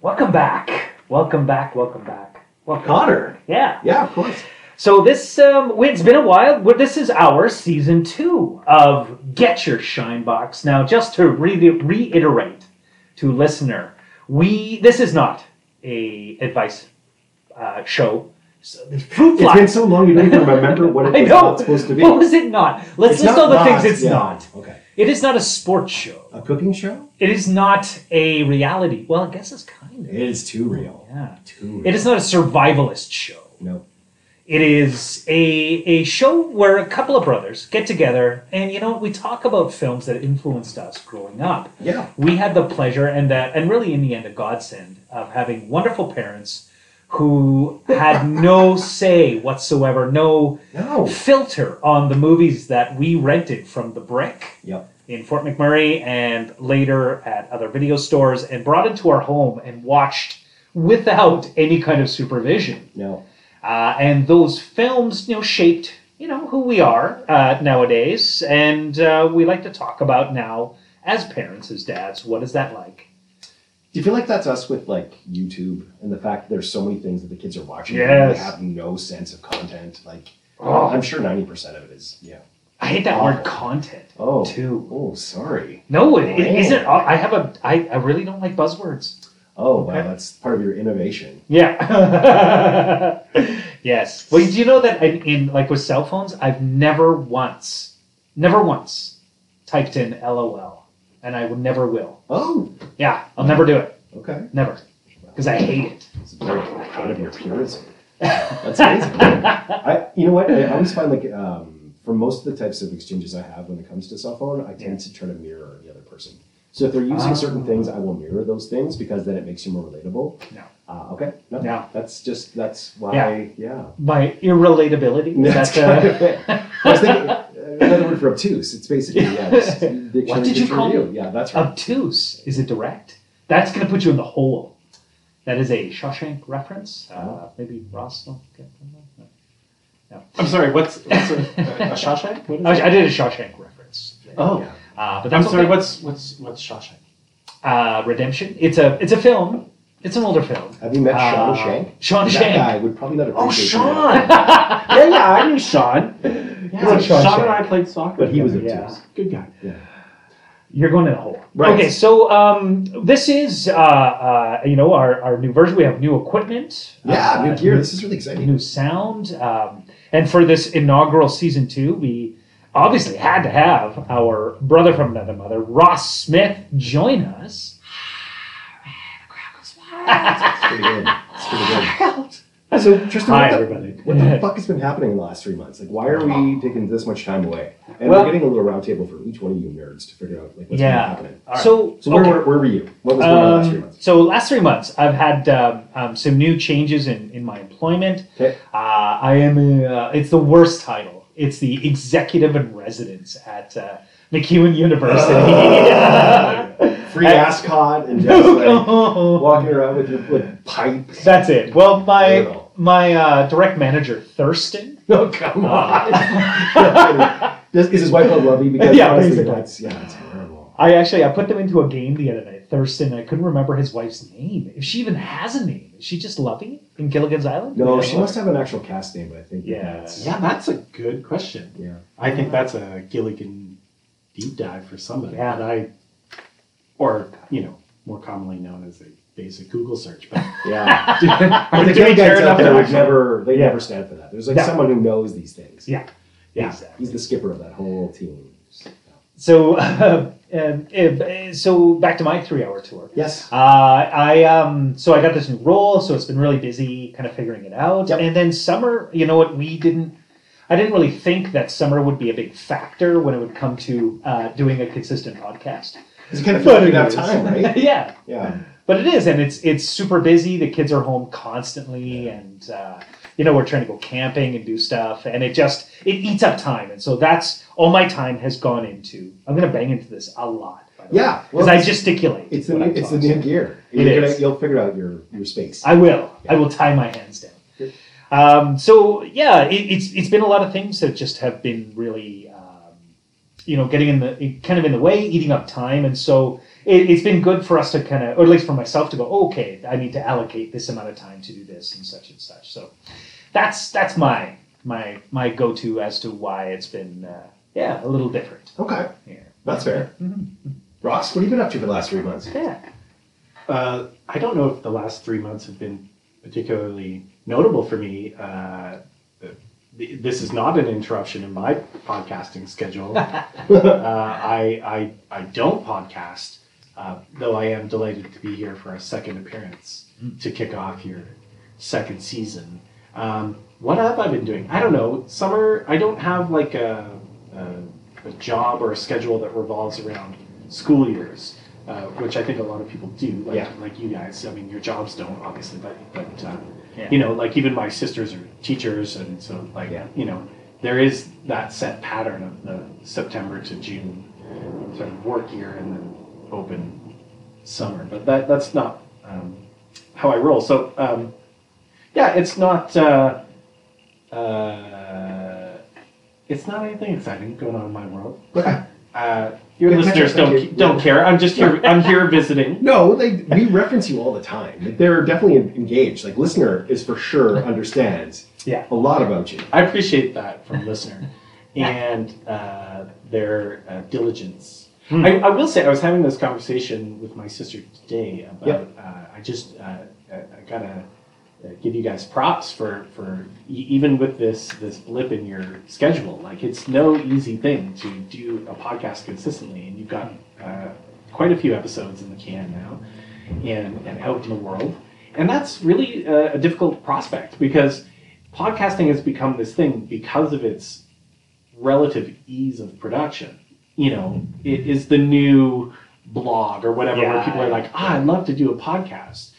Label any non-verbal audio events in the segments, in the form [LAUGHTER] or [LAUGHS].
Welcome back. Welcome back. Welcome back. Welcome. Connor. Yeah. Yeah, of course. So this um, it's been a while. Well, This is our season two of Get Your Shine Box. Now, just to re- reiterate to listener, we this is not a advice uh, show. So, the fruit It's fly. been so long you don't even remember [LAUGHS] what I it's know. not supposed to be. What was it not? Let's It's list not all the not, things it's yeah. not. Okay. It is not a sports show. A cooking show? It is not a reality. Well, I guess it's kind of. It is too real. Yeah. Too real. It is not a survivalist show. No. It is a, a show where a couple of brothers get together and, you know, we talk about films that influenced us growing up. Yeah. We had the pleasure and, that, and really, in the end, a godsend of having wonderful parents who had no say whatsoever, no No. filter on the movies that we rented from the brick Yep. in Fort McMurray and later at other video stores and brought into our home and watched without any kind of supervision. No. Uh, and those films, you know, shaped, you know, who we are uh, nowadays. And uh, we like to talk about now as parents, as dads, what is that like? Do you feel like that's us with like YouTube and the fact that there's so many things that the kids are watching and Yes. they have no sense of content? Like Oh, I'm sure ninety percent of it is yeah. I hate that word content. Oh. Too. Oh, sorry. No, it, it Oh. isn't. I have a. I, I really don't like buzzwords. Oh Okay. wow, that's part of your innovation. Yeah. [LAUGHS] yes. Well, do you know that in, in like with cell phones, I've never once, never once typed in LOL, and I would never will. Oh. Yeah, I'll never do it. Okay. Never, because I hate it. It's very proud of your purism. [LAUGHS] That's amazing. I, you know what? I always find like um, for most of the types of exchanges I have when it comes to cell phone, I tend to try to mirror the other person. So if they're using certain Ah. things, I will mirror those things because then it makes you more relatable. No. Uh, okay. No. No. That's just that's why. Yeah. Yeah. My irrelatability. is [LAUGHS] That's that, kind uh, of it. I was thinking uh, another word for obtuse. It's basically yeah. just dictionary [LAUGHS] What did you for call you. Yeah, that's [LAUGHS] right. obtuse. Is it direct? That's gonna put you in the hole. That is a Shawshank reference. Uh, Oh. maybe Ross. Will get that. I'm sorry. What's, what's a, a [LAUGHS] Shawshank? What is No. I, I it? did a Shawshank reference. Oh, Yeah. Uh, but I'm that's sorry. okay. What's what's what's Shawshank? uh, Redemption. It's a it's a film. It's an older film. Have you met Uh, Sean Shank? Sean Oh, that Shank. guy would probably not appreciate you. yeah, yeah, I knew Sean. Yeah, What's Shawshank? Sean, and I played soccer, But he was Yeah. obtuse. good guy. You're going in a hole. Right. Okay, so um, this is uh, uh, you know our, our new version. We have new equipment. Yeah, uh, new gear. This is really exciting. new sound. Um, and for this inaugural season two, we obviously had to have our brother from another mother, Ross Smith, join us. It's pretty good. It's pretty good. [LAUGHS] So, Tristan, Hi, what, everybody. the, [LAUGHS] what the fuck has been happening in the last three months? Like, why are we taking this much time away? And Well- we're getting a little roundtable for each one of you nerds to figure out like what's Yeah. been happening. All right. So, So, where, okay. were where were you? What was going on last three Um, months? So last three months, I've had um, um, some new changes in, in my employment. Okay. Uh, I am. uh, it's the worst title. It's the executive in residence at uh, McEwen University. Free Um, [LAUGHS] I- Oh, ascot [LAUGHS] and just Oh. like walking around with your like, pipes. [LAUGHS] That's it. Well, my Brutal. my uh, direct manager Thurston. No, Oh, [LAUGHS] come [LAUGHS] on. Does- Is his wife a lovey? Because Yeah, honestly, basically. that's, yeah, that's terrible. I actually I put them into a game the other night. Thurston. I couldn't remember his wife's name. If she even has a name, is she just Lovey in Gilligan's Island? No, Yeah. she must have an actual cast name, but I think Yeah. that's Yeah, that's a good question. yeah. I think that's a Gilligan deep dive for somebody. Yeah. But I, or you know, more commonly known as a basic Google search. [LAUGHS] But [LAUGHS] Yeah. I But the would gay do guys care out enough there to would actually- never, they Yeah. never stand for that. There's like No. someone who knows these things. Yeah. Yeah. Exactly. He's the skipper of that whole team. So, [LAUGHS] uh, uh, so back to my three-hour tour. Yes. Uh, I um, so I got this new role, so it's been really busy, kind of figuring it out. Yep. And then summer, you know what? We didn't. I didn't really think that summer would be a big factor when it would come to uh, doing a consistent podcast. Because you kind of But feel like it you have is. time, [LAUGHS] right? yeah, Yeah. but it is, and it's it's super busy. The kids are home constantly, and uh, you know we're trying to go camping and do stuff, and it just it eats up time, and so that's all my time has gone into. I'm gonna bang into this a lot, by the way, Yeah. because Well, I it's- gesticulate. It's the when new, I it's the talk, new so. gear. It You're gonna- is. You'll figure out your, your space. I will. I will tie my hands down. Good. Um, so yeah, it, it's it's been a lot of things that just have been really, um, you know, getting in the kind of in the way, eating up time, and so it, it's been good for us to kind of, or at least for myself to go, okay, I need to allocate this amount of time to do this and such and such. So that's that's my my my go-to as to why it's been uh, yeah a little different. Okay, Yeah. that's fair. Mm-hmm. Ross, what have you been up to for the last three months? Yeah. Uh, I don't know if the last three months have been particularly notable for me. Uh, th- this is not an interruption in my podcasting schedule. uh, I, I I don't podcast, uh, though I am delighted to be here for a second appearance to kick off your second season. Um, what have I been doing? I don't know. Summer. I don't have like a, a, a job or a schedule that revolves around school years, uh, which I think a lot of people do. Like, Yeah. like you guys. I mean, your jobs don't obviously, but but uh, Yeah. you know, like even my sisters are teachers, and so like Yeah. you know, there is that set pattern of the September to June sort of work year and then open summer. But that that's not um, how I roll. So um, yeah, it's not. Uh, uh, it's not anything exciting going on in my world. Uh, your Good listeners catch up, don't thank you. don't care. I'm just here. I'm here [LAUGHS] visiting. No, they, we reference you all the time. Like, they're definitely en- engaged. Like listener is for sure understands Yeah. a lot about you. I appreciate that from listener and uh, their uh, diligence. Hmm. I, I will say I was having this conversation with my sister today about. Yep. Uh, I just uh, I, I gotta uh, give you guys props for for e- even with this this blip in your schedule. Like it's no easy thing to do a podcast consistently, and you've got uh, quite a few episodes in the can now, and and out in the world, and that's really uh, a difficult prospect because podcasting has become this thing because of its relative ease of production. You know, it is the new blog or whatever where Yeah. people are like, ah, I'd love to do a podcast.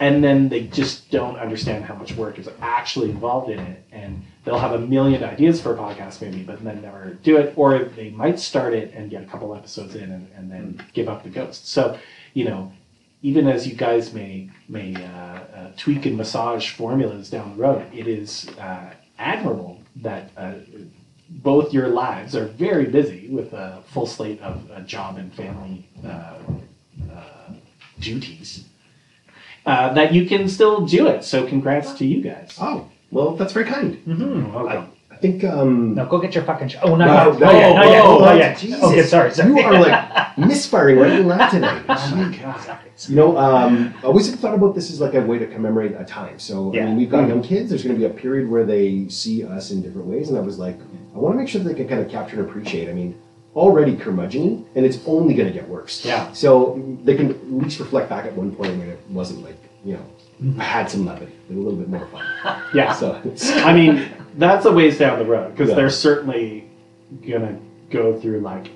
And then they just don't understand how much work is actually involved in it. And they'll have a million ideas for a podcast, maybe, but then never do it. Or they might start it and get a couple episodes in and, and then give up the ghost. So, you know, even as you guys may may uh, uh, tweak and massage formulas down the road, it is uh, admirable that uh, both your lives are very busy with a full slate of uh, job and family uh, uh, duties. Uh, that you can still do it. So congrats to you guys. Oh, well, that's very kind. Mm-hmm. I, I think um, Now go get your fucking. Sh- oh, not Wow, yet. not Not yet. yet. Not yet. Oh, not yet. Jesus. Okay, sorry. sorry. you are like misfiring right and left tonight. [LAUGHS] Oh my God. Sorry, sorry. You know, um, I always have thought about this as like a way to commemorate a time. So I Yeah. Mm-hmm. mean, we've got young kids. There's going to be a period where they see us in different ways, and I was like, I want to make sure that they can kind of capture and appreciate. I mean, already curmudgeon, and it's only going to get worse. Yeah. So mm, they can at least reflect back at one point when it wasn't like you know, Mm-hmm. I had some levity, a little bit more fun. Yeah. [LAUGHS] So it's, I mean, that's a ways down the road because Yeah. they're certainly gonna go through like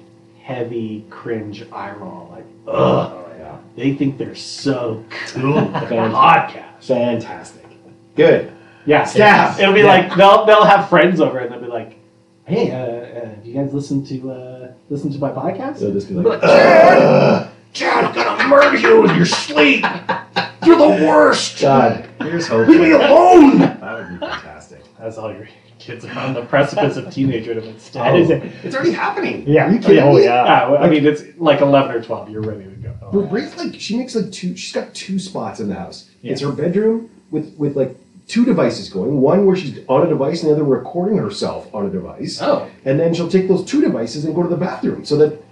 heavy cringe eye roll, like, ugh, yeah, they think they're so cool. [LAUGHS] with their podcast. fantastic, good. Yeah, Staff. It'll be Yeah. like they'll they'll have friends over and they'll be like, hey, uh, uh, do you guys listen to uh, listen to my podcast? So just be like, Dad, I'm gonna murder you in your sleep. You're the worst. God, here's hope. Leave me That alone. would be fantastic. As all your [LAUGHS] kids are on the precipice of teenagerhood instead. That is it. It's already happening. Yeah. Are you kidding oh, me? yeah. Yeah, well, I mean, it's like 11 or 12. You're ready to go. Oh, Well, Bray's like she makes like two. She's got two spots in the house. Yeah. It's her bedroom with with like two devices going. One where she's on a device, and the other recording herself on a device. Oh. And then she'll take those two devices and go to the bathroom. So that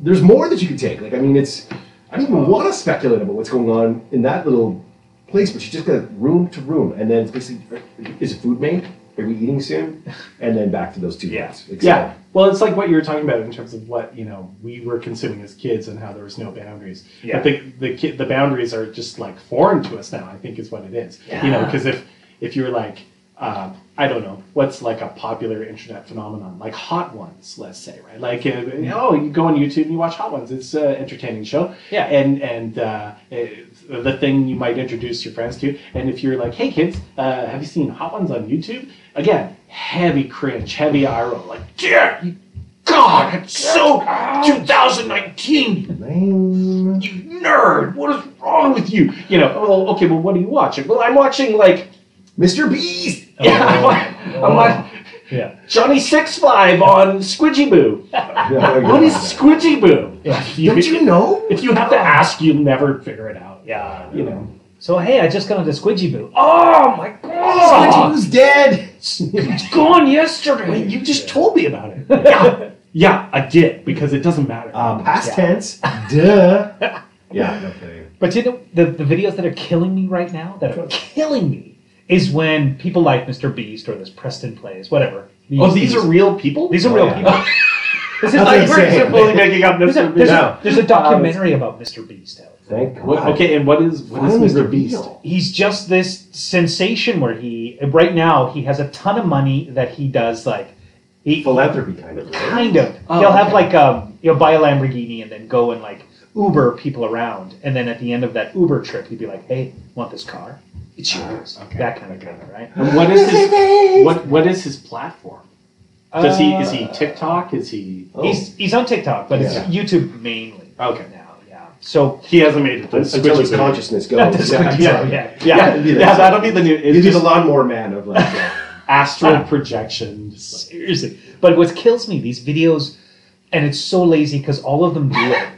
there's more that you can take. Like I mean, it's I don't even want to speculate about what's going on in that little place, but she's just got room to room, and then it's basically uh, is food made? Are we eating soon? And then back to those two. Yeah. things. Like, so- Yeah. Well, it's like what you were talking about in terms of what you know we were consuming as kids and how there was no boundaries. Yeah. But the the ki- the boundaries are just like foreign to us now. I think is what it is. You know, because if if you're like uh, I don't know what's like a popular internet phenomenon, like Hot Ones, let's say, right? Like uh, oh, you go on YouTube and you watch Hot Ones. It's an entertaining show. Yeah. And and uh, it's the thing you might introduce your friends to, and if you're like, hey kids, uh, have you seen Hot Ones on YouTube? Again, heavy cringe, heavy eye roll, like. Dear God, it's so 2019. Lame. You nerd. What is wrong with with you. You know, well, [LAUGHS] okay, well, what are you watching? Well, I'm watching like, Oh. Mr. Beast. yeah, I'm, wa- I'm wa- Yeah. Johnny Six Five on Squidgy Boo. What is Squidgy Boo? You- Don't you know? If you have to ask, you'll never figure it out. yeah. You know. So hey, I just got into Squidgy Boo. Oh, Oh my god! Who's dead? It's gone yesterday. You just told me about [LAUGHS] it. Yeah, yeah, I did because it doesn't matter. Uh, past Yeah. tense. Duh. Yeah, no kidding. but you know the, the videos that are killing me right now, that are killing me, is when people like Mr. Beast or this Preston plays, whatever. oh, these are real people. these are real Oh, yeah. [LAUGHS] people. this is That's like, what I'm we're- saying. simply making up there's, a, Mr. there's, Beast. a- No. there's a Um, documentary about Mr. Beast out. Thank God. What- okay, and what is what Finally is Mr. revealed. Beast? he's just this sensation where he right now he has a ton of money that he does like he Philanthropy kind of. right? kind of Oh, he'll have okay. like um he'll buy a Lamborghini and then go and like Uber people around and then at the end of that Uber trip he'd be like hey want this car it's yours Ah, okay. that kind of guy right And what is his what what is his platform? Does he is he Uh, TikTok? Is he Oh. he's he's on TikTok but it's YouTube mainly okay? now yeah so [LAUGHS] He hasn't made it. to until his Squidgy Boo. consciousness yeah [LAUGHS] goes. yeah yeah, Yeah, Yeah, yeah, that's- that'll be the new. It's He's just the lawnmower man of like. uh, astral projections. Seriously. But what kills me, these videos, and it's so lazy because all of them do it.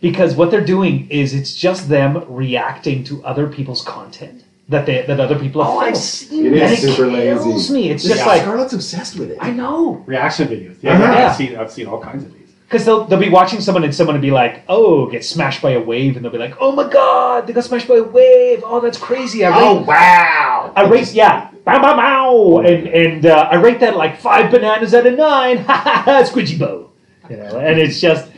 Because what they're doing is it's just them reacting to other people's content that they that other people have Oh, I've filmed. seen It and is super it kills lazy. me. It's This- just like Scarlett's obsessed with it. I know reaction videos. Yeah, Uh-huh. Yeah. I've seen I've seen all kinds of these. because they'll they'll be watching someone and someone will be like, oh, get smashed by a wave, and they'll be like, oh my god, they got smashed by a wave. Oh, that's crazy. I rate, Oh. wow. I rate yeah, bow bow bow, and and uh, I rate that like five bananas out of nine. [LAUGHS] Ha ha ha, squidgy bow. You know, and it's just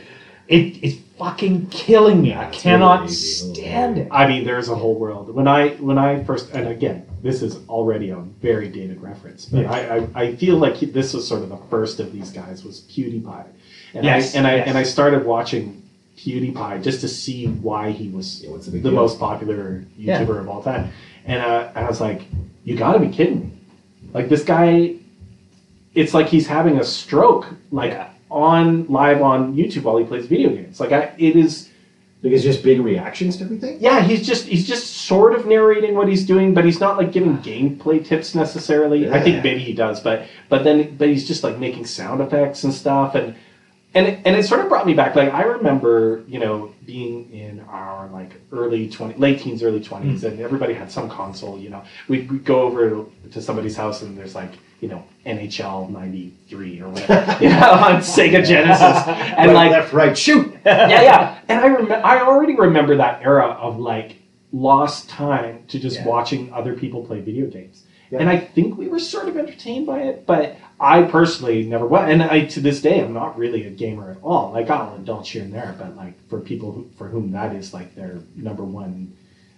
it it's fucking killing me. I it's cannot really easy. stand it. I mean, there's a whole world. When I when I first and again, this is already a very dated reference, but I, I I feel like this was sort of the first of these guys was PewDiePie, and Yes, I and I yes. and I started watching PewDiePie just to see why he was Yeah, what's the the big deal? most popular YouTuber Yeah. of all time, and uh, I was like, you got to be kidding me, like this guy, it's like he's having a stroke, like. Yeah. On live on YouTube while he plays video games, like I, it is Like it's just big reactions to everything. yeah, he's just he's just sort of narrating what he's doing, but he's not like giving gameplay tips necessarily. I think Yeah. maybe he does, but but then but he's just like making sound effects and stuff and and it, and it sort of brought me back. Like I remember, you know, being in our like early twenty, late teens, early twenties, Hmm. and everybody had some console. You know, we'd, we'd go over to, to somebody's house and there's like you know NHL '93 or whatever, [LAUGHS] you know, on Sega Genesis, [LAUGHS] and right, like left, right, shoot. yeah, yeah. [LAUGHS] And I rem- I already remember that era of like lost time to just Yeah. watching other people play video games. Yeah. And I think we were sort of entertained by it, but I personally never was. And I to this day I'm not really a gamer at all. Like I'll indulge here and there, but like for people who, for whom that is like their number one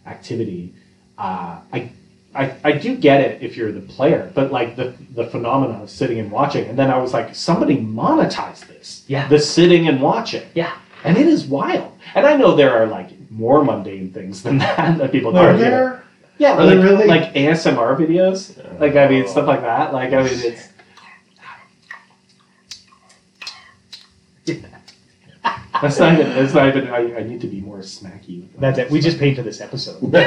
activity, uh, I. I, I do get it if you're the player, but like the the phenomenon of sitting and watching, and then I was like, somebody monetize this. Yeah. The sitting and watching. Yeah. And it is wild. And I know there are like more mundane things than [LAUGHS] that that people do. Yeah, Are like, there really? like ASMR videos. Like I mean stuff like that. Like I mean it's That's not even that's not even I, I need to be more smacky with That's it. We just paid for this [LAUGHS] episode. [LAUGHS]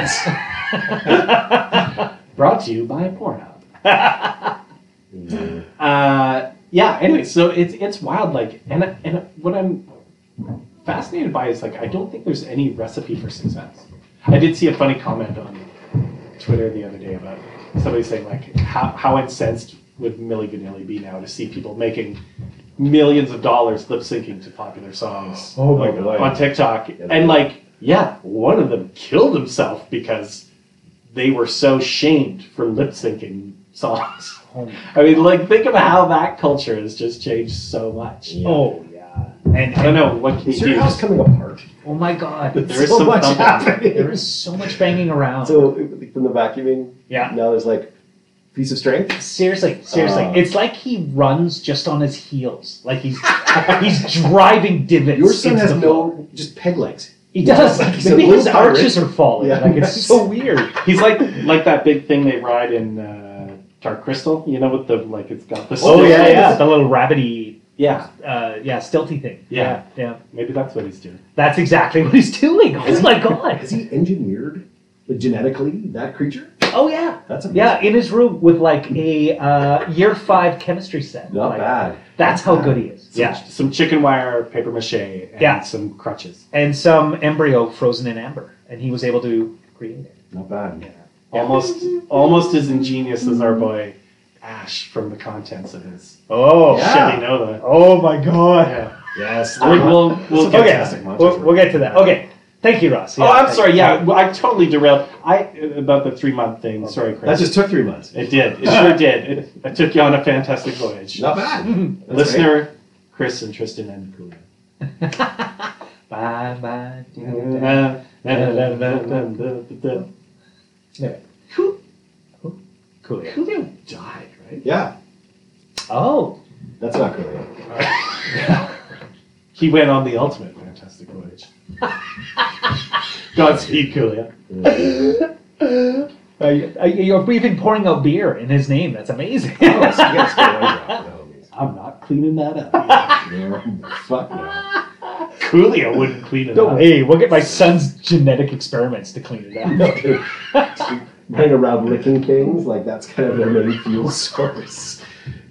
Oh That's brought to you by Pornhub. uh, yeah. Anyway, so it's it's wild. Like, and and what I'm fascinated by is like I don't think there's any recipe for success. I did see a funny comment on Twitter the other day about somebody saying like how how incensed would Milli Vanilli be now to see people making millions of dollars lip syncing to popular songs Oh my like, God. on TikTok Yeah. and like yeah one of them killed himself because they were so shamed for lip syncing songs. [LAUGHS] Oh, I mean, like, think of how that culture has just changed so much. Yeah. oh, yeah. And, I don't know what can Is you do. your house coming apart? oh my god, There is so some much thumping. there happening. is so much banging around. [LAUGHS] So like, from the vacuuming, yeah. now there's like piece of strength. Seriously, seriously, Uh. it's like he runs just on his heels, like he's [LAUGHS] he's driving divots. Your son into has the floor. no just peg legs. He Yeah, does. like he's a Maybe little his pirate. arches are falling. Yeah. Like [LAUGHS] it's so weird. He's like like that big thing they ride in uh, Dark Crystal, you know, with the, like, it's got the Oh, stick. yeah, yeah. The little rabbity, Yeah, uh, yeah, stilty thing. Yeah. yeah. yeah. maybe that's what he's doing. That's exactly what he's doing. Oh my god. Has he engineered Like genetically, that creature? Oh yeah, That's amazing. yeah, in his room with like a uh, year five chemistry set. Not Like, bad. That's how good he is. Some, some chicken wire, paper mache, and Yeah. some crutches. and some embryo frozen in amber, and he was able to create it. Not bad. Almost, almost as ingenious as our boy Ash from the contents of his Oh, Yeah. Chevy Nova. oh my god. Yeah. Yes. We'll, we'll, we'll It's get okay. to that. Fantastic montage We'll, work. we'll get to that. Okay, thank you, Ross. Yeah, oh, I'm thank- sorry. Yeah, well, I totally derailed. I about the three month thing. Sorry, Chris. That just took three months. it did. It sure did. It, I took you on a fantastic voyage. Not bad. Mm-hmm. That's great. Listener, Chris and Tristan and Julia. [LAUGHS] Bye, bye. dear. Who Oh. Cool. died, right? Yeah, Oh, that's not cool. He went on the ultimate fantastic [LAUGHS] voyage. Godspeed, Julia. Oh, are you, are you- Uh, you're even pouring out beer in his name. That's amazing. Oh, [LAUGHS] so you guys get one drop. No, amazing. I'm not cleaning that up. No, Fuck no. [LAUGHS] Coolio wouldn't clean it No up. way. We'll get my son's genetic experiments to clean [LAUGHS] it up. [LAUGHS] No, [LAUGHS] dude. Running around licking things, like that's kind of their main fuel source.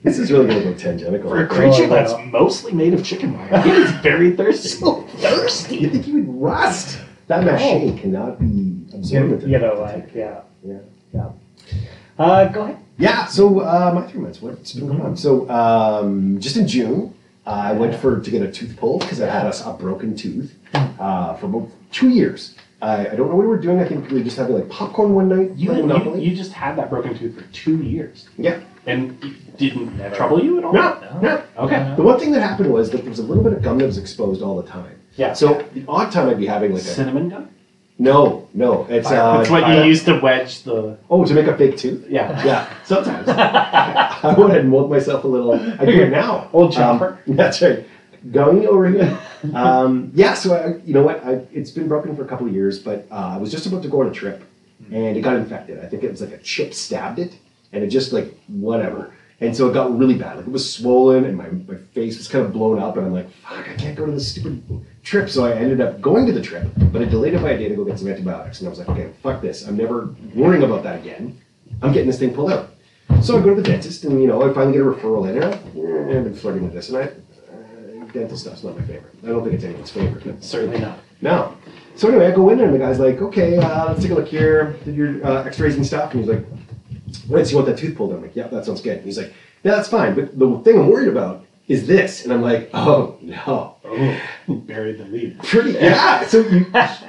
This is really going to go tangential. For a creature Oh, that's no. mostly made of chicken [LAUGHS] wire, it is very thirsty. so thirsty. oh, You think you would rust? That machine cannot be absorbed. You know, like, yeah. Yeah. Uh, go ahead. Yeah, so uh, my three months. What's been going on? So um, just in June, uh, I went for to get a tooth pulled because I had a, s- a broken tooth Hmm. uh, for about two years. I, I don't know what we were doing. I think we were just having like popcorn one night. You, playing you, Monopoly. you just had that broken tooth for two years yeah. and it didn't trouble you at all? No, no. Okay. The one thing that happened was that there was a little bit of gum that was exposed all the time. Yeah. So the odd time I'd be having like a Cinnamon gum? no, no. It's uh, That's what you uh, use to wedge the. Oh, to make a fake tooth. Yeah. Yeah, sometimes. [LAUGHS] [LAUGHS] I would and mold myself a little. I do it now. [LAUGHS] Old chopper. Um, [LAUGHS] that's right. Going over [LAUGHS] here. Um, yeah, so I, you know what? I, it's been broken for a couple of years, but uh, I was just about to go on a trip Hmm. and it got infected. I think it was like a chip stabbed it and it just like whatever. And so it got really bad. Like it was swollen and my, my face was kind of blown up and I'm like, fuck, I can't go to this stupid trip. So I ended up going to the trip, but I delayed it by a day to go get some antibiotics. And I was like, okay, fuck this. I'm never worrying about that again. I'm getting this thing pulled out. So I go to the dentist, and you know, I finally get a referral in. And I'm, eh, I've been flirting with this, and I, uh, dental stuff's not my favorite. I don't think it's anyone's favorite. but- Certainly not. no. So anyway, I go in there and the guy's like, okay, uh, let's take a look here. Did your uh, x-rays and stuff? And he's like, right, so you want that tooth pulled? I'm like, yeah, that sounds good. And he's like, yeah, that's fine. But the thing I'm worried about is this. And I'm like, oh, no. Buried the lead. Pretty, yeah. So you,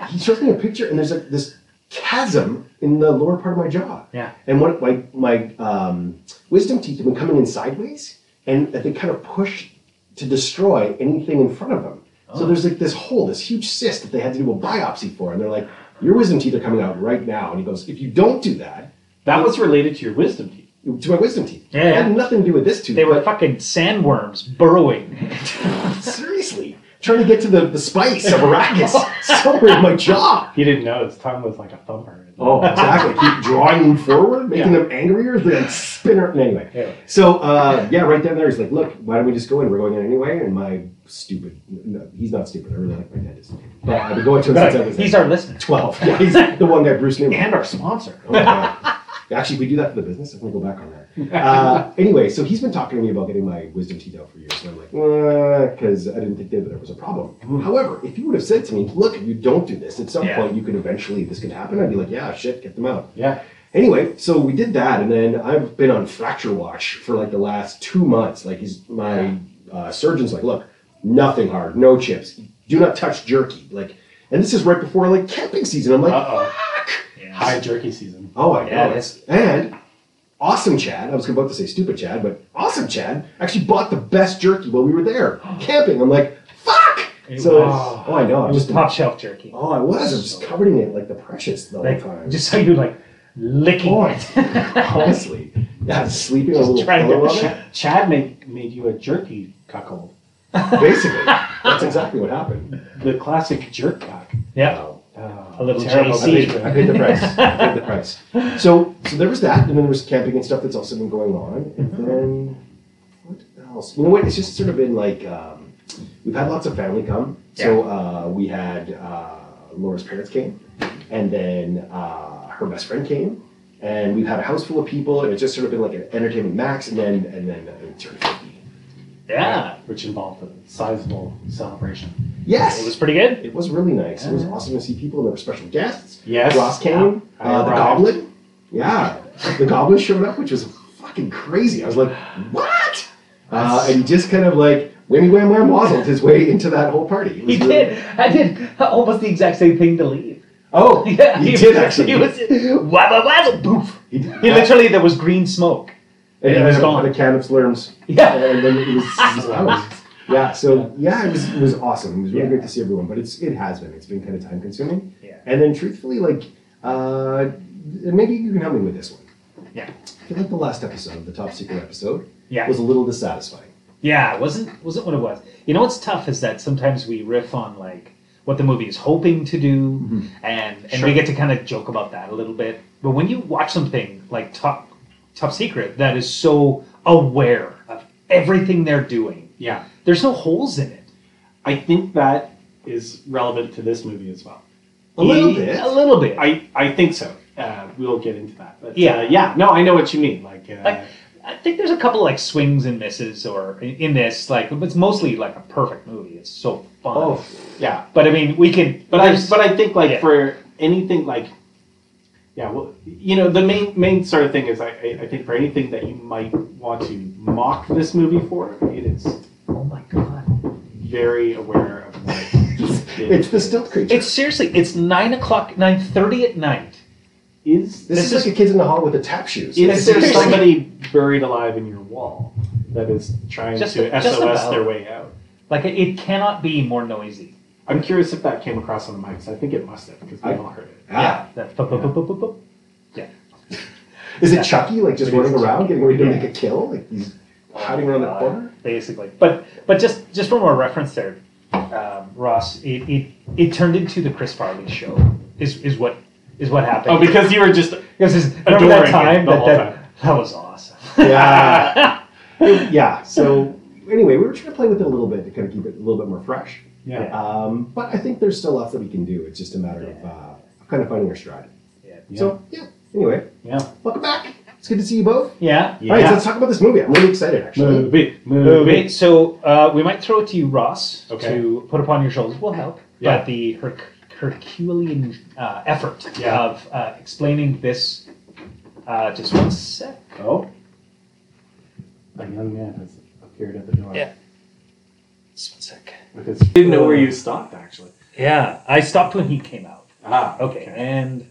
he shows me a picture and there's like this chasm in the lower part of my jaw. Yeah. And what my, my um, wisdom teeth have been coming in sideways and they kind of push to destroy anything in front of them. Oh. So there's like this hole, this huge cyst that they had to do a biopsy for. And they're like, your wisdom teeth are coming out right now. And he goes, if you don't do that, That was related to your wisdom teeth. to my wisdom teeth. Yeah, It yeah. had nothing to do with this tooth. They were but fucking sandworms burrowing. [LAUGHS] seriously trying to get to the, the spice [LAUGHS] of Arrakis somewhere in my jaw. He didn't know his tongue was like a thumper. Oh, [LAUGHS] exactly. Keep drawing them forward, making Yeah. them angrier, then spin her. Anyway, Yeah. so uh, yeah, right down there, he's like, "Look, why don't we just go in? We're going in anyway." And my stupid, no, he's not stupid. I really like my dentist, but I've been going to him since I was He's like, our listener. twelve. [LAUGHS] Yeah, he's the one guy, Bruce Newman. And our sponsor. Oh, wow. Actually, if we do that for the business, I'm gonna go back on that. Uh, anyway, so he's been talking to me about getting my wisdom teeth out for years, and I'm like, because I didn't think that there was a problem. However, if you would have said to me, "Look, if you don't do this, at some Yeah. point you could eventually this could happen," I'd be like, "Yeah, shit, get them out." Yeah. Anyway, so we did that, and then I've been on fracture watch for like the last two months. Like he's my uh, surgeon's like, look, nothing hard, no chips, do not touch jerky. Like, and this is right before like camping season. I'm like, Uh oh. Yeah. High jerky season. oh, I Yeah, know that's- it's and awesome Chad. I was about to say stupid Chad, but awesome Chad actually bought the best jerky while we were [GASPS] there camping. I'm like, fuck. It so was- oh, I know. It I'm was just top shelf jerky. oh, I was. I was just covered in it like the precious the whole Like, time. just so you like licking Oh, it. [LAUGHS] honestly, yeah, sleeping on a little try to get pillow the on it. Ch- Chad made, made you a jerky cuckold. [LAUGHS] Basically, that's exactly what happened. Um, The classic jerk cuck. yeah. Wow. Oh, A little terrible I paid, JC. I paid the price. I paid the price. So, so there was that, and then there was camping and stuff that's also been going on, and then what else? You know what? It's just sort of been like um, we've had lots of family come. So uh, we had uh, Laura's parents came, And then uh, her best friend came, and we've had a house full of people, and it's just sort of been like an entertainment max, and then and then uh, it turned 50. Yeah. which involved a sizable celebration. It was Yes! pretty good. It was really nice. It was awesome to see people, and there were special guests. Yes. Ross came, I uh, the arrived. goblin. Yeah, the goblin showed up, which was fucking crazy. I was like, what? Uh, and he just kind of like whammy wham wham wazzled his way into that whole party. It was He really- did. I did almost the exact same thing to leave. [LAUGHS] Oh, Yeah, he, did actually. He was wabba wabba poof. He did. He literally there was green smoke. and he was then gone. A can of slurms. [LAUGHS] Yeah. And then it was, it was out. [LAUGHS] Yeah, so yeah, it was it was awesome. It was really Yeah. great to see everyone, but it's it has been. It's been kind of time consuming. Yeah. And then truthfully, like uh, maybe you can help me with this one. Yeah. I feel like the last episode, the top secret episode, Yeah. was a little dissatisfying. Yeah, it wasn't wasn't what it was. You know what's tough is that sometimes we riff on like what the movie is hoping to do, and and Sure. we get to kind of joke about that a little bit. But when you watch something like Top Top Secret that is so aware of everything they're doing, Yeah, there's no holes in it. I think that is relevant to this movie as well. A little Ye- bit. a little bit. I, I think so. Uh, we'll get into that. But, uh, Yeah. yeah. No, I know what you mean. Like, uh, Like- I think there's a couple like swings and misses or in, in this like but it's mostly like a perfect movie. It's so fun. oh, yeah. But I mean, we can But I there's- but I think like Yeah. for anything like, yeah, well, you know, the main main sort of thing is I, I I think for anything that you might want to mock this movie for, it is oh my god. very aware of what it [LAUGHS] It's the stilt creature. It's seriously, it's 9 o'clock, 9.30 at night. is. this, this is, like a kid in the hall with the tap shoes. Is It's there seriously- somebody buried alive in your wall that is trying Just- to just SOS their about. way out? Like, it, it cannot be more noisy. I'm curious if that came across on the mics. I think it must have because we I- all heard it. ah, That pu- pu- pu- pu- pu- pu- is it Chucky like just It is running around, getting ready to Yeah. make a kill? Like he's hiding around the Uh, corner. Basically. But but just, just for more reference there, um, Ross, it, it, it turned into the Chris Farley show, is, is what is what happened. Oh, because you were just Because it's- remember that Adoring it time? the That, whole that, time. that was awesome. Yeah. [LAUGHS] yeah. So anyway, we were trying to play with it a little bit to kind of keep it a little bit more fresh. yeah. Um, but I think there's still lots that we can do. It's just a matter of uh, kind of finding our stride. Yeah. So yeah. Anyway, Yeah. welcome back. It's good to see you both. [LAUGHS] Yeah. All right, so let's talk about this movie. I'm really excited, actually. Movie, Okay, so uh, we might throw it to you, Ross, Okay. to put upon your shoulders. Will help, Yeah. but the Her- Herculean uh, effort Yeah. of uh, explaining this. Uh, just one sec. Oh, a young man has appeared at the door. Yeah. Just one sec. With his, didn't know where you stopped actually. Yeah, I stopped when he came out. Ah, Okay, and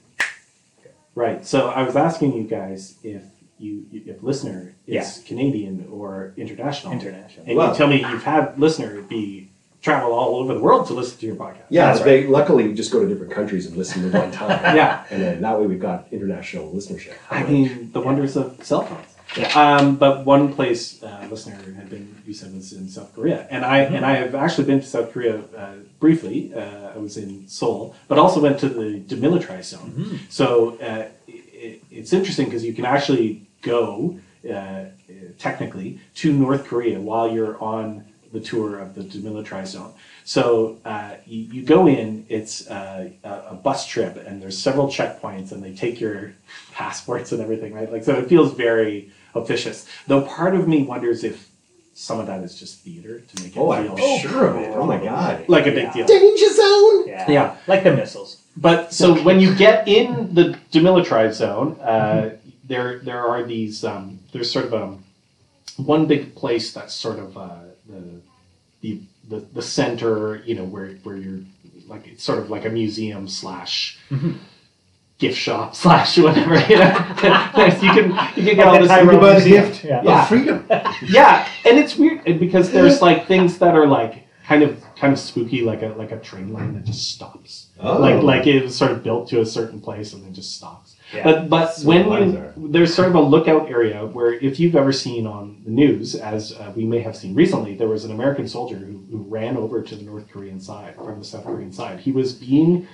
Right. So I was asking you guys if you if listener is Canadian or international. international. And Wow. you tell me you've had listener be travel all over the world to listen to your podcast. Yeah, That's it's big- luckily we just go to different countries and listen at one [LAUGHS] time. Yeah. And then that way we've got international listenership. I mean, the wonders of cell phones. Yeah. Um, but one place uh, listener had been, you said, was in South Korea, and I and I have actually been to South Korea uh, briefly. Uh, I was in Seoul, but also went to the demilitarized zone. So uh, it, it's interesting because you can actually go uh, technically to North Korea while you're on the tour of the demilitarized zone. So uh, you, you go in, it's uh, a, a bus trip, and there's several checkpoints, and they take your [LAUGHS] passports and everything, right? Like so, it feels very officious. Though part of me wonders if some of that is just theater to make it Oh, feel I'm sure of it. Oh my god. like a big Yeah. deal. Danger zone! Yeah. Yeah. like the missiles. But so when you get in the demilitarized zone, Mm-hmm. uh, there there are these um, there's sort of um, one big place that's sort of uh, the, the the the center, you know, where where you're like it's sort of like a museum slash. Mm-hmm. Gift shop [LAUGHS] slash whatever you know, [LAUGHS] There's- you can you can get all Like the this Tyrone You buy the Museum. gift Yeah. Oh, of freedom. yeah, and it's weird and because there's like things that are like kind of kind of spooky, like a like a train line that just stops. Oh. Like like it was sort of built to a certain place and then just stops. Yeah. But but So when lines you are- there's sort of a lookout area where if you've ever seen on the news, as uh, we may have seen recently, there was an American soldier who, who ran over to the North Korean side from the South Korean side. He was being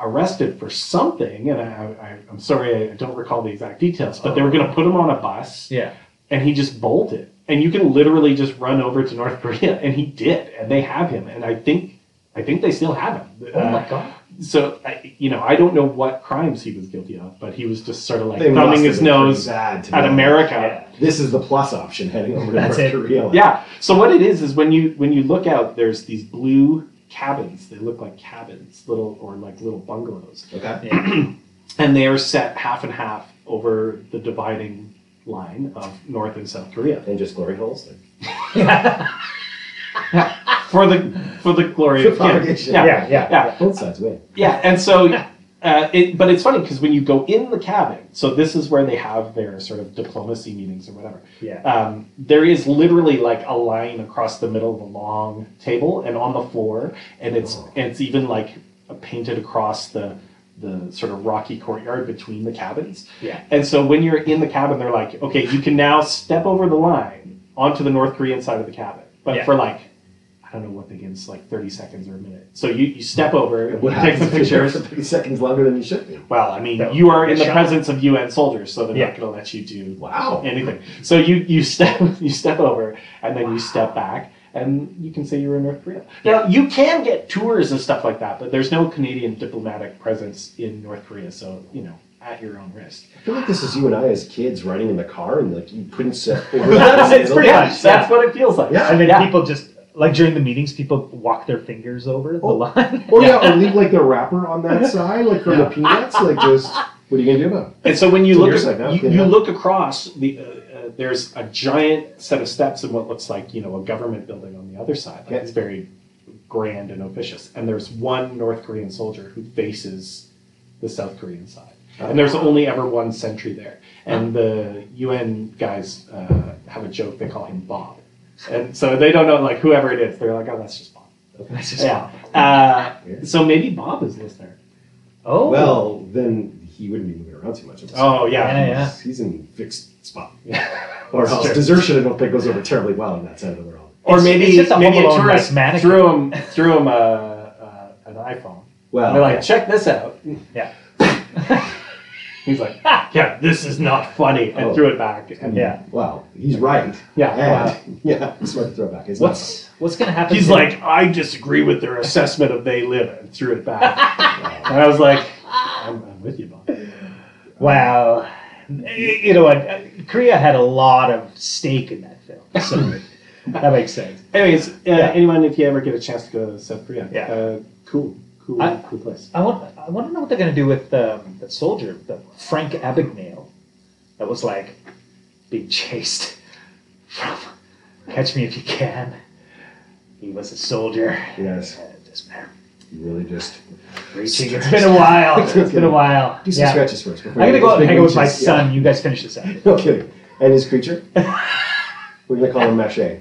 arrested for something, and I, I, I'm sorry I don't recall the exact details, but they were going to put him on a bus Yeah, and he just bolted. And you can literally just run over to North Korea, and he did, and they have him, and I think I think they still have him. Oh my God. so I, you know, I don't know what crimes he was guilty of, but he was just sort of like They must thumbing have his been pretty nose sad to at know. America. This is the plus option heading over to That's North it. Korea. Yeah. So what it is is when you when you look out, there's these blue cabins. They look like cabins, little or like little bungalows, Okay. and they are set half and half over the dividing line of North and South Korea And just glory holes. Like, for the for the glory of Kim. Propagation. Yeah. Yeah, yeah. Yeah. Both sides win. Yeah, and so, uh, it, but it's funny because when you go in the cabin, so this is where they have their sort of diplomacy meetings or whatever. Yeah. Um, there is literally like a line across the middle of a long table and on the floor, and it's Oh. and it's even like painted across the the sort of rocky courtyard between the cabins. Yeah. And so when you're in the cabin, they're like, okay, you can now step over the line onto the North Korean side of the cabin, but Yeah. for like. I don't know what begins like 30 seconds or a minute. So you, you step over, And you take some if you're there pictures. for [LAUGHS] 30 seconds longer than you should be? Well, I mean, No. you are in the Shot. presence of UN soldiers, so they're Yeah. not going to let you do Wow. anything. So you you step [LAUGHS] you step over, and then you step back, and you can say you're in North Korea. Now you can get tours and stuff like that, but there's no Canadian diplomatic presence in North Korea, so you know at your own [LAUGHS] risk. I feel like this is you and I as kids riding in the car and like you couldn't [LAUGHS] set over That's- it's pretty Yeah. much, that's what it feels like. Yeah. And then Yeah. people just like during the meetings, people walk their fingers over the Oh. line. [LAUGHS] Or yeah, or leave like the wrapper on [LAUGHS] that side, like from the peanuts, like just what are you gonna do about it? And so when you So look, you're saying that, you, yeah. you look across the. Uh, uh, there's a giant set of steps in what looks like you know a government building on the other side. Like Yeah. It's very grand and officious. And there's one North Korean soldier who faces the South Korean side. Uh, And there's only ever one sentry there. And the UN guys uh, have a joke. They call him Bob. And so they don't know like whoever it is. They're like, oh, that's just Bob. That's just- Yeah. Uh, Yeah. So maybe Bob is listener. Oh. Well, then he wouldn't be moving around too much. Oh Yeah, yeah. He's- He's in fixed spot. yeah. Or That's else true. desertion I don't think goes over terribly well on that side of the world. [LAUGHS] or It's- maybe it's just a maybe Home a Alone, like, tourist mannequin. threw [LAUGHS] him threw him a, uh, an iPhone. Well They're like, check this out. [LAUGHS] Yeah. He's like, yeah, this is not funny, and Oh. threw it back. And Yeah. well, he's right. Yeah. And, [LAUGHS] yeah, smart throwback. It's What's what's gonna happen? He's to- like, I disagree with their assessment of they live, and threw it back. and I was like, I'm, I'm with you, Bob. Wow. You know what? Korea had a lot of stake in that film. So [LAUGHS] that makes sense. Anyways, uh, Yeah. anyone, if you ever get a chance to go to South Korea, Yeah. uh, cool, cool, I- cool [LAUGHS] place. I want I want to know what they're going to do with um, that soldier, the Frank Abagnale, that was like being chased from Catch Me If You Can. He was a soldier. Yes. And just man, you really just reaching. It's been a while. It's [LAUGHS] been a while. do some Yeah. scratches first. I'm gonna go out and hang out with my son. You guys finish this up. [LAUGHS] No kidding. And [LAUGHS] his creature. We're gonna call him Mache.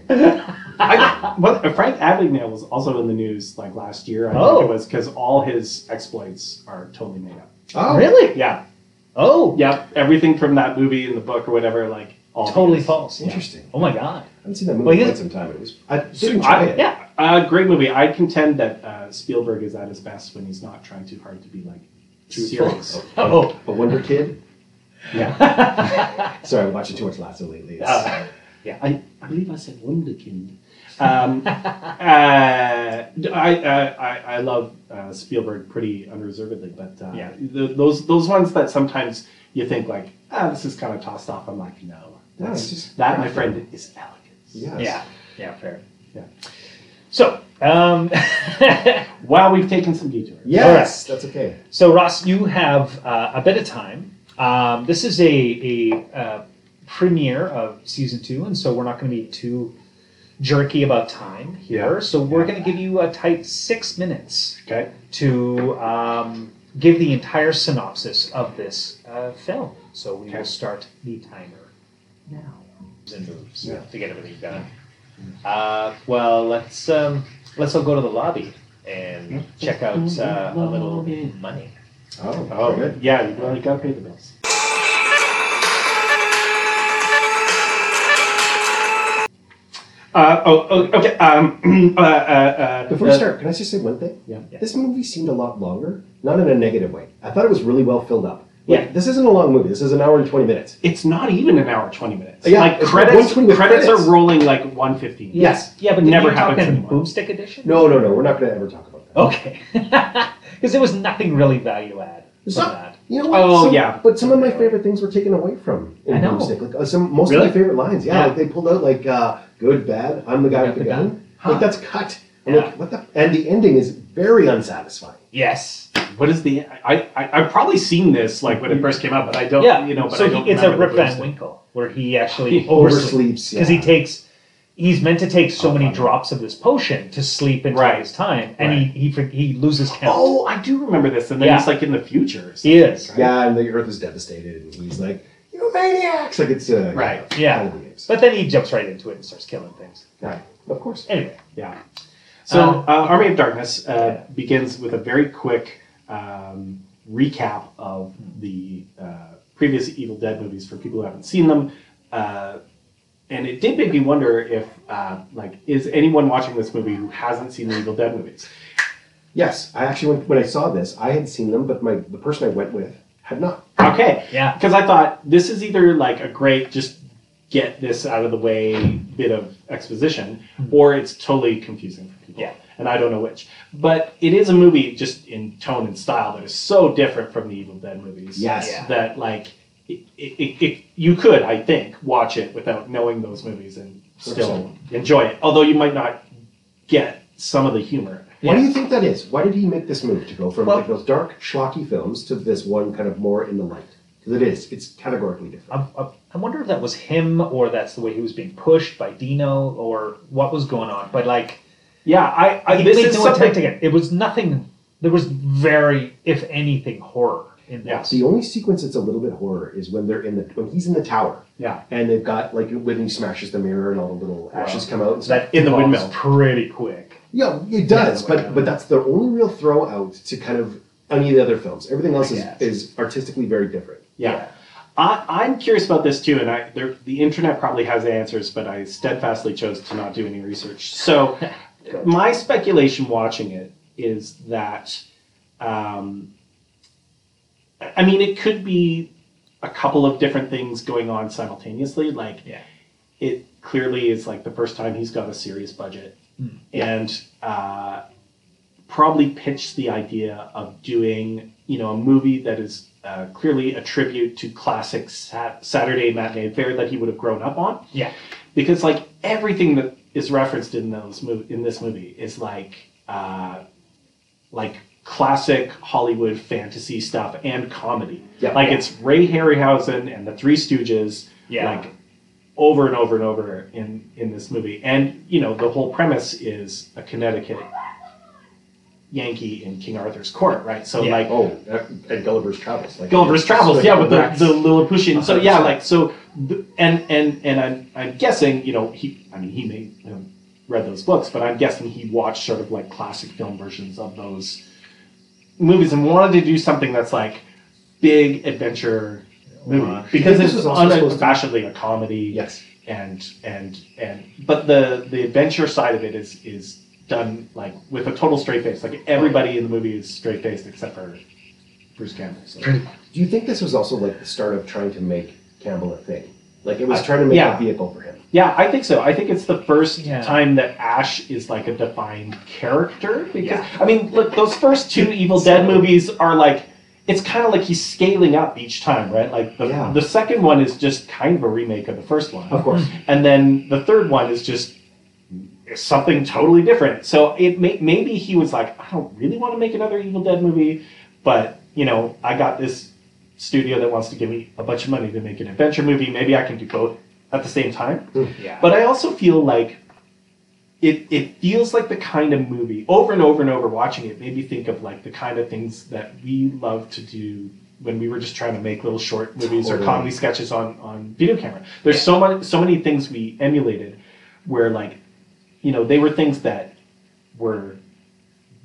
I, what, uh, Frank Abagnale was also in the news like last year. I Oh. think it was because all his exploits are totally made up. Oh, Really? Yeah, Oh, yep. Everything from that movie and the book or whatever, like all totally made up. false. Yeah. Interesting. Oh my god. I haven't seen that movie Well, in he- quite some time. It was I did So enjoy I- it. Yeah. Uh, great movie. I contend that uh, Spielberg is at his best when he's not trying too hard to be like Truthful. serious. Oh. Uh, A Wonder Kid. [LAUGHS] Yeah, Sorry, I'm watching too much Lasso lately. It's- Uh, I, I believe I said Wunderkind. Um, [LAUGHS] uh, I, I, I, I love uh, Spielberg pretty unreservedly, but uh, Yeah. th- those those ones that sometimes you think like, ah, this is kind of tossed off. I'm like, no, No, that's it's just- that, my friend, is elegance. yes. Yeah. Yeah. Fair. Yeah. So, um, [LAUGHS] Wow, we've taken some detours. Yes, that's okay. so Ross, you have uh, a bit of time. Um, this is a a uh, premiere of season two, and so we're not going to be too jerky about time here. Yeah. So we're going to give you a tight six minutes Okay. to um, give the entire synopsis of this uh, film. So we Okay. will start the timer now. And moves Yeah. to get everything done. Uh, well, let's um, let's all go to the lobby and check out uh, a little money. Oh, Oh, very good. yeah. you- Well, you gotta pay the bills. Uh, oh, oh, okay. Um, [CLEARS THROAT] uh, uh, uh, Before we uh, start, can I just say one thing? Yeah. Yeah. This movie seemed a lot longer, not in a negative way. I thought it was really well filled up. Like, Yeah. This isn't a long movie. This is an hour and twenty minutes. It's not even an hour twenty minutes. Yeah, like it's credits, 120 with credits, are credits. rolling like one fifteen. Yes. Yeah, but Never you're happens talking anymore. Boomstick edition. [LAUGHS] No, no, no. We're not going to ever talk about that. Okay. because there was nothing really value add. There's from not- that. You know what? Oh, Some- yeah. But some of my favorite things were taken away from in I know. Boomstick. Like uh, some most of Really? my favorite lines. Yeah, Yeah. like they pulled out like uh, good, bad. I'm the guy You got with the the gun. gun? Like that's cut. I'm Yeah. like, what the? And the ending is very unsatisfying. Yes. What is the? I, I I've probably seen this like when it first came out, but I don't. yeah. You know, but so I don't he, it's a remember Rip the Van boomstick. Winkle where he actually He oversleeps oversleeps, because yeah. he takes. He's meant to take so Oh, many fine. drops of this potion to sleep until Right. his time, and Right. he, he for- he loses count. Oh, I do remember this, and then Yeah. it's like in the future. or He is. something, right? Yeah, and the Earth is devastated, and he's like, "You maniacs!" Like it's uh, Right. Yeah. kind of the games. But then he jumps right into it and starts killing things. Right. Of course. Anyway, Yeah. So, Uh, uh, Army of Darkness uh, begins with a very quick um, recap of the uh, previous Evil Dead movies for people who haven't seen them. Uh, and it did make me wonder if, uh, like, is anyone watching this movie who hasn't seen the Evil Dead movies? Yes, I actually went, when I saw this, I had seen them, but my the person I went with had not. Okay. yeah. Because I thought this is either like a great just get this out of the way bit of exposition, or it's totally confusing for people. Yeah. And I don't know which. But it is a movie just in tone and style that is so different from the Evil Dead movies. Yes. Yeah. That like it, it, it, it, you could, I think, watch it without knowing those movies and still enjoy it. Although you might not get some of the humor. Why do you think that is? Why did he make this move to go from Well- like those dark schlocky films to this one kind of more in the light? Because it is, it's categorically different. I, I, I wonder if that was him or that's the way he was being pushed by Dino or what was going on. But like, Yeah, I, I he Uh, this made is no something attempt to get. It was nothing. There was very, if anything, horror in Yeah. this. The only sequence that's a little bit horror is when they're in the when he's in the tower Yeah. and they've got like when he smashes the mirror and all the little ashes come out. And stuff. That In the involves windmill. pretty quick. Yeah, it does, Yeah, but whatever. but that's the only real throw out to kind of any of the other films. Everything else I is, guess. is artistically very different. Yeah. I, I'm curious about this too, and I, there, the internet probably has the answers, but I steadfastly chose to not do any research. So, my speculation watching it is that, um, I I mean, it could be a couple of different things going on simultaneously. Like, Yeah. it clearly is like the first time he's got a serious budget, Mm. and uh, probably pitched the idea of doing you know a movie that is uh, clearly a tribute to classic sat- Saturday matinee fare that he would have grown up on Yeah. because like everything that is referenced in those mov- in this movie is like uh, like classic Hollywood fantasy stuff and comedy Yeah. like it's Ray Harryhausen and the Three Stooges Yeah. like over and over and over in in this movie and you know the whole premise is a connecticut yankee in king arthur's court right so Yeah. like Oh, uh, and Gulliver's Travels. Like Gulliver's Travels, Like, yeah, with Rex. the, the Lilliputian. So yeah, 100%. like so, th- and and and I'm I'm guessing you know he I mean he may have read those books, but I'm guessing he watched sort of like classic film versions of those movies and wanted to do something that's like big adventure movie because this it's was also supposed to be- unabashedly a comedy yes. and and and but the the adventure side of it is is done like with a total straight face like everybody in the movie is straight faced except for bruce campbell so. Do you think this was also like the start of trying to make Campbell a thing? Like it was trying to make yeah. a vehicle for him. Yeah, I think so. I think it's the first Yeah. time that Ash is like a defined character because I mean, look, those first [LAUGHS] two Evil Dead movies are like it's kind of like he's scaling up each time, right? Like the, Yeah. the second one is just kind of a remake of the first one. Of course. And then the third one is just something totally different. So it may, maybe he was like, I don't really want to make another Evil Dead movie, but you know, I got this studio that wants to give me a bunch of money to make an adventure movie. Maybe I can do both at the same time. Yeah. But I also feel like it it feels like the kind of movie over and over and over watching it made me think of like the kind of things that we love to do when we were just trying to make little short movies or Totally. comedy sketches on on video camera. There's so much so many things we emulated where like you know they were things that were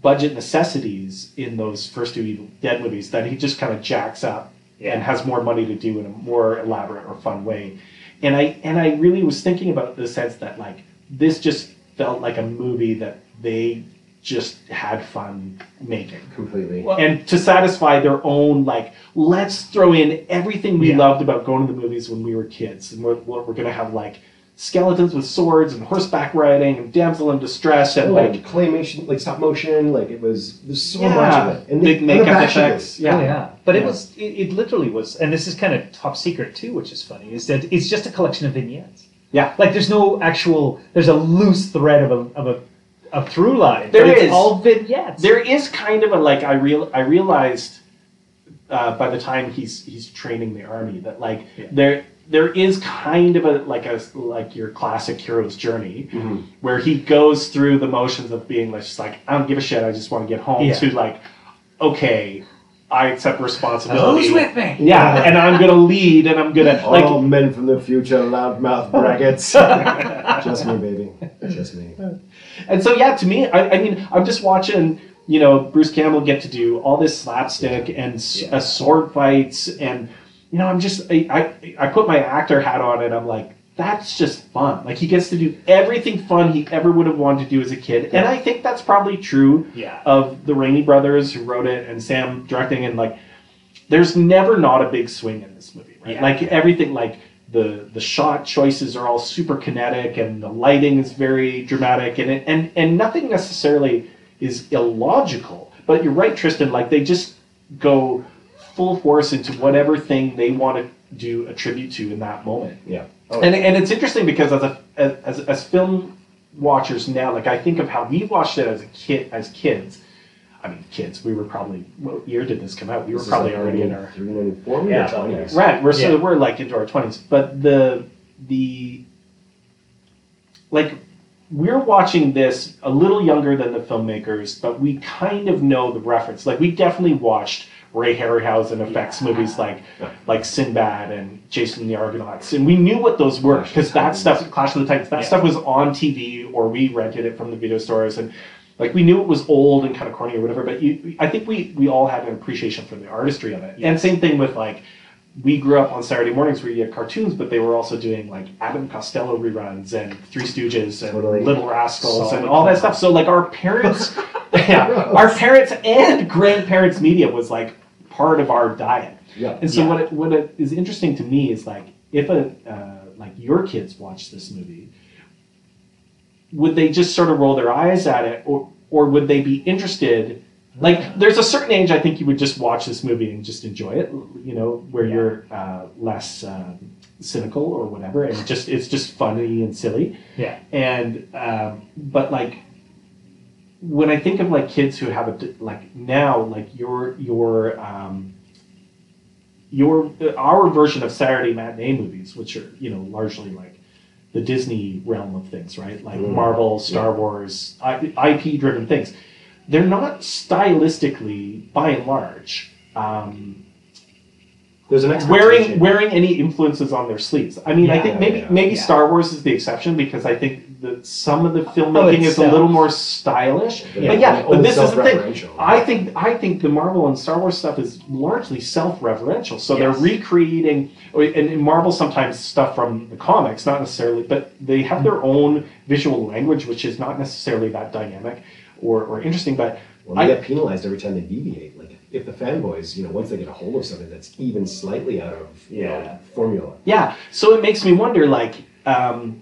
budget necessities in those first two Evil Dead movies that he just kind of jacks up Yeah. and has more money to do in a more elaborate or fun way. And I and I really was thinking about the sense that like this just felt like a movie that they just had fun making. Completely. Well- And to satisfy their own like, let's throw in everything we Yeah. loved about going to the movies when we were kids, and we're, we're going to have like skeletons with swords and horseback riding and damsel in distress and like like claymation, like stop motion, like it was there's so yeah, much of it. And big they- makeup unabashedly. effects. Yeah. Oh, yeah. But it Yeah. was, it, it literally was, and this is kind of top secret too, which is funny, is that it's just a collection of vignettes. Yeah. Like there's no actual, there's a loose thread of a, of a, a through line. There but is. It's all vignettes. There is kind of a like I real I realized uh, by the time he's he's training the army that like Yeah. there there is kind of a like a like your classic hero's journey Mhm. where he goes through the motions of being like just like I don't give a shit I just want to get home Yeah. to like okay I accept responsibility Who's with Oh me? yeah and I'm gonna lead and I'm gonna All like men from the future, [LAUGHS] loudmouth brackets. Just me, baby. Just me. And so, yeah, to me, I, I mean, I'm just watching, you know, Bruce Campbell get to do all this slapstick and s Yeah. uh, sword fights, and you know, I'm just, I, I, I put my actor hat on, and I'm like, that's just fun. Like he gets to do everything fun he ever would have wanted to do as a kid, and I think that's probably true Yeah. of the Rainey brothers who wrote it and Sam directing, and like, there's never not a big swing in this movie, right? Yeah. Like everything, like. The, the shot choices are all super kinetic and the lighting is very dramatic and it, and and nothing necessarily is illogical but you're right Tristan like they just go full force into whatever thing they want to do a tribute to in that moment Yeah. [LAUGHS] and, and it's interesting because as a as, as film watchers now, like I think of how we watched it as a kid as kids. I mean, kids. We were probably what year did this come out? We were probably already in our 394 Yeah. or 20s. right. We're so Yeah. we're like into our twenties, but the the like we're watching this a little younger than the filmmakers, but we kind of know the reference. Like we definitely watched Ray Harryhausen effects movies like like Sinbad and Jason and the Argonauts, and we knew what those were Clash of because the that Titans. stuff, Clash of the Titans, that Yeah. stuff was on TV or we rented it from the video stores, and like we knew it was old and kind of corny or whatever. But you, I think we we all had an appreciation for the artistry of it, and same thing with like we grew up on Saturday mornings where you had cartoons, but they were also doing like Adam Costello reruns and Three Stooges and Totally. Little Rascals Solid and all that stuff. So like our parents, [LAUGHS] yeah, our parents and grandparents' media was like part of our diet. Yeah. And so Yeah. what it, what it is interesting to me is like if a uh, like your kids watch this movie, would they just sort of roll their eyes at it, or or would they be interested? Like there's a certain age I think you would just watch this movie and just enjoy it, you know, where Yeah. you're uh, less um, cynical or whatever, and just it's just funny and silly Yeah. and um, but like when I think of like kids who have a di- like now like your your um, your our version of Saturday matinee movies, which are you know largely like the Disney realm of things, right? Like Mm. Marvel, Star Wars, IP driven things. They're not stylistically, by and large, um, There's an expectation. wearing wearing any influences on their sleeves. I mean, I Yeah, think yeah, maybe yeah. maybe Yeah. Oh, Star Wars is the exception because I think that some of the filmmaking is a itself. little more stylish. Yeah. But yeah, Oh, but this is the thing. self-referential. I think I think the Marvel and Star Wars stuff is largely self-referential. So Yes. they're recreating or- and in Marvel sometimes stuff from the comics, not necessarily, but they have their Mm-hmm. own visual language which is not necessarily that dynamic or, or interesting, but Well, I- they get penalized every time they deviate. Like if the fanboys, you know, once they get a hold of something that's even slightly out of you Yeah. know, formula. Yeah, so it makes me wonder, like, um,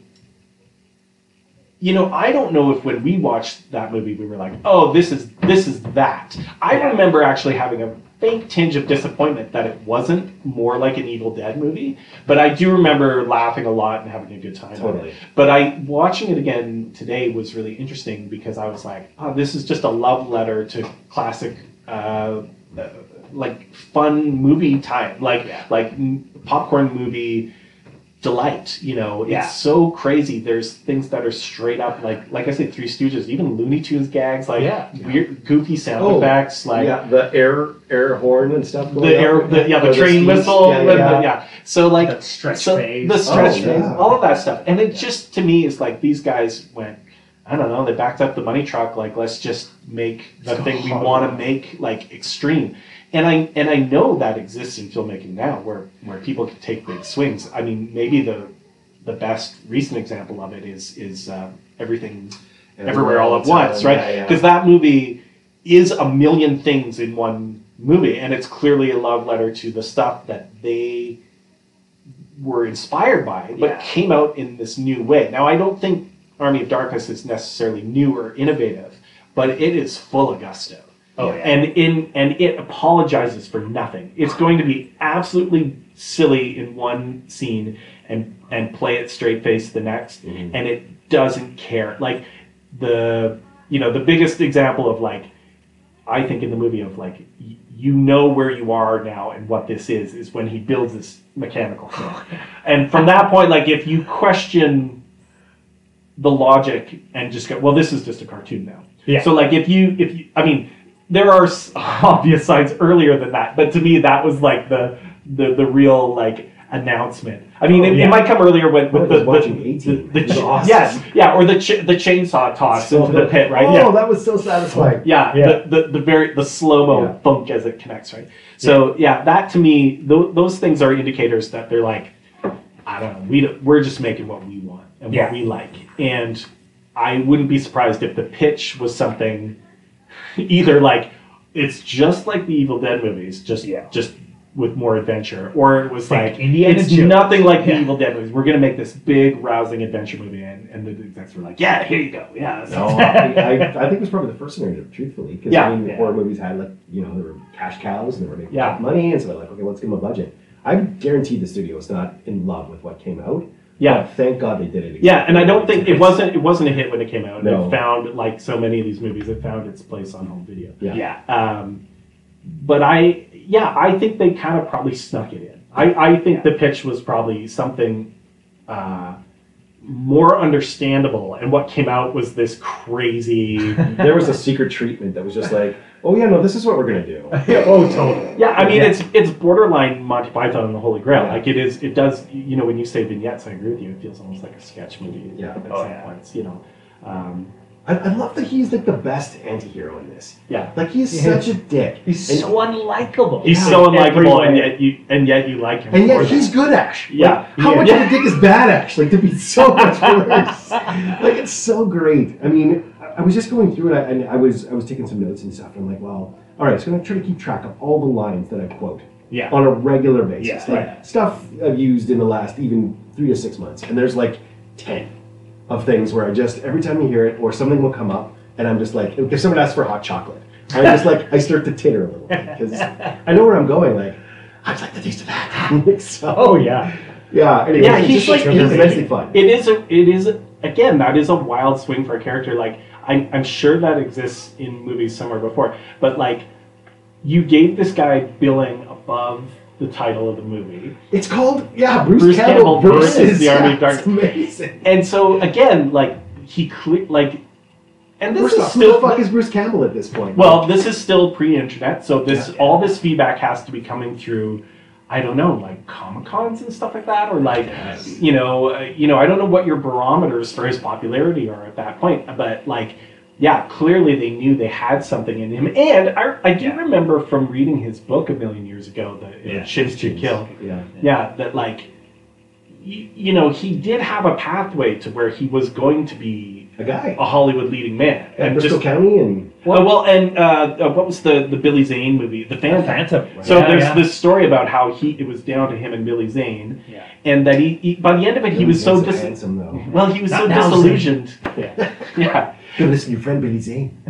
you know, I don't know if when we watched that movie, we were like, "Oh, this is this is that." I Yeah. remember actually having a faint tinge of disappointment that it wasn't more like an Evil Dead movie, but I do remember laughing a lot and having a good time. with it. Totally. But I watching it again today was really interesting because I was like, oh, this is just a love letter to classic, uh, uh, like fun movie time, like Yeah. like m- popcorn movie delight. You know, it's Yeah. so crazy. There's things that are straight up like like I said, Three Stooges, even Looney Tunes gags, like Yeah. weird goofy sound Oh, effects, like yeah, Oh, the air air horn and stuff. the air, the, yeah, the train whistle, yeah, yeah. So like That stretch so phase. the stretch Oh, phase, yeah. all of that stuff. And it just to me is like these guys went, I don't know, they backed up the money truck, like let's just make the Let's go thing we hard. want to make like extreme. And I and I know that exists in filmmaking now where where people can take big swings. I mean, maybe the the best recent example of it is is um, everything everywhere all at once, right? Yeah, Because that movie is a million things in one movie, and it's clearly a love letter to the stuff that they were inspired by it, but Yeah. came out in this new way. Now, I don't think Army of Darkness is necessarily new or innovative, but it is full of gusto. Oh, yeah. And in and it apologizes for nothing. It's going to be absolutely silly in one scene and and play it straight face the next, and it doesn't care. Like the you know the biggest example of like I think in the movie of like y- you know where you are now and what this is is when he builds this mechanical [LAUGHS] thing. and from that point like if you question the logic and just go well this is just a cartoon now. Yeah. So like if you if you I mean there are s- [LAUGHS] obvious signs earlier than that but to me that was like the the the real like announcement. I mean Oh, it, it yeah. might come earlier with, I with Oh, was the, watching the, 18. the, It was ch- awesome. yes yeah or the ch- the chainsaw toss into the pit right Oh, yeah that was so satisfying. yeah, Yeah. The, the, the very the slow mo Yeah. thunk as it connects, right? So yeah, that to me, th- those things are indicators that they're like, I don't know, we don't, we're just making what we want and Yeah. what we like, and I wouldn't be surprised if the pitch was something, either like it's just like the Evil Dead movies, just Yeah. just with more adventure, or it was Like like Indiana it's Jones. nothing like the Yeah. Evil Dead movies. We're gonna make this big rousing adventure movie, and, and the execs were like, yeah, here you go, yeah. [LAUGHS] that's- No, I, I, I think it was probably the first narrative, truthfully, because Yeah. I mean, the Yeah. horror movies had like you know they were cash cows and they were making Yeah. money, and so they're like, okay, let's give them a budget. I guarantee the studio was not in love with what came out. Yeah. but thank God they did it. Yeah, and I don't think it It's- wasn't it wasn't a hit when it came out. No. It found like so many of these movies, it found its place on home video. Yeah. Yeah. Um, but I yeah, I think they kind of probably snuck it in. I, I think the pitch was probably something uh, more understandable, and what came out was this [LAUGHS] crazy. There was a secret treatment that was just like, oh yeah, no, this is what we're gonna do. [LAUGHS] Yeah, oh, totally. Yeah, I mean Yeah. it's it's borderline Monty Python and the Holy Grail. Yeah. Like it is, it does. You know, when you say vignettes, I agree with you. It feels almost like a sketch movie. Yeah. at Oh, some yeah. points, you know. Um, I, I love that he's like the best anti-hero in this. yeah, Like he's Yeah. such a dick. He's and, so unlikable. He's Yeah. so In every unlikable, and way. yet you and yet you like him. and for yet that. he's good Ash. Like, Yeah. how Yeah. much of a dick is bad Ash? Like to be so much worse. like it's so great. I mean, I, I was just going through it I, and I was I was taking some notes and stuff. And I'm like, well, all right. So I'm gonna try to keep track of all the lines that I quote Yeah. on a regular basis. Yeah, like right. stuff I've used in the last even three to six months. And there's like ten of things where I just every time you hear it or something will come up and I'm just like if someone asks for hot chocolate, [LAUGHS] I just like I start to titter a little bit because I know where I'm going. Like I'd like the taste of that. [LAUGHS] so, Oh yeah. yeah. Anyway, Yeah, it's he's just- like- it's he's- immensely fun. It is a, it is again that is a wild swing for a character. Like I'm, I'm sure that exists in movies somewhere before, but like you gave this guy billing above the title of the movie, it's called yeah Bruce, Bruce Campbell, Campbell versus, versus the Army yeah, of Darkness. It's amazing. and so again like he cle- like, and [LAUGHS] First this is off, who still the fuck is Bruce Campbell at this point? Well, this is still pre-internet, so this all this feedback has to be coming through. I don't know, like Comic Cons and stuff like that, or like you know, uh, you know, I don't know what your barometers for his popularity are at that point, but like, yeah, clearly they knew they had something in him, and I, I do remember from reading his book a million years ago, the Yeah, yeah, Chins to Kill, yeah. yeah, that like, y- you know, he did have a pathway to where he was going to be A guy. a Hollywood leading man, At Bristol County and well, well and uh, uh, what was the, the Billy Zane movie? The Phantom. Phantom, right. So Yeah, there's yeah. this story about how he it was down to him and Billy Zane, Yeah. and that he, he by the end of it he was so He's dis- Mm-hmm. handsome though. well he was Not so now, Zane. disillusioned. Yeah. [LAUGHS] Yeah, Go listen to your friend Billy Zane.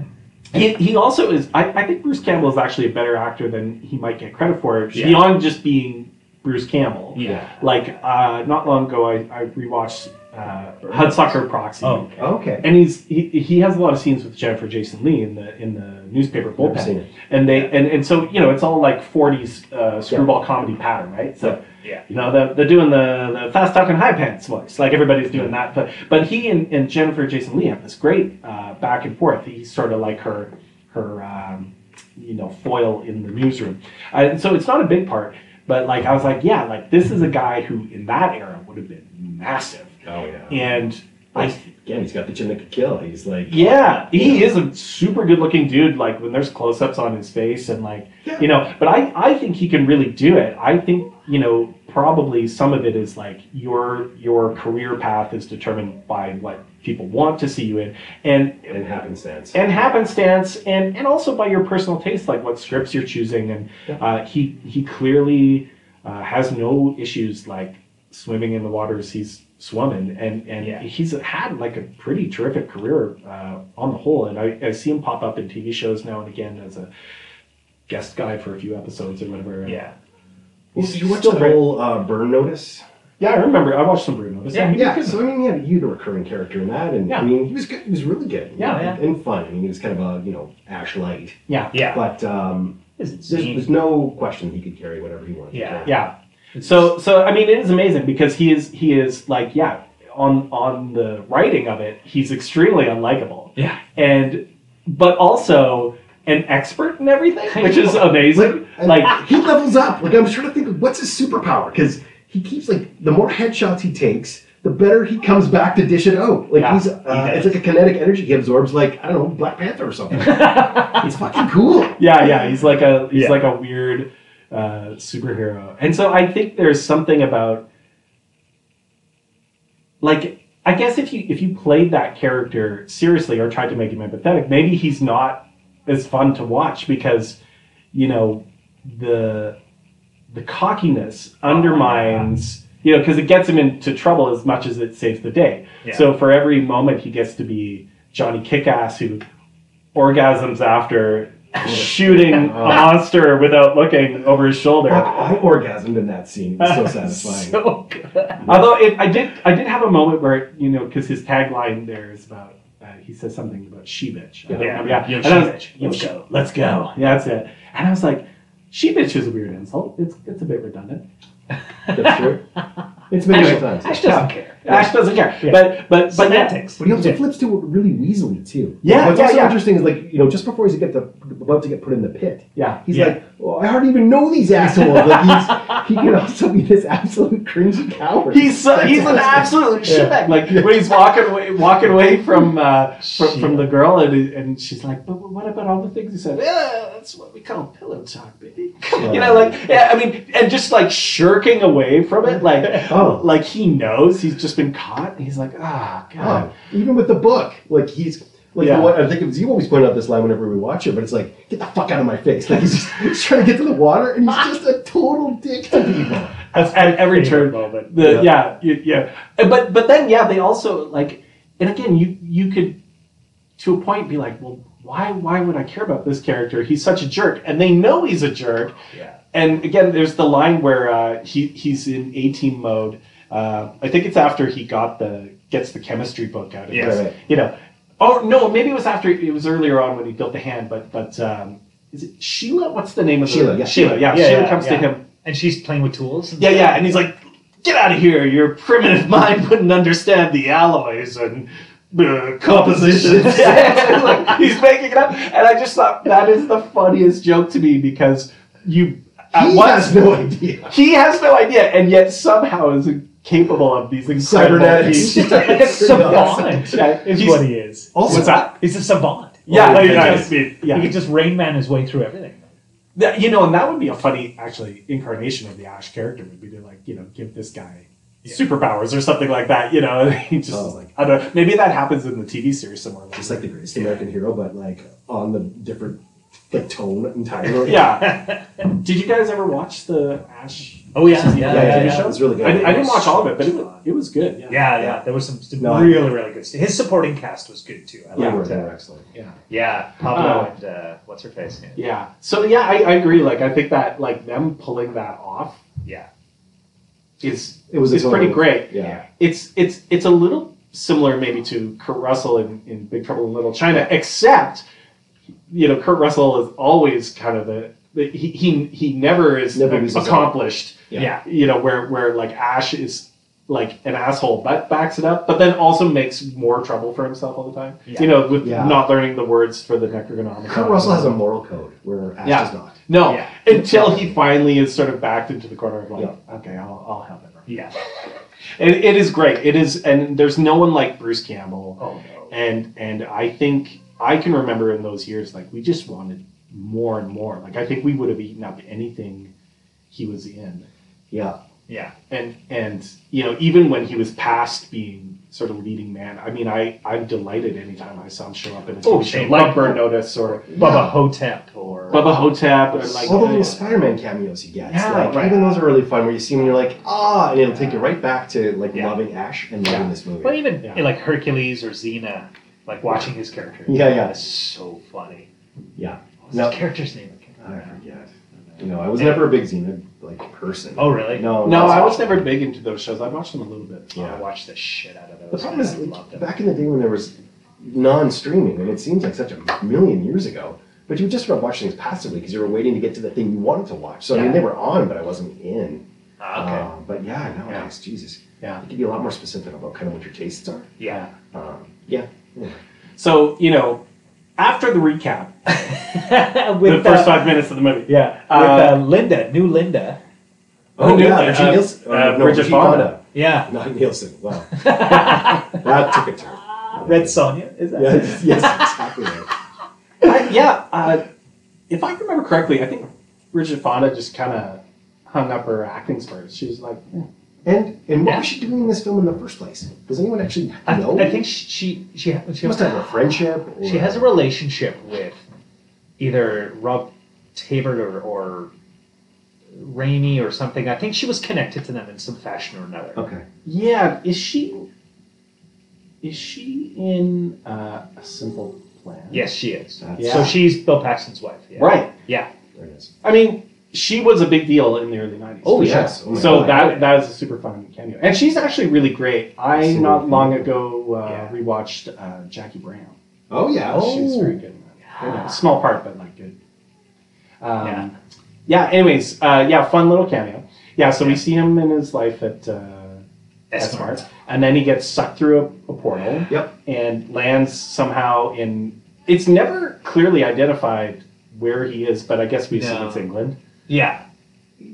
he, he also is. I, I think Bruce Campbell is actually a better actor than he might get credit for Yeah. beyond just being Bruce Campbell. Yeah. Like uh, not long ago, I, I rewatched uh, Hudsucker Proxy. Oh. Okay. and he's he, he has a lot of scenes with Jennifer Jason Lee in the in the newspaper Never seen bullpen, it. and they and, and so you know it's all like '40s uh, screwball comedy pattern, right? So Yeah. you know they're, they're doing the, the fast talking high pants voice, like everybody's doing that. But but he and, and Jennifer Jason Lee have this great uh, back and forth. He's sort of like her her um, you know foil in the newsroom, uh, and so it's not a big part. But like I was like, yeah, like this is a guy who in that era would have been massive, Oh yeah. and I Again, he's got the chin that could kill. He's like, yeah, he is a super good looking dude. Like when there's close ups on his face and like Yeah. you know, but I I think he can really do it. I think you know probably some of it is like your your career path is determined by what people want to see you in and and happenstance. and happenstance and and also by your personal taste like what scripts you're choosing and Yeah. uh, he he clearly uh, has no issues like swimming in the waters he's swum in, and and Yeah. he's had like a pretty terrific career uh, on the whole. And I, I see him pop up in TV shows now and again as a guest guy for a few episodes or whatever. and- Yeah. Well, He's did you watch still the great. whole uh, burn notice? yeah, I remember. I watched some Bruno. This Yeah, time. Yeah, so I mean, yeah, you had a recurring character in that, and I Yeah. mean, he was good. He was really good. Yeah, and, and fun. I mean, he was kind of a you know Ash light, yeah, Yeah. but um, Isn't there's, Zane- there's no question he could carry whatever he wanted. to Yeah. carry. yeah. So so I mean, it is amazing because he is he is like yeah on on the writing of it, he's extremely unlikable. Yeah. and but also an expert in everything, I which is know. amazing. And Like, he levels up. Like I'm trying to think, of what's his superpower? Because he keeps like the more headshots he takes, the better he comes back to dish it out. Like Yeah, he's, uh, does. it's like a kinetic energy he absorbs. Like I don't know, Black Panther or [LAUGHS] something. it's fucking cool. yeah, yeah, he's like a he's Yeah. like a weird uh, superhero, and so I think there's something about like I guess if you if you played that character seriously or tried to make him empathetic, maybe he's not as fun to watch because you know the the cockiness undermines you know because it gets him into trouble as much as it saves the day. Yeah. So for every moment he gets to be Johnny Kickass who [LAUGHS] orgasms after shooting a Oh. monster without looking over his [LAUGHS] shoulder. Fuck, I orgasmed in that scene. It was [LAUGHS] so satisfying. [LAUGHS] So good. Although it, I did, I did have a moment where you know, because his tagline there is about uh, he says something about she bitch. I don't Yeah. remember. Yo, And I was- she bitch. Let's yo, go. Let's go. Yeah, that's it. And I was like, she bitch is a weird insult. It's it's a bit redundant. That's true. It's been Ash, many times. Ash doesn't care. Ash doesn't care. Yeah. But but but yeah. Semantics. But he also Yeah. flips to it really weaselly too. Yeah, What's yeah, also yeah. interesting is like you know just before he's get the, about to get put in the pit, Yeah. he's Yeah. like, well, I hardly even know these assholes. Like he's, he can also be this absolute cringy coward. He's so, That's he's an [LAUGHS] awesome. absolute shitbag. Like when he's walking away, walking away from uh, from, from the girl, and, and she's like, "But what about all the things you said?" Yeah, that's what we call pillow talk, baby. [LAUGHS] You know, like yeah, I mean, and just like shirking away from it, like Oh. like he knows he's just been caught. And he's like, "Ah, god." Oh, even with the book, like he's like Yeah. what I think it was you always point out this line whenever we watch it, but it's like get the fuck out of my face! Like he's just [LAUGHS] he's trying to get to the water, and he's just a total dick to people. That's at every favorite turn. moment. The, yeah, you- yeah, And- But but then yeah, they also like, and again, you you could to a point be like, well, why why would I care about this character? He's such a jerk, and they know he's a jerk. Yeah. And again, there's the line where uh, he he's in A team mode. Uh, I think it's after he got the gets the chemistry book out of Yes. his- Right, right. you know. Oh no, maybe it was after it was earlier on when he built the hand, but but um, is it Sheila? What's the name of Sheila, The, yeah. Sheila, yeah. Yeah, Sheila yeah, comes to yeah. him And she's playing with tools. and yeah, stuff. yeah. And he's like, get out of here. Your primitive [LAUGHS] mind wouldn't understand the alloys and uh, [LAUGHS] compositions. [LAUGHS] Yeah, like, he's making it up. And I just thought that is the funniest joke to me because you, at he once, has no idea. he has no idea and yet somehow is capable of these incredible Cybernetics. feats. It's a savant. Yeah, Is he's- what he is. Also, What's that? He's a savant. Oh, Yeah, Like, he yeah, Oh, yeah. just- he Yeah. could just Rain Man his way through everything. That- you know, and that would be a funny, actually, incarnation of the Ash character would be to like, you know, give this guy Yeah. superpowers or something like that. You know, [LAUGHS] and he just Oh. is like, I don't know. Maybe that happens in the TV series somewhere. It's like the greatest American hero, but like on the different like tone entirely. yeah. Did you guys ever watch the Ash? Oh yeah, season yeah, of the yeah, TV yeah. show? It was really good. I, I didn't watch all of it, but it was, it was good. Yeah. Yeah, yeah. There was some st- No, I- really, really good stuff. His supporting cast was good too. I They were- liked they were uh, excellent. Yeah. Yeah, Pablo Uh, and uh, what's her face? Yeah. Yeah. So yeah, I, I agree. Like, I think that like them pulling that off yeah. is It was a is pretty total- great. Yeah. it's it's it's a little similar maybe to Kurt Russell in, in Big Trouble in Little China, except you know Kurt Russell is always kind of the, the he, he he never is Never loses it. accomplished. Yeah. Yeah. you know where where like Ash is like an asshole, but backs it up, but then also makes more trouble for himself all the time. Yeah. You know, with Yeah. not learning the words for the Necronomicon. Kurt Russell has a moral code where Ash Yeah. does not. no Yeah. until he finally is sort of backed into the corner of like, okay, I'll I'll help it. Yeah. It, it is great. It is, and there's no one like Bruce Campbell. Oh no. And and I think I can remember in those years, like we just wanted more and more. Like I think we would have eaten up anything he was in. Yeah. Yeah. And and you know even when he was past being sort of leading man. I mean, I I'm delighted anytime I saw him show up in a TV Oh, show, they like like- Burn Notice or Bubba Hotep or Bubba Hotep or like uh, All the little Spider-Man cameos he gets, Yeah, like right. even those are really fun. Where you see him, and you're like, ah, and it'll take you right back to like Yeah. loving Ash and loving Yeah. this movie. well, even Yeah. like Hercules or Xena, like watching his character. Yeah, yeah. That's so funny. Yeah. What's No. his character's name? I forget. You know, I was never a big Xena like person. Oh, really? no, No, I was awesome. never big into those shows. I watched them a little bit. Yeah. Yeah. I watched the shit out of those. The problem and is, I loved them. back in the day when there was non-streaming, and it seems like such a million years ago, but you would just sort of watch things passively because you were waiting to get to the thing you wanted to watch. So I mean, Yeah. they were on, but I wasn't in. Ah, okay. Um, but yeah, no, Yeah. it's Jesus. Yeah. You could be a lot more specific about kind of what your tastes are. yeah. Um, yeah. Anyway. So you know, after the recap, [LAUGHS] With [LAUGHS] the first uh, five minutes of the movie. Yeah. With Uh, uh, Linda, new Linda. Oh, Oh, no, yeah, uh, Reggie Nielsen. uh, no, Bridget Reggie Fonda. Yeah. Not Nielsen. Wow. that took a turn. Red Sonia, is that? [LAUGHS] Yes, yes, exactly. Right. I, yeah, uh, if I remember correctly, I think Bridget Fonda just kind of hung up her acting spurs. She was like, eh. And and what Yeah. was she doing in this film in the first place? Does anyone actually I, know? I think she she she, she she, must have a friendship. Or, she has a relationship with either Rob Tabor or, or Rainey or something. I think she was connected to them in some fashion or another. Okay. "Yeah, is she? Is she in uh, a Simple Plan?" Yes, she is. That's- Yeah. So she's Bill Paxton's wife. Yeah. right. Yeah. There it is. I mean, she was a big deal in the early nineties. Oh, yeah. yes. Oh, my so God. that that was a super fun cameo, and she's actually really great. I Absolutely. not long ago uh, Yeah. rewatched uh, Jackie Brown. Oh yeah. Oh. She's very good. in that. Very Yeah. good. Small part, but like good. Um, Yeah. yeah. Anyways, uh, yeah, fun little cameo. Yeah. So we see him in his life at uh, Esmar. Esmar, and then he gets sucked through a, a portal Yep. and lands somehow in. It's never clearly identified where he is, but I guess we assume No. it's England Yeah.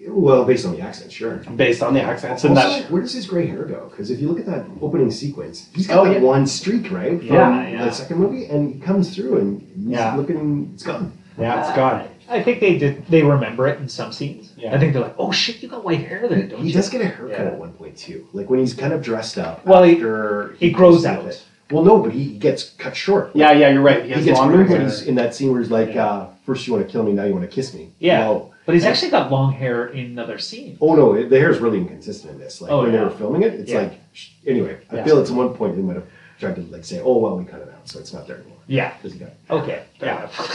Well, based on the accent, sure. based on the accents. And Also, that's like, where does his gray hair go? Because if you look at that opening sequence, he's got Oh, that yeah. one streak, right? From Yeah, yeah. The second movie, and he comes through and he's Yeah. looking, it's gone. yeah, it's gone. I think they did. They remember it in some scenes. Yeah. I think they're like, "Oh shit, you got white hair there, don't He you?" does get a haircut Yeah. at one point too. Like when he's kind of dressed up. Well, he- after he grows goes out. with it. Well, no, but he he gets cut short. Yeah, yeah, you're right. He He, has gets longer rude hair. when he's in that scene where he's like, Yeah. uh, first you want to kill me, now you want to kiss me. Yeah. No. But he's actually got long hair in another scene. Oh no, it- the hair is really inconsistent in this. Like Oh, when yeah. they were filming it, it's Yeah. like sh- anyway, I Yeah. feel it's at one point they might have tried to like say, Oh well we cut it out, so it's not there anymore. Yeah. There's a guy. Okay. Yeah. Yeah.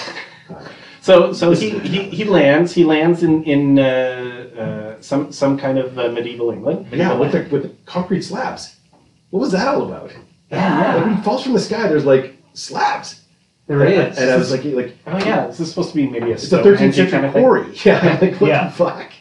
So, so This he, is what he, happens. he lands. He lands in in uh, uh, some some kind of uh, medieval England. But yeah, with the with the concrete slabs. What was that all about? [LAUGHS] Yeah. Like when he falls from the sky, there's like slabs. There and, is. and I was like, like Oh yeah, this is supposed to be maybe a it's a 13th century kind of thing. quarry. [LAUGHS] Yeah, I'm like what Yeah. the fuck?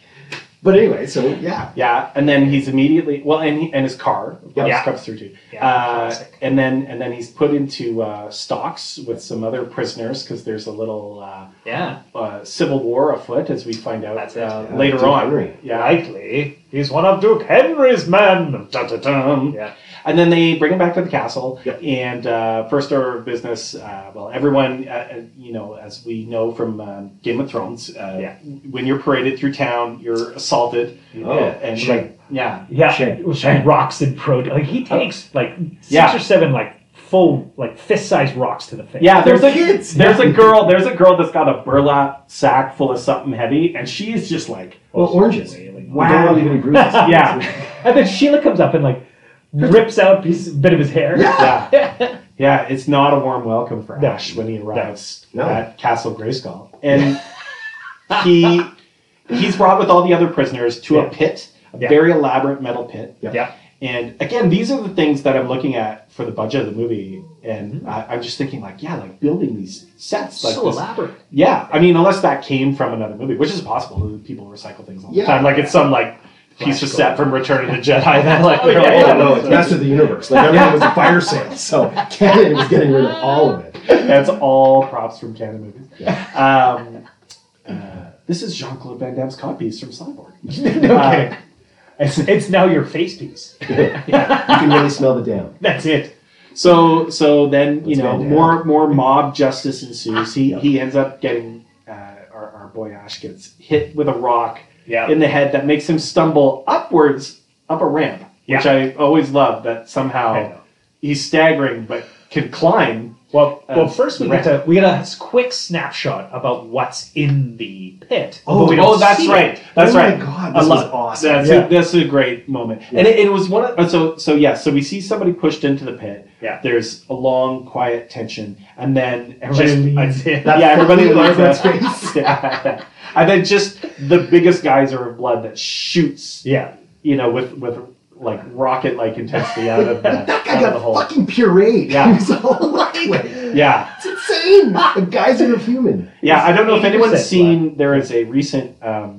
But anyway, so yeah, Yeah, and then he's immediately well, and he, and his car of course, Yeah. comes through too. Yeah, uh, classic. and then and then he's put into uh, stocks with some other prisoners because there's a little uh, [LAUGHS] yeah. uh, civil war afoot, as we find out That's it. uh, Yeah, later Duke on. Henry. Yeah, Likely, he's one of Duke Henry's men. Dun, dun, dun. Yeah. And then they bring him back to the castle, Yep. and uh, first order of business. Uh, well, everyone, uh, uh, you know, as we know from um, Game of Thrones, uh, Yeah. when you're paraded through town, you're assaulted. Uh, Oh, and shit. like, yeah, Yeah, Shank. with some rocks and pro. Like he takes like six Yeah. or seven like full like fist sized rocks to the face. yeah. There's They're a kids. there's a girl there's a girl that's got a burlap sack full of something heavy, and she is just like, well, oranges. We don't Wow. want to leave any [LAUGHS] bruises. [LAUGHS] yeah, And then Sheila comes up and like rips out a piece, bit of his hair. yeah. Yeah, it's not a warm welcome for No. Ash when he arrives No. at Castle Grayskull. And he he's brought with all the other prisoners to Yeah. a pit, a Yeah. very elaborate metal pit. Yeah. [LAUGHS] Yeah. And again, these are the things that I'm looking at for the budget of the movie, and I, I'm just thinking like, yeah, like building these sets, like Mm-hmm. so this- elaborate. yeah. I mean, unless that came from another movie, which is possible. People recycle things all the Yeah. time, like it's some like piece of Flash set from Return of the Jedi that like they're yeah, like, Oh no, it's Master of the Universe. Like everyone was a fire sale, so Canada was getting rid of all of it. That's all props from Canada movies. Um, uh, this is Jean Claude Van Damme's copies from Cyborg. Uh, no kidding. Uh, It's, it's now your face piece. You can really smell the damn. That's it. So so then you That's know Van Damme. more more mob justice ensues. He Yeah. he ends up getting uh, our, our boy Ash gets hit with a rock Yeah. in the head that makes him stumble upwards up a ramp, which I always love. That I somehow know. he's staggering but can climb. Well, Uh, well, first we right. get to we get a quick snapshot about what's in the pit. Oh, but we don't Oh, that's see it. right. That's oh right. my god, I this was love- awesome. That's Yeah. a, that's a great moment, and it, it was one of uh, so so yeah. So we see somebody pushed into the pit. Yeah. there's a long, quiet tension, and then Everybody leaves. I- That's yeah, everybody the leaves. Leonard's That's [LAUGHS] yeah. And then just the biggest geyser of blood that shoots, Yeah. you know, with with like rocket like intensity out of the, That guy out of got the hole. fucking pureed. Yeah. [LAUGHS] He was all liquid. Yeah, It's insane. the guy's in a human. yeah. I don't know if 80% anyone's black. seen. There is a recent um,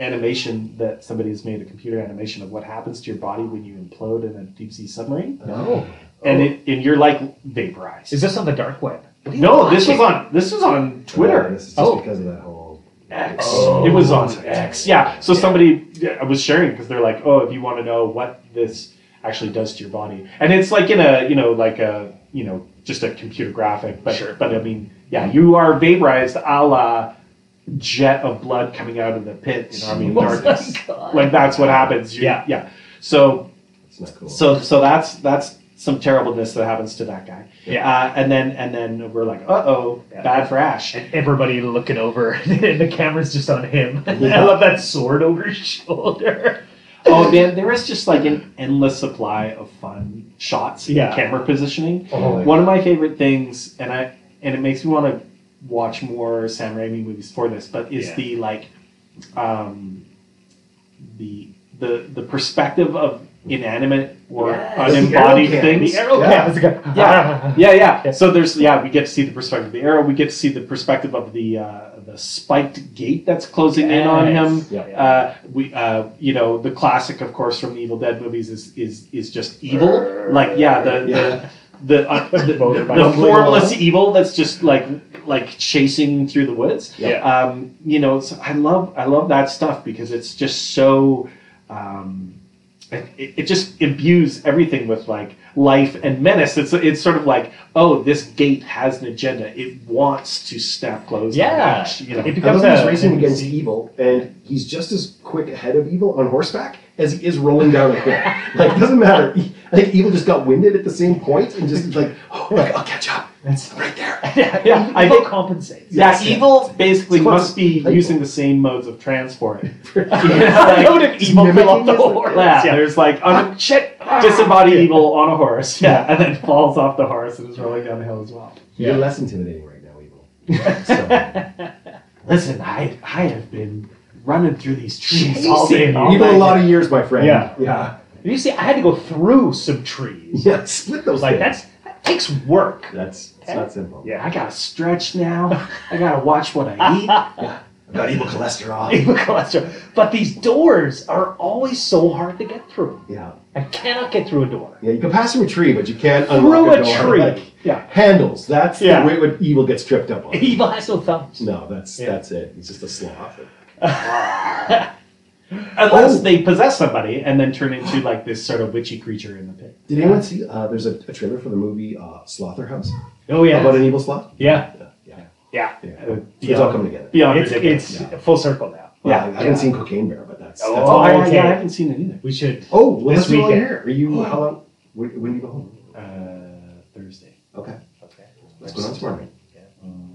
animation that somebody has made a computer animation of what happens to your body when you implode in a deep sea submarine, No. Oh. and it and you're like vaporized. Is this on the dark web? no, this was on this was on Oh, Twitter. this is just Oh. because of that whole. X. Oh. it was on X. Yeah. So somebody yeah, was sharing because they're like, oh, if you want to know what this actually does to your body, and it's like in a you know like a you know just a computer graphic, but Sure. but I mean, yeah, you are vaporized, a la jet of blood coming out of the pit [LAUGHS] in Army of Darkness. Like that's what happens. You- Yeah. Yeah. So It's not cool. so so that's that's some terribleness that happens to that guy. Yeah. Uh, and then and then we're like, uh oh, Yeah. bad for Ash. And everybody looking over, [LAUGHS] and the camera's just on him. [LAUGHS] Yeah. I love that sword over his [LAUGHS] shoulder. oh man, there is just like an endless supply of fun shots, Yeah. and camera positioning. Oh, One of my favorite things, and I and it makes me want to watch more Sam Raimi movies for this, but is Yeah. the like um, the the the perspective of inanimate or Yes. unembodied The arrow cam. things. The arrow Yeah. cam is like, a- [LAUGHS] Yeah. yeah, yeah. Yeah. So there's yeah, we get to see the perspective of the arrow. We get to see the perspective of the uh, the spiked gate that's closing in on him. Yes. Yeah. Uh, we uh, you know the classic, of course, from the Evil Dead movies is is is just evil. Like yeah, Yeah. the the the, uh, the, the, the Bumbling formless evil that's just like like chasing through the woods. Yeah. Um, you know, so I love I love that stuff because it's just so. Um, it, it it just imbues everything with like life and menace. It's it's sort of like oh, this gate has an agenda. It wants to snap closed. on Yeah. Ash, you know. It I becomes love a he's racing NPC. against evil, and he's just as quick ahead of evil on horseback as he is rolling down a [LAUGHS] hill. like, it doesn't matter. E- I think evil just got winded at the same point and just like, [LAUGHS] oh, like, I'll catch up. That's- I'm right there. yeah, [LAUGHS] I Evil think compensates. Yeah, Yes. evil basically It's what's must be playful. using the same modes of [LAUGHS] transport. I [LAUGHS] [LAUGHS] yeah, know like, that evil fell off the mimicking his- horse. yeah, Yeah. Ah, there's like un- Shit. disembodied evil on a horse, yeah, [LAUGHS] and then falls off the horse and is rolling down the hill as well. Yeah. [LAUGHS] You're less intimidating right now, evil. So, Listen, I I have been running through these trees all day Chasing long. evil a lot of years, my friend. Yeah. Yeah. You see, I had to go through some trees. Yeah. Split I was those like, things. that's that takes work. That's, it's not simple. Yeah. I gotta stretch now. I gotta watch what I [LAUGHS] eat. I've got evil [LAUGHS] [LAUGHS] cholesterol. Evil cholesterol. But these doors are always so hard to get through. yeah. I cannot get through a door. [LAUGHS] Yeah, you can pass through a tree, but you can't Through unlock a a, door. tree. Like, Yeah. handles. That's Yeah. the way what evil gets tripped up [LAUGHS] on. Evil has no thumbs. No, that's Yeah. that's it. He's just a sloth. Unless Oh. they possess somebody and then turn into like this sort of witchy creature in the pit. Did anyone see? Uh, there's a, a trailer for the movie uh, Slaughterhouse Oh about yeah. an evil sloth. Yeah. Yeah, yeah. Yeah. yeah. Uh, It's all coming together. beyond It's ridiculous. it's full circle now. Well, yeah, I, I yeah. haven't seen Cocaine Bear, but that's. that's Oh. Oh, all. I, I- okay. yeah, I haven't seen it either. We should oh well, This that's all weekend. here. Are you? How long? When, when do you go home? Uh, Thursday. Okay. Okay. [LAUGHS] What's going on tomorrow night? Yeah.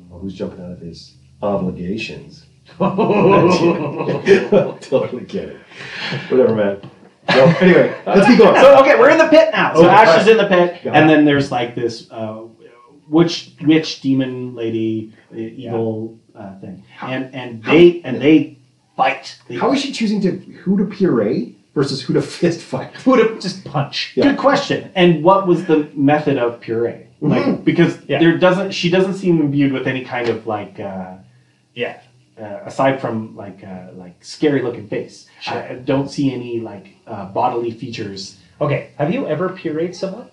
Well, who's jumping out of his obligations? Oh. [LAUGHS] totally kidding. Whatever, man. No, [LAUGHS] anyway, let's keep going. So okay, we're in the pit now. So Okay, Ash alright. is in the pit, Yeah. and then there's like this uh, witch, witch, demon lady, uh, evil uh, thing, and and they and they fight. They- How is she choosing to who to puree versus who to fist fight? Put up just punch. Yeah. Good question. And what was the method of puree? Like because Yeah. there doesn't she doesn't seem imbued with any kind of like. Uh, Yeah. uh, aside from like uh, like scary looking face, Sure. I I don't see any like uh, bodily features. Okay. Have you ever pureed someone?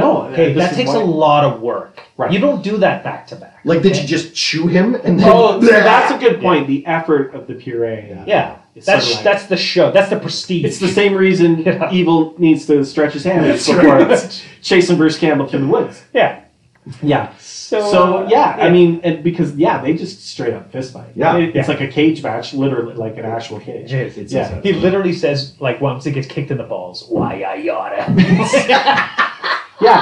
No, Okay, uh, this that is takes why- a lot of work. Right. You don't do that back to back. Like, did okay? you just chew him and then? Oh, so that's a good point. The effort of the puree. Yeah. That's It's sort of like- that's the show. That's the prestige. [LAUGHS] It's the same reason Yeah. evil needs to stretch his hand That's before right. [LAUGHS] chasing Bruce Campbell through the woods. Yeah. Yeah. So, So uh, yeah, I mean, and because yeah, they just straight up fist fight. Yeah. It- it's Yeah. like a cage match, literally like an actual cage. It is. It's Yeah. insane. [LAUGHS] He literally says, like, once he gets kicked in the balls, why I yada. yeah,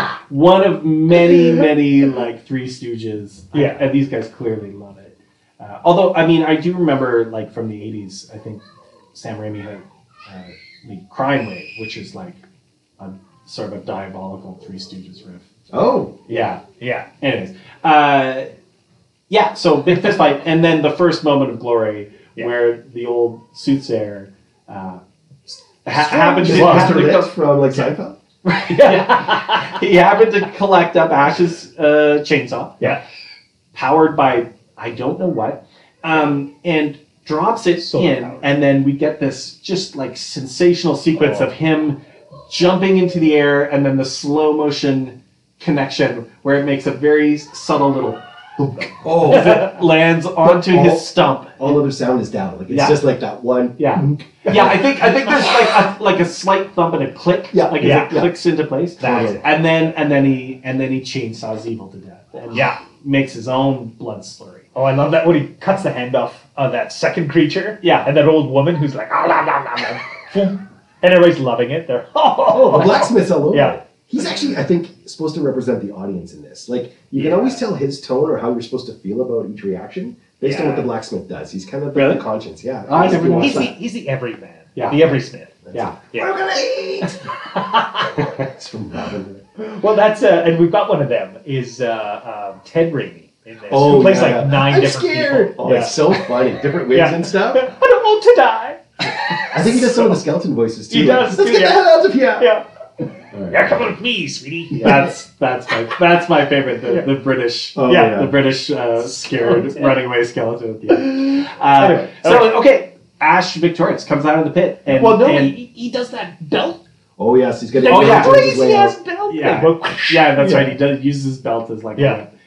one of [LAUGHS] many, many like Three Stooges. I- Yeah. and these guys clearly love it. Uh, although, I mean, I do remember like from the '80s. I think Sam Raimi had uh, the Crime Wave, which is like a sort of a diabolical Three Stooges riff. Oh, Yeah. Yeah. Anyways, uh, yeah. So big fist fight, and then the first moment of glory Yeah. where the old soothsayer uh, ha- happened happened to, Mr. happened to Rich co- from like Seinfeld. [LAUGHS] he happened to collect up Ash's uh, chainsaw, Yeah. powered by I don't know what, um, and drops it Solar in, power. and then we get this just like sensational sequence Oh. of him jumping into the air, and then the slow motion connection where it makes a very subtle little [LAUGHS] Oh, that lands onto all- his stump. all other sound is down. Like it's Yeah. just like that one. [LAUGHS] Yeah. Yeah, I think I think there's like a, like a slight thump and a click, Yeah, like yeah, as it yeah. clicks into place, That's it. and then and then he and then he chainsaws evil to death, and Yeah. makes his own blood slurry. Oh, I love that when he cuts the hand off of that second creature. Yeah. And that old woman who's like, "Ah, la, la, la, la." Boom. and everybody's loving it. They're, [LAUGHS] oh, A blacksmith's all over. Yeah. it. He's actually, I think, supposed to represent the audience in this. Like you can always tell his tone or how you're supposed to feel about each reaction based on Yeah. what the blacksmith does. He's kind of like Really? the conscience. Yeah. I He's- never he he's, wants noticed the, that. he's the everyman. Yeah. The everysmith. That's Yeah. it. Yeah. We're gonna eat. [LAUGHS] it's from Robin Hood. Well, that's uh, and we've got one of them is uh, um, Ted Raimi in this. who plays Oh, yeah. like 9 I'm different scared. people. Oh, it's so funny. Different wigs Yeah. and stuff. [LAUGHS] [LAUGHS] I don't want to die. I think he does some of the skeleton voices too. He like, does, Let's too, get yeah. the hell out of here. [LAUGHS] Yeah. All right. Yeah, come with me, sweetie. Yeah. That's that's my that's my favorite. The, Yeah. the British. Oh, Yeah, yeah. The British uh, scared Skeleton. running away skeleton at the end. Uh, Anyway, so okay, Ash victorious comes out of the pit, and well, no, and- he, he does that belt. Oh yes, he's gonna. That Oh, yeah. Crazy ass belt. Yeah. thing. [LAUGHS] Well, yeah, that's Yeah. right. He does uses his belt as like a Yeah. weapon.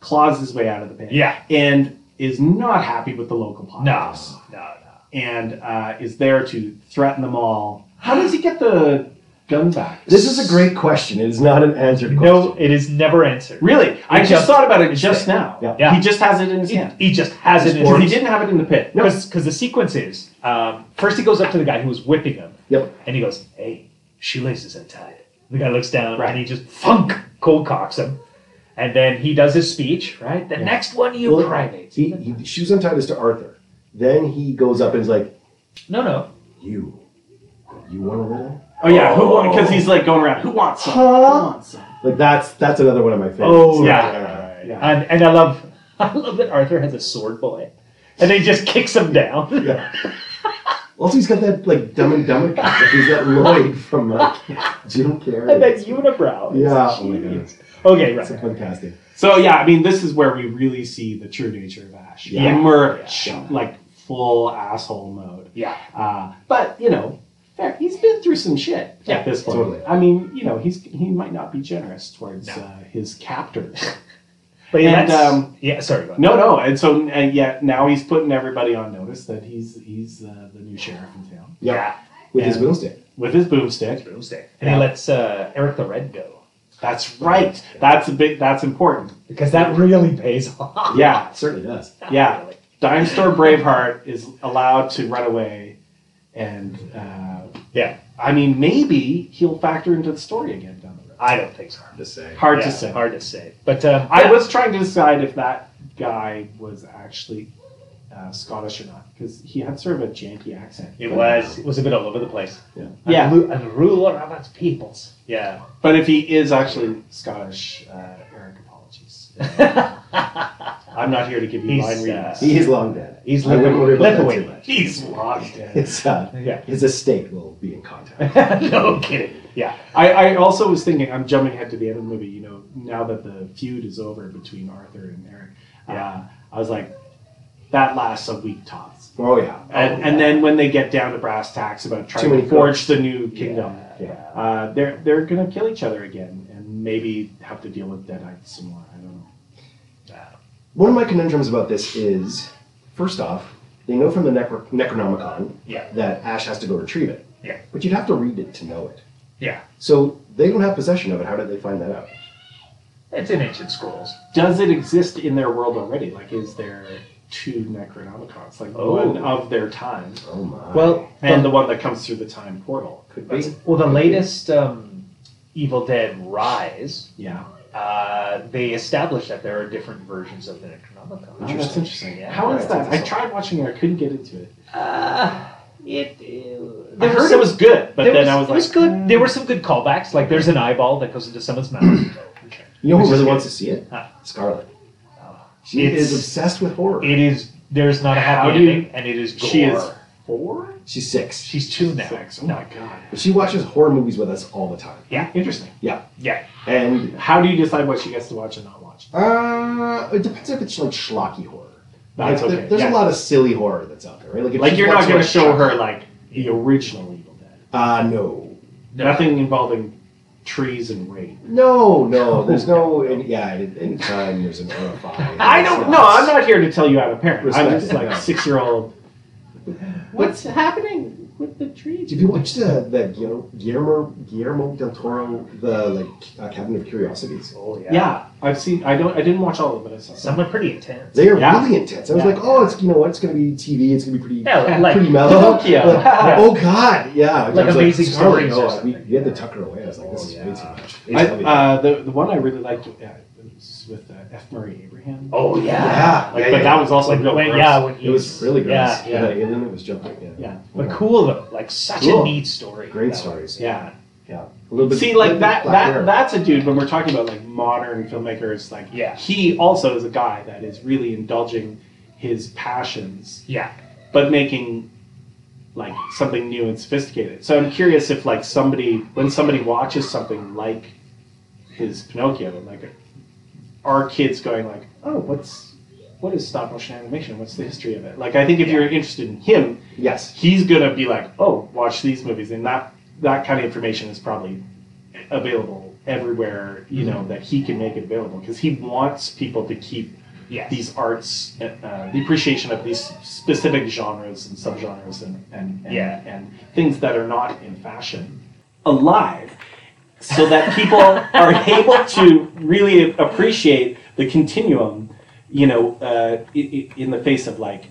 claws his way out of the pit. Yeah. and is not happy with the local No. populace. No. No. and uh, is there to threaten them all. How does he get the gun back? This is a great question. It is not an answered question. No, it is never answered. Really, I He just, just- thought about it just now. Yeah. Yeah. he just has it in his He, hand. he just has it in Because he his didn't have it in the pit. Because the sequence is um, first he goes up to the guy who was whipping him, Yep. and he goes, "Hey, shoelaces untied." The guy looks down Right. and he just funk cold cocks him, and then he does his speech. Right, the Yeah. next one you Well, primates. He, he shoes untied us to Arthur. Then he goes up and is like, no, no, "You, you want a little?" Oh yeah, who? Oh. Because he's like going around. Who wants some? Who Huh? wants some? Like that's that's another one of my favorites. Oh, yeah. Yeah. and and I love [LAUGHS] I love that Arthur has a sword boy, and then he just kicks him down. [LAUGHS] Yeah. Also, he's got that like Dumb and Dumber. cut. Like, he's that Lloyd from uh, Jim Carrey. and that unibrow. is Yeah. huge. Oh my goodness. Okay, right. That's fantastic. So yeah, I mean, this is where we really see the true nature of Ash. Yeah. Emerge Yeah. like full asshole mode. Yeah. Uh, but you know, fair. He's been through some shit Yeah, at this point. totally. I mean, you know, he's he might not be generous towards No. uh, his captors. But And, yeah, that's- um, yeah, sorry about no, no, and so and yet now he's putting everybody on notice that he's he's uh, the new sheriff in town that. Yeah. Yeah. With his And- boomstick. with his boomstick. Broomstick. And he Yeah. lets uh, Eric the Red go. That's right. That's a big. That's important. Because that really pays off. Yeah, It certainly does. yeah. Dime Store Braveheart is allowed to run away, and uh, Yeah. I mean maybe he'll factor into the story again down the road. [LAUGHS] I don't think so. Hard to say. Hard Yeah, to say. Hard to say. But um, I yeah. was trying to decide if that guy was actually uh, Scottish or not because he had sort of a janky accent. It was. It was a bit all over the place. Yeah. A, lu- a ruler of its peoples. Yeah. But if he is actually Scottish, uh, Eric, [LAUGHS] apologies. I'm not here to give you He's, line uh, readings. He is long dead. He's I wouldn't worry about that Lithuanian. too much. He's locked in. His uh, Yeah. his estate will be in contact. [LAUGHS] [LAUGHS] no kidding. Yeah. I, I also was thinking, I'm jumping ahead to the end of the movie, you know, now that the feud is over between Arthur and Eric, uh, I was like, that lasts a week tops. Oh yeah. And, and then when they get down to brass tacks about trying many to forge the new kingdom, Yeah. uh, they're they're gonna kill each other again and maybe have to deal with Deadites some more. I don't know. Uh, One of my conundrums about this is, first off, they know from the Necro- Necronomicon Yeah. that Ash has to go retrieve it. Yeah. But you'd have to read it to know it. Yeah. So they don't have possession of it. How did they find that out? It's in ancient scrolls. Does it exist in their world already? Like, is there two Necronomicons, like Oh. one of their time Oh my. Well, and and the one that comes through the time portal? could the, well, the latest um, Evil Dead Rise, Yeah. uh, they established that there are different versions of the Necronomicon. Oh, that's interesting. Yeah. How is that? I Yeah. tried watching it. I couldn't get into it. Uh, it, uh, I there heard some- it was good, but there then I was it like, hmm. was good. There were some good callbacks. Like there's an eyeball that goes into someone's mouth. You know Which who is really good. wants to see it? Huh. Scarlett. Oh, She It's- is obsessed with horror. it is there's not a How happy do you- ending, and it is gore. She is four. She's six. She's two now. Six. Oh No. my god. But she watches horror movies with us all the time. Interesting. Yeah. And How do you decide what she gets to watch and not watch? uh, it depends if it's like schlocky horror. That's Like, okay. there- there's yeah. a lot of silly horror that's out there, right? Like, if Like she's you're not watching, going to like, show Chucky- her like the original Evil Dead. Uh, no. Nothing involving trees and rain. No, no. There's [LAUGHS] no. and yeah, and anytime there's an horrifying. I don't know. I'm not here to tell you how to parent. Respect I'm just it, like yeah. six year old. What's happening with the trees? Did you watch the, the Guillermo, Guillermo Guillermo del Toro the like uh, Cabinet of Curiosities? Oh Yeah. I've seen. I don't. I didn't watch all of it. I saw some. Someone pretty intense. They are Yeah. really intense. I was Yeah. like, oh, it's you know what? It's gonna be TV. It's gonna be pretty [LAUGHS] Yeah, like pretty mellow. Pinocchio. Like, [LAUGHS] Oh God, yeah. I Like was Amazing Scarlett, Stories or no, I- Oh, we, something. we had to tuck her away. I was like, this Oh, is yeah. way too much. It's I, heavy. uh, the the one I really liked uh, it was with uh, F. Murray Abraham. Oh yeah, yeah. yeah, Like, yeah, but yeah. that was also Like real when, gross. yeah, when it was really gross. Yeah. yeah. The alien that was jumping. Yeah, Yeah. But cool though, like such Cool. a neat story. Great That stories. yeah. yeah. A little bit. See, little like bit that, black that mirror. that's a dude when we're talking about like modern filmmakers, like Yeah. he also is a guy that is really indulging his passions, one. Yeah. but making like something new and sophisticated. So I'm curious if like somebody when somebody watches something like his Pinocchio, like our kids going like, Oh, what's what is stop motion animation? What's the history of it? Like I think if Yeah. you're interested in him, Yes. he's gonna be like, oh, watch these movies, and that that kind of information is probably available everywhere. You know that he can make it available because he wants people to keep Yeah. these arts, uh, uh, the appreciation of these specific genres and subgenres and and and, Yeah. and things that are not in fashion alive. So that [LAUGHS] people are able to really appreciate the continuum, you know, uh, i- i- in the face of like,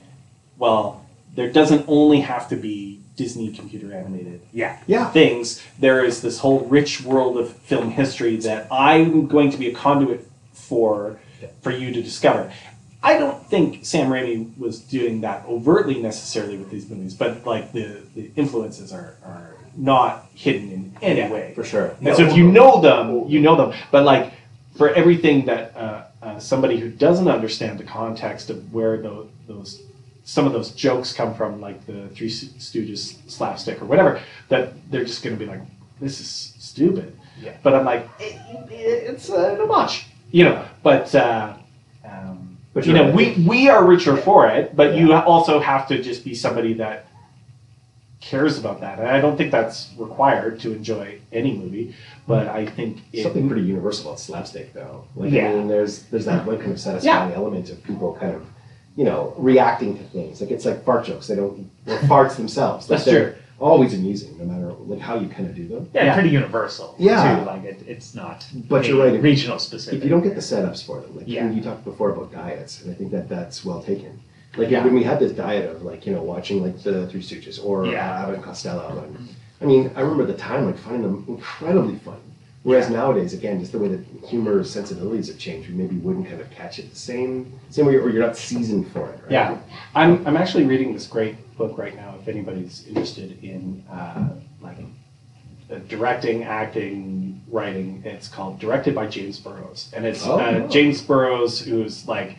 well, there doesn't only have to be Disney computer animated Yeah. Yeah. things. There is this whole rich world of film history that I'm going to be a conduit for for you to discover. I don't think Sam Raimi was doing that overtly necessarily with these movies, but like the, the influences are, are not hidden in any way. For sure. And so if you know them, you know them. But like for everything that uh, uh, somebody who doesn't understand the context of where tho- those some of those jokes come from, like the Three Stooges slapstick or whatever, that they're just going to be like, "This is stupid." Yeah. But I'm like, it, it- "It's an homage," you know. But uh, um, But you you're know, right. we we are richer for it, but you also have to just be somebody that cares about that. And I don't think that's required to enjoy any movie, but I think it, something pretty universal about slapstick though. Like Yeah. I mean there's there's that like kind of satisfying element of people kind of, you know, reacting to things. Like it's like fart jokes. They don't or farts themselves. Like That's they're always amusing no matter like how you kind of do them. Yeah, Yeah. pretty universal. Yeah. too. like it, it's not. But you're right, if- Regional specific. If you don't get the setups for them, like Yeah. you talked before about diets, and I think that that's well taken. Like Yeah. when we had this diet of like you know watching like the Three Stooges or Yeah. uh, Abbott and Costello, and I mean I remember at the time like finding them incredibly fun. Whereas nowadays, again, just the way that humor sensibilities have changed, we maybe wouldn't kind of catch it the same same way, or you're not seasoned for it. Right? Yeah, I'm, I'm actually reading this great book right now. If anybody's interested in uh, like uh, directing, acting, writing, it's called "Directed by James Burrows," and it's Oh. uh, James Burrows who's like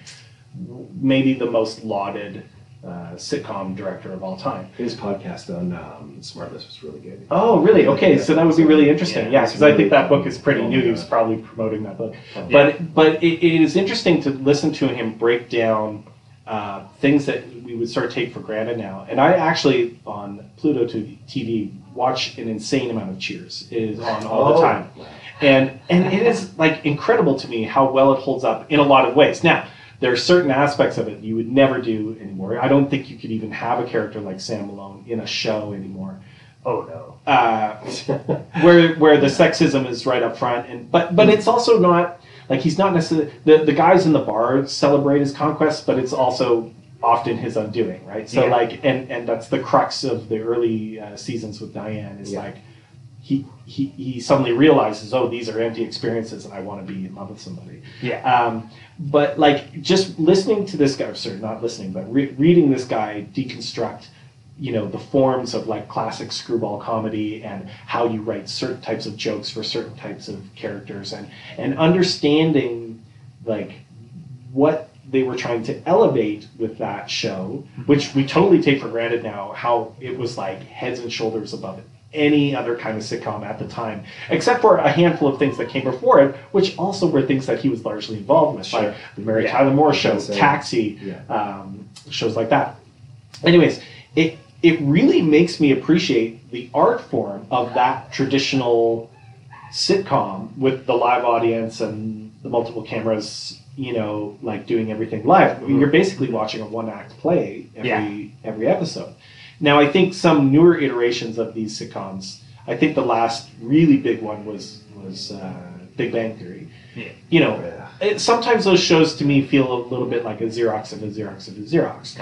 w- maybe the most lauded uh, sitcom director of all time. His podcast on um, Smartless was really good. Oh, really? Okay, so that would be really interesting. Yeah, Yeah, because I think that book is pretty new. He was probably promoting that book. But but it, it is interesting to listen to him break down uh, things that we would sort of take for granted now. And I actually on Pluto TV TV watch an insane amount of Cheers. It is on all the Oh. time, and and it is like incredible to me how well it holds up in a lot of ways. Now. There are certain aspects of it you would never do anymore. I don't think you could even have a character like Sam Malone in a show anymore. oh no. Uh, where where the sexism is right up front and but but it's also not like he's not necessarily the, the guys in the bar celebrate his conquest but it's also often his undoing right so Yeah. like and and that's the crux of the early uh, seasons with diane is Yeah. like he, he, he suddenly realizes, oh, these are empty experiences, and I want to be in love with somebody. Yeah. [LAUGHS] Um, but like just listening to this guy, or sorry, not listening, but re- reading this guy deconstruct, you know, the forms of like classic screwball comedy and how you write certain types of jokes for certain types of characters, and and understanding like what they were trying to elevate with that show, which we totally take for granted now, how it was like heads and shoulders above any other kind of sitcom at the time, except for a handful of things that came before it, which also were things that he was largely involved with, like the Mary Yeah. Tyler Moore show, So- Taxi, Yeah. um, shows like that. Anyways, it it really makes me appreciate the art form of that traditional sitcom with the live audience and the multiple cameras, you know, like doing everything live. I mean, You're basically watching a one act play every every episode. Now, I think some newer iterations of these sitcoms. I think the last really big one was was uh, Big Bang Theory. Yeah. You know, Yeah. it, sometimes those shows to me feel a little bit like a Xerox of a Xerox of a Xerox.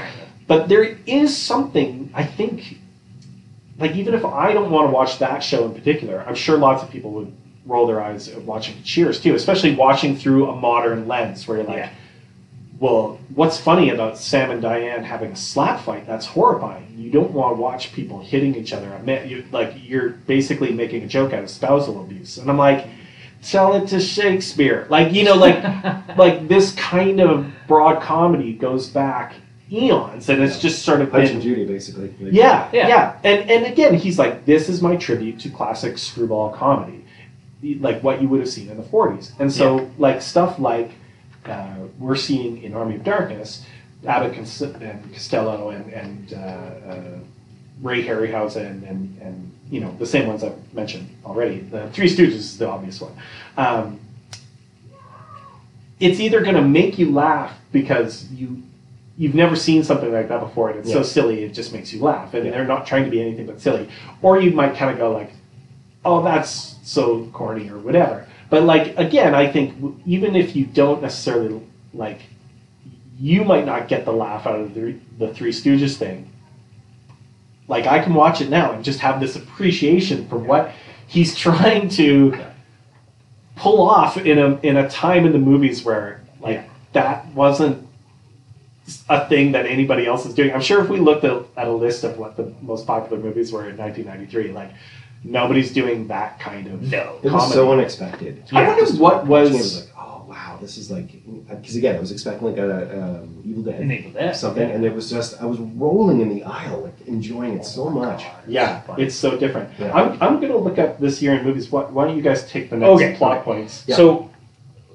But there is something I think, like even if I don't want to watch that show in particular, I'm sure lots of people would roll their eyes at watching Cheers too, especially watching through a modern lens where you're like, Yeah. well, what's funny about Sam and Diane having a slap fight? That's horrifying. You don't want to watch people hitting each other. I mean, you like you're basically making a joke out of spousal abuse, and I'm like, tell it to Shakespeare. Like you [LAUGHS] know, like like this kind of broad comedy goes back eons, and it's just sort of Punch and been Judy, basically. Like, yeah, Yeah. yeah, And and again, he's like, this is my tribute to classic screwball comedy, like what you would have seen in the '40s. And so, like stuff like uh, we're seeing in Army of Darkness, Abbott Cons- and Costello and and uh, uh, Ray Harryhausen and and you know the same ones I've mentioned already. The Three Stooges is the obvious one. Um, it's either going to make you laugh because you you've never seen something like that before and it's so Yeah. silly it just makes you laugh and Yeah. they're not trying to be anything but silly or you might kind of go like oh that's so corny or whatever but like again i think w- even if you don't necessarily like you might not get the laugh out of the, the three stooges thing like i can watch it now and just have this appreciation for what he's [LAUGHS] trying to pull off in a in a time in the movies where like Yeah. that wasn't a thing that anybody else is doing. I'm sure if we looked at, at a list of what the most popular movies were in 1993, like nobody's doing that kind of No. It was so unexpected. I wonder what It was was like, oh wow, this is like because again, I was expecting like a um, Evil Dead An Evil Dead, or something, yeah. and it was just I was rolling in the aisle, like enjoying it so much. Oh, Yeah, Fun. it's so different. Yeah. I'm, I'm gonna look up this year in movies. Why, why don't you guys take the next Okay. plot points? Yeah. So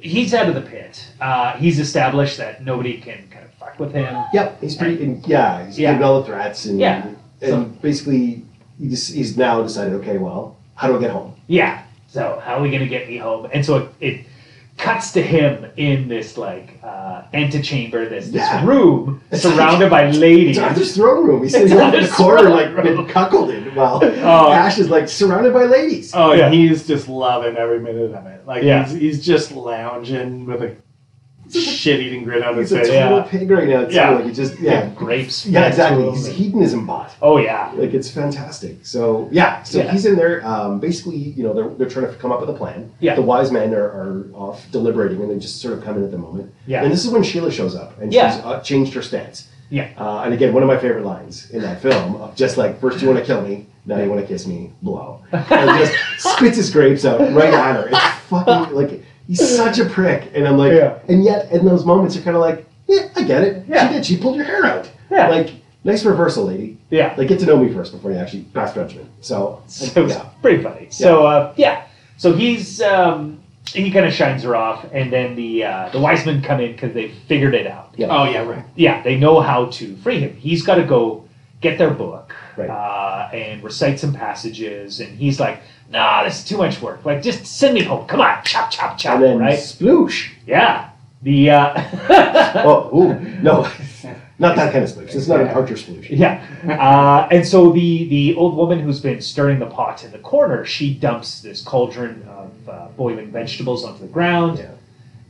he's out of the pit. Uh, he's established that nobody can kind of fuck with him. Yep, he's pretty. And, yeah, he's Yeah. getting all the threats, and Yeah. and basically he just, he's now decided. Okay, well, how do I get home? Yeah. So how are we gonna get me home? And so it, it cuts to him in this like uh, antechamber, this this Yeah. room [LAUGHS] It's surrounded by ladies. It's Arthur's throne room. He's sitting up in the Arthur's corner, throne like been cuckolded, while Oh. Ash is like surrounded by ladies. Oh, Yeah. and he's just loving every minute of it. Like Yeah. he's, he's just lounging with a shit-eating grin on his he's a face. total Yeah. pig right now. It's Yeah. yeah. like he just yeah, Grapes. fed yeah, to exactly. him. He's a hedonism bot. oh yeah. Like it's fantastic. So yeah, so Yeah. he's in there. Um, basically, you know, they're, they're trying to come up with a plan. Yeah. The wise men are, are off deliberating, and they just sort of come in at the moment. Yeah. And this is when Sheila shows up, and Yeah. she's uh, changed her stance. Yeah. Uh, and again, one of my favorite lines in that film of just like, first you want to kill me, now you want to kiss me, blow. And [LAUGHS] just spits his grapes out right at her. It's fucking like he's such a prick, and I'm like, Yeah. and yet in those moments you're kind of like, yeah, I get it. Yeah. She did. She pulled your hair out. Yeah. Like, nice reversal, lady Yeah. like get to know me first before you actually pass judgment. So, [LAUGHS] So it's yeah, pretty funny. So uh, yeah, so he's um, he kind of shines her off, and then the uh, the wise men come in because they figured it out. yeah, Oh yeah, right. Yeah, they know how to free him. He's got to go get their book Right. uh, and recite some passages, and he's like, "Nah, this is too much work. Like, just send me home. Come on, chop, chop, chop." and then right? sploosh. Yeah. The uh, [LAUGHS] Oh, ooh, no, not that kind of sploosh. It's not an Archer sploosh. Yeah. Uh, and so the, the old woman who's been stirring the pot in the corner, she dumps this cauldron of uh, boiling vegetables onto the ground, Yeah,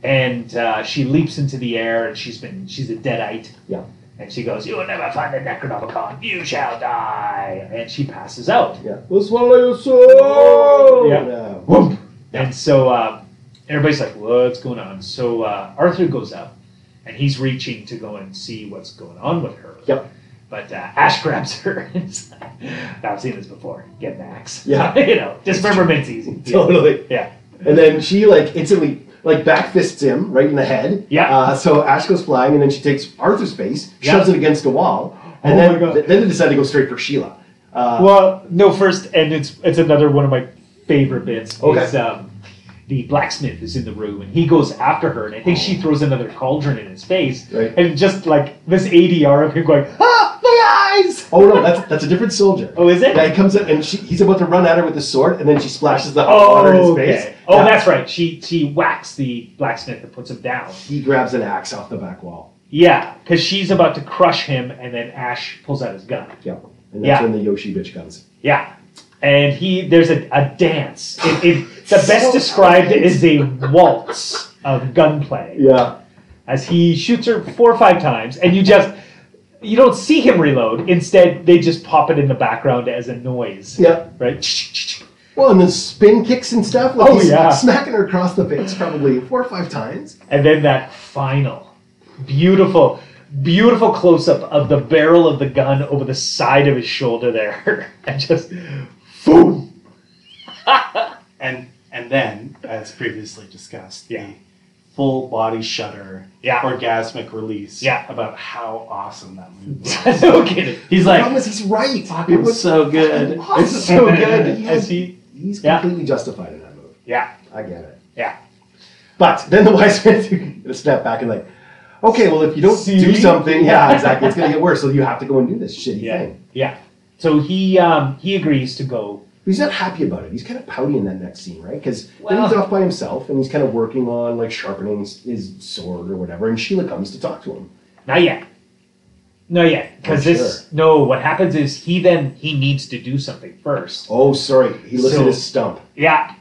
and uh, she leaps into the air, and she's been she's a deadite. yeah. And she goes, You will never find the Necronomicon. You shall die. And she passes out. Yeah. We'll swallow your soul. Yeah. No. Whoop. And so uh, everybody's like, What's going on? So uh, Arthur goes up and he's reaching to go and see what's going on with her. Yep. But uh, Ash grabs her [LAUGHS] and is like, I've seen this before. Get an axe. Yeah. [LAUGHS] you know, dismemberment's easy. Totally. Yeah. And then she like instantly like back fists him right in the head. Yeah. Uh, so Ash goes flying, and then she takes Arthur's face, shoves Yeah. it against a wall, and Oh my then God. th- then they decide to go straight for Sheila. Uh, Well, no, first, and it's it's another one of my favorite bits. Okay. Is, um, the blacksmith is in the room and he goes after her, and I think she throws another cauldron in his face, Oh. Right. and just like this ADR of him going, "Ah, my eyes!" oh no, that's that's a different soldier. Oh, is it? Yeah, he comes up and she, he's about to run at her with the sword, and then she splashes the hot water in oh, his okay. face. oh, Yeah. that's right. She she whacks the blacksmith and puts him down. He grabs an axe off the back wall. Yeah, because she's about to crush him, and then Ash pulls out his gun. Yeah. And that's Yeah. when the Yoshi bitch comes. Yeah. And he there's a, a dance. It, it, the best described is a waltz of gunplay. Yeah. As he shoots her four or five times, and you just you don't see him reload. Instead, they just pop it in the background as a noise. Yeah. Right? Well, and then spin kicks and stuff. Like Oh, he's yeah. Smacking her across the face probably four or five times. And then that final beautiful beautiful close up of the barrel of the gun over the side of his shoulder there. [LAUGHS] and just boom. [LAUGHS] and and then, as previously discussed, Yeah. the full body shudder, Yeah. orgasmic release, Yeah. about how awesome that [LAUGHS] movie was. no kidding. He's The like, problem is he's right. it was so good. awesome. It's so good. He As has- he he's Yeah. completely justified in that move. Yeah, I get it. yeah. But then the [LAUGHS] wise man took a step back and like, okay, well if you don't See? do something, yeah, exactly, it's gonna get worse. So you have to go and do this shitty Yeah, thing. yeah. So he um, he agrees to go. But he's not happy about it. He's kind of pouty in that next scene, right? Because then Well- he's off by himself and he's kind of working on like sharpening his, his sword or whatever. And Sheila comes to talk to him. Not yet. Not yet, because Oh, this no. What happens is he then he needs to do something first. Oh, sorry, he lifted So- his stump. Yeah,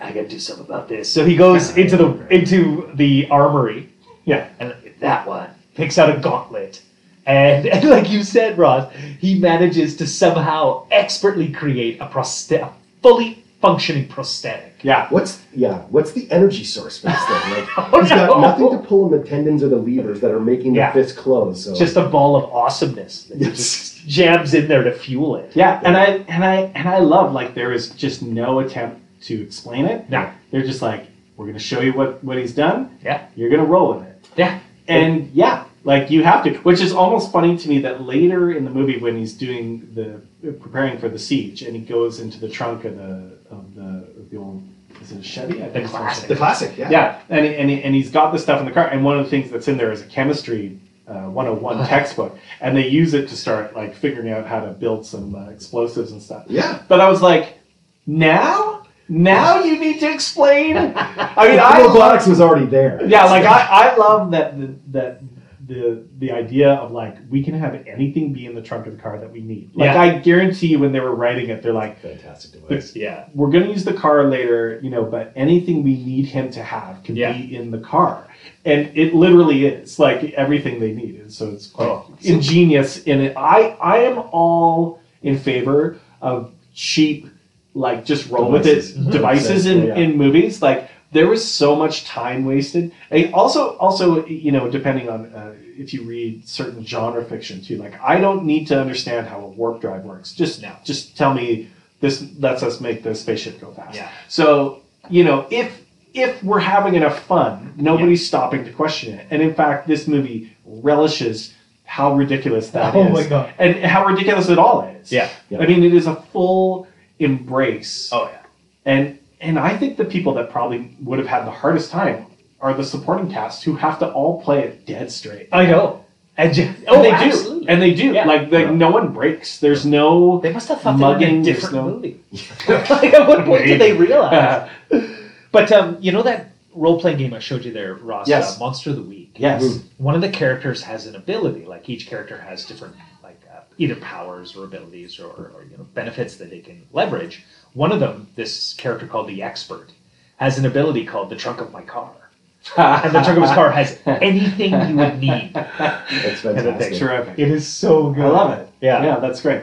I got to do something about this. So he goes Yeah, into the right. into the armory Yeah. and that one picks out a gauntlet. And, [LAUGHS] and like you said, Ross, he manages to somehow expertly create a prosthet- a fully functioning prosthetic. Yeah. What's yeah? What's the energy source for this [LAUGHS] thing? Like, Oh, he's got no. nothing to pull in the tendons or the levers that are making Yeah. the fist close. So Just a ball of awesomeness that he Yes. just jams in there to fuel it. Yeah, and I and I and I love like there is just no attempt to explain it. No. They're just like, we're gonna show you what what he's done. Yeah. You're gonna roll with it. Yeah. And yeah, like you have to, which is almost funny to me that later in the movie when he's doing the preparing for the siege and he goes into the trunk of the of the of the old is it a Chevy? I The it's a classic. the classic, yeah. yeah, and, he- and, he- and he's got the stuff in the car. And one of the things that's in there is a chemistry uh, 101 textbook. And they use it to start like figuring out how to build some uh, explosives and stuff. Yeah. But I was like, now? Now you need [LAUGHS] to explain? I mean, I love, robotics was already there. yeah, like I, I love that the, that the the idea of like we can have anything be in the trunk of the car that we need. Like Yeah. I guarantee you when they were writing it, they're like, [LAUGHS] Fantastic device. Yeah. we're going to use the car later, you know, but anything we need him to have can Yeah. be in the car. And it literally is like everything they need. And so it's quite Oh. ingenious in it. I, I am all in favor of cheap, like just roll Devices. with it devices Mm-hmm. in, Yeah, yeah. in movies. Like there was so much time wasted. And also, also, you know, depending on uh, if you read certain genre fiction too, like I don't need to understand how a warp drive works. Just No. just tell me this lets us make the spaceship go fast. Yeah. So you know, if if we're having enough fun, nobody's stopping to question it. And in fact, this movie relishes how ridiculous that is, Oh my God. and how ridiculous it all is. Yeah. Yeah. I mean, it is a full embrace, Oh yeah. and and I think the people that probably would have had the hardest time are the supporting cast who have to all play it dead straight. I know. And, ju- And they Oh, absolutely. do, and they do. Yeah. Like, like Yeah. no one breaks. There's no. they must have thought they were Mugging, in a there's different no- movie. [LAUGHS] like at what point did they realize? [LAUGHS] uh, but um, you know that role playing game I showed you there, Ross. Yes. Uh, Monster of the Week. yes. One of the characters has an ability. Like each character has different, like uh, either powers or abilities or, or you know benefits that they can leverage. [LAUGHS] One of them, this character called the Expert, has an ability called the Trunk of My Car. and the trunk of his car has anything you would need. [LAUGHS] [LAUGHS] That's of thing. fantastic. Terrific. It is so good. I love it. Yeah. yeah, that's great.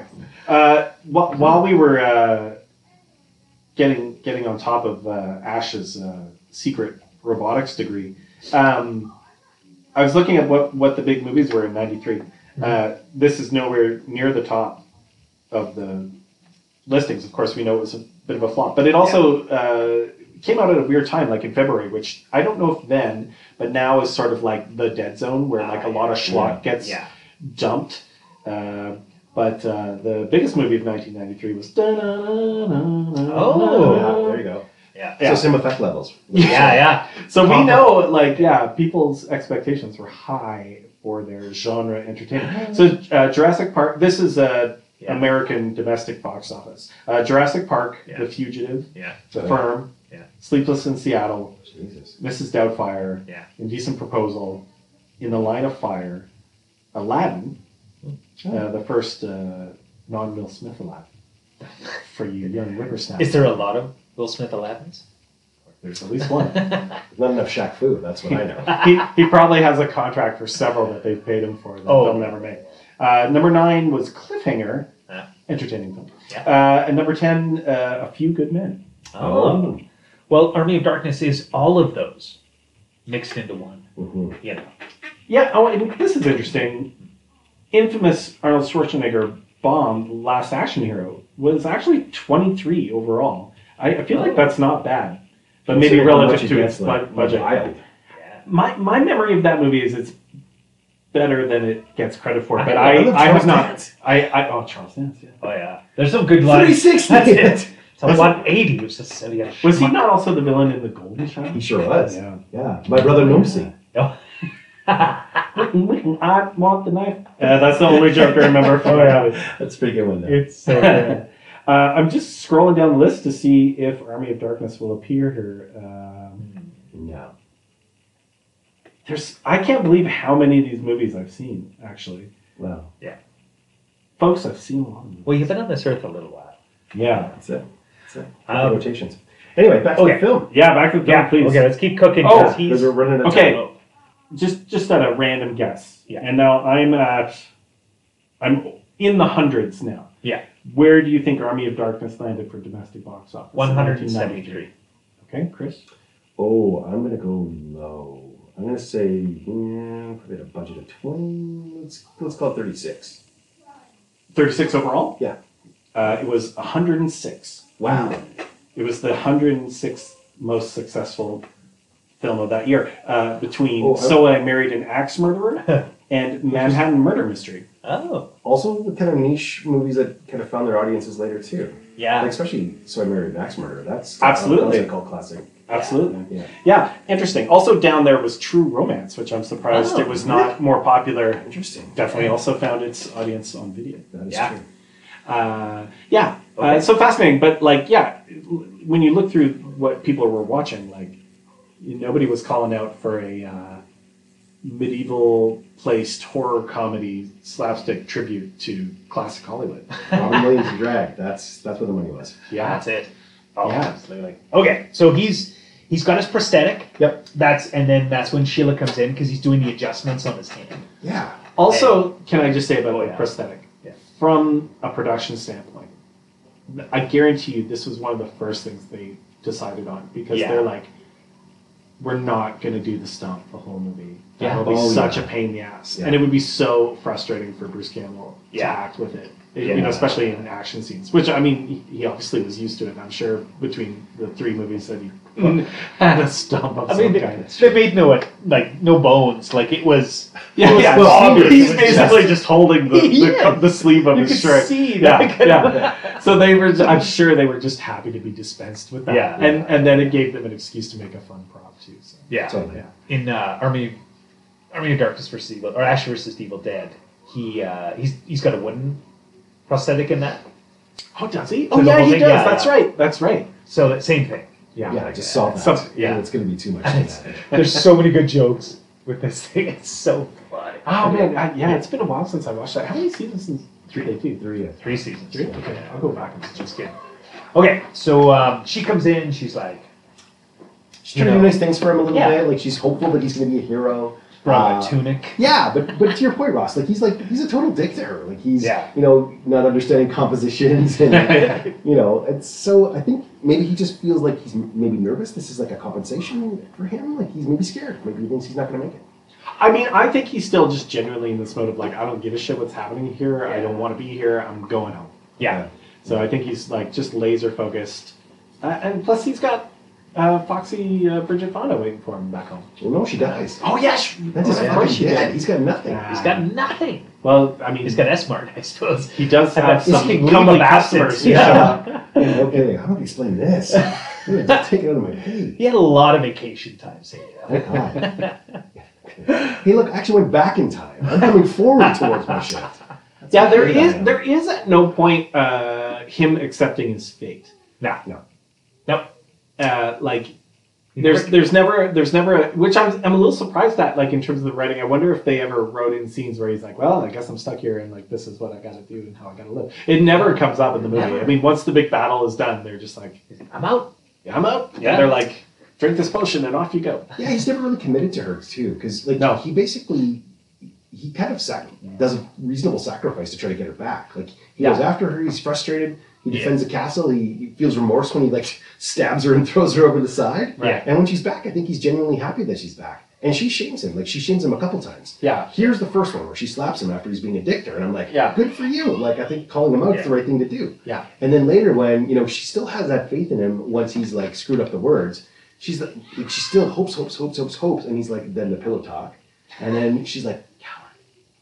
Uh, wh- while we were uh, getting getting on top of uh, Ash's uh, secret robotics degree, um, I was looking at what what the big movies were in '93. Uh, this is nowhere near the top of the listings. Of course, we know it was a bit of a flop, but it also uh, came out at a weird time, like in February, which I don't know if then, but now is sort of like the dead zone where like a lot of schlock gets Yeah. dumped. Uh, but uh, the biggest movie of 1993 was. Oh. Oh, Yeah, there you go. Yeah. Oh. Yeah. So same effect levels. Yeah, yeah. So we know, like, yeah, people's expectations were high for their genre entertainment. So uh, Jurassic Park, this is a Yeah. American domestic box office. Uh, Jurassic Park, Yeah. The Fugitive, Yeah. The Yeah. Firm, Yeah. Sleepless in Seattle, Jesus. Mrs. Doubtfire, Yeah. Indecent Proposal, In the Line of Fire, Aladdin, Hmm. uh, the first uh, non Will Smith Aladdin for you young whippersnappers. Is there a lot of Will Smith Aladdins? There's at least one. Not enough Shaq Fu. That's what I [LAUGHS] know. he, he probably has a contract for several that they've paid him for that Oh. they'll never make. Uh, number nine was Cliffhanger, Yeah. entertaining film. Yeah. Uh, and number ten, uh, A Few Good Men. Oh. Well, Army of Darkness is all of those mixed into one. Mhm. You know. Yeah. Oh, and this is interesting. Infamous Arnold Schwarzenegger bomb, Last Action Hero, was actually twenty three overall. I, I feel like that's not bad, but maybe Considering how much relative it to gets, its like, bu- budget. wild. Yeah. My my memory of that movie is it's better than it gets credit for, but I, I love I, Charles have not. Dance. I, I oh Charles Dance. Yeah. Oh yeah. There's some good lines. [LAUGHS] 360. That's [LAUGHS] it. It's a Was- 180. It was just, oh, yeah. Was he not also the villain in the Golden He Child? sure was. Yeah. Yeah. My brother Noomsi. Wicking, wicking, I want the knife. Uh, that's the only joke I remember [LAUGHS] from it. That's a pretty good one. Though. It's [LAUGHS] so good. Uh, I'm just scrolling down the list to see if Army of Darkness will appear here. Um, Hmm. No. there's, I can't believe how many of these movies I've seen. Actually, Wow. folks, I've seen a lot. Of them. well, you've been on this earth a little while. Yeah, That's it. That's it. Um, rotations. Anyway, back to okay. the film. yeah. Back to the film, please. Okay, let's keep cooking. Oh, 'cause Because he's we're running out of Okay. time. just just at a random guess. Yeah. And now I'm at I'm in the hundreds now. Yeah. Where do you think Army of Darkness landed for domestic box office? in 173. 1993? Okay, Chris. Oh, I'm gonna go low. I'm gonna say yeah, probably at a budget of twenty. Let's let's call it thirty-six. 36 overall? Yeah. Uh, it was 106. Wow. It was the 106th most successful film of that year uh, between Oh, I- So I Married an Axe [LAUGHS] Murderer and Manhattan Murder Mystery. Oh, Also, the kind of niche movies that kind of found their audiences later too. yeah. Like, especially So I Married an Axe Murderer. That's Absolutely. that's a cult classic. Absolutely. Yeah. Yeah, interesting. Also down there was True Romance, which I'm surprised Oh, it was not more popular Interesting. definitely also found its audience on video. That is Yeah. true. Uh, yeah, Okay. uh, so fascinating. But like, yeah, when you look through what people were watching, like nobody was calling out for a uh, medieval placed horror comedy slapstick tribute to classic Hollywood. Robin Williams and drag. That's that's where the money was. Yeah, That's it. Oh, Yeah. absolutely. Okay, so he's he's got his prosthetic. Yep. That's and then that's when Sheila comes in because he's doing the adjustments on his hand. Yeah. Also, can I just say about Oh, like yeah. prosthetic? Yeah. From a production standpoint, I guarantee you this was one of the first things they decided on because Yeah. they're like, we're not going to do the stump the whole movie. That Yeah. would be Oh, such yeah. a pain in the ass, Yeah. and it would be so frustrating for Bruce Campbell to Yeah. act with it. You Yeah. know, especially in action scenes, which I mean, he- he obviously was used to it. I'm sure between the three movies that he [LAUGHS] had a stump of Mm. I some mean, they, kind. they made no like no bones. Like it was. [LAUGHS] Yeah, It was yeah. so obvious. he's It was basically just, holding [LAUGHS] the, the, Yes. the sleeve of you could his shirt. see Yeah, that. [LAUGHS] yeah. So they were. I'm sure they were just happy to be dispensed with that. Yeah. And and then it gave them an excuse to make a fun prop too. So. Yeah. Totally. Yeah. in uh, Army Army of Darkness versus Evil or Ash versus Evil Dead, he uh, he's he's got a wooden prosthetic in that. Oh, does he? So Oh, the yeah, whole he thing- does. yeah, That's yeah. right. That's right. So that same [LAUGHS] thing. Yeah. Yeah, just solve that. Some- yeah. It's gonna be too much. for that. There's so many good jokes with this thing. It's so funny. Oh man, I, yeah. It's been a while since I watched that. How many seasons is three day two? Three. uh, Three seasons. Three. Okay, I'll go back and It's good. Okay, so um, she comes in. She's like, She's trying to do know. nice things for him a little Yeah. bit. Like she's hopeful that he's going to be a hero. Brought Uh, a tunic. Yeah, but but to your point, Ross, like he's like he's a total dick to her. Like he's Yeah. you know not understanding compositions [LAUGHS] and you know it's so I think maybe he just feels like he's m- maybe nervous. This is like a compensation for him. Like he's maybe scared. Maybe he thinks he's not going to make it. I mean, I think he's still just genuinely in this mode of like, I don't give a shit what's happening here. I don't want to be here. I'm going home. Yeah. So I think he's like just laser focused, uh, and plus he's got uh, Foxy uh, Bridget Fonda waiting for him back home. Well, no, she dies. Oh yes, That's his fucking dad. He's got nothing. Yeah. He's got nothing. Well, I mean, He's got S Mart, I suppose. Um, he does I've got have some fucking income legal of customers. assets, who yeah. show up. [LAUGHS] okay, how do I explain [LAUGHS] this? I'm gonna take it out of my pay. He had a lot of vacation time saved up. Oh, God. hey, look, I actually went back in time. I'm coming forward towards my shift. Yeah, there Yeah. is there is at no point uh, him accepting his fate. Nah. No. Nope. Uh, like there's there's never there's never a, which I'm I'm a little surprised at like in terms of the writing. I wonder if they ever wrote in scenes where he's like, well, I guess I'm stuck here and like this is what I got to do and how I got to live. It never comes up in the movie. I mean, once the big battle is done, they're just like, I'm out. yeah, I'm out. Yeah. Yeah. They're like, drink this potion and off you go. Yeah, he's never really committed to her too, because like No. he basically he kind of sac- does a reasonable sacrifice to try to get her back. Like he Yeah. goes after her, he's frustrated. He Yeah. defends the castle. He, he feels remorse when he like stabs her and [LAUGHS] throws her over the side. Right. And when she's back, I think he's genuinely happy that she's back. And she shames him. Like she shames him a couple times. Yeah. Here's the first one where she slaps him after he's being a dick to her, and I'm like, Yeah. good for you. Like I think calling him out is the Yeah. right thing to do. Yeah. And then later, when you know she still has that faith in him, once he's like screwed up the words, she's like she still hopes, hopes, hopes, hopes, hopes, and he's like then the pillow talk, and then she's like coward.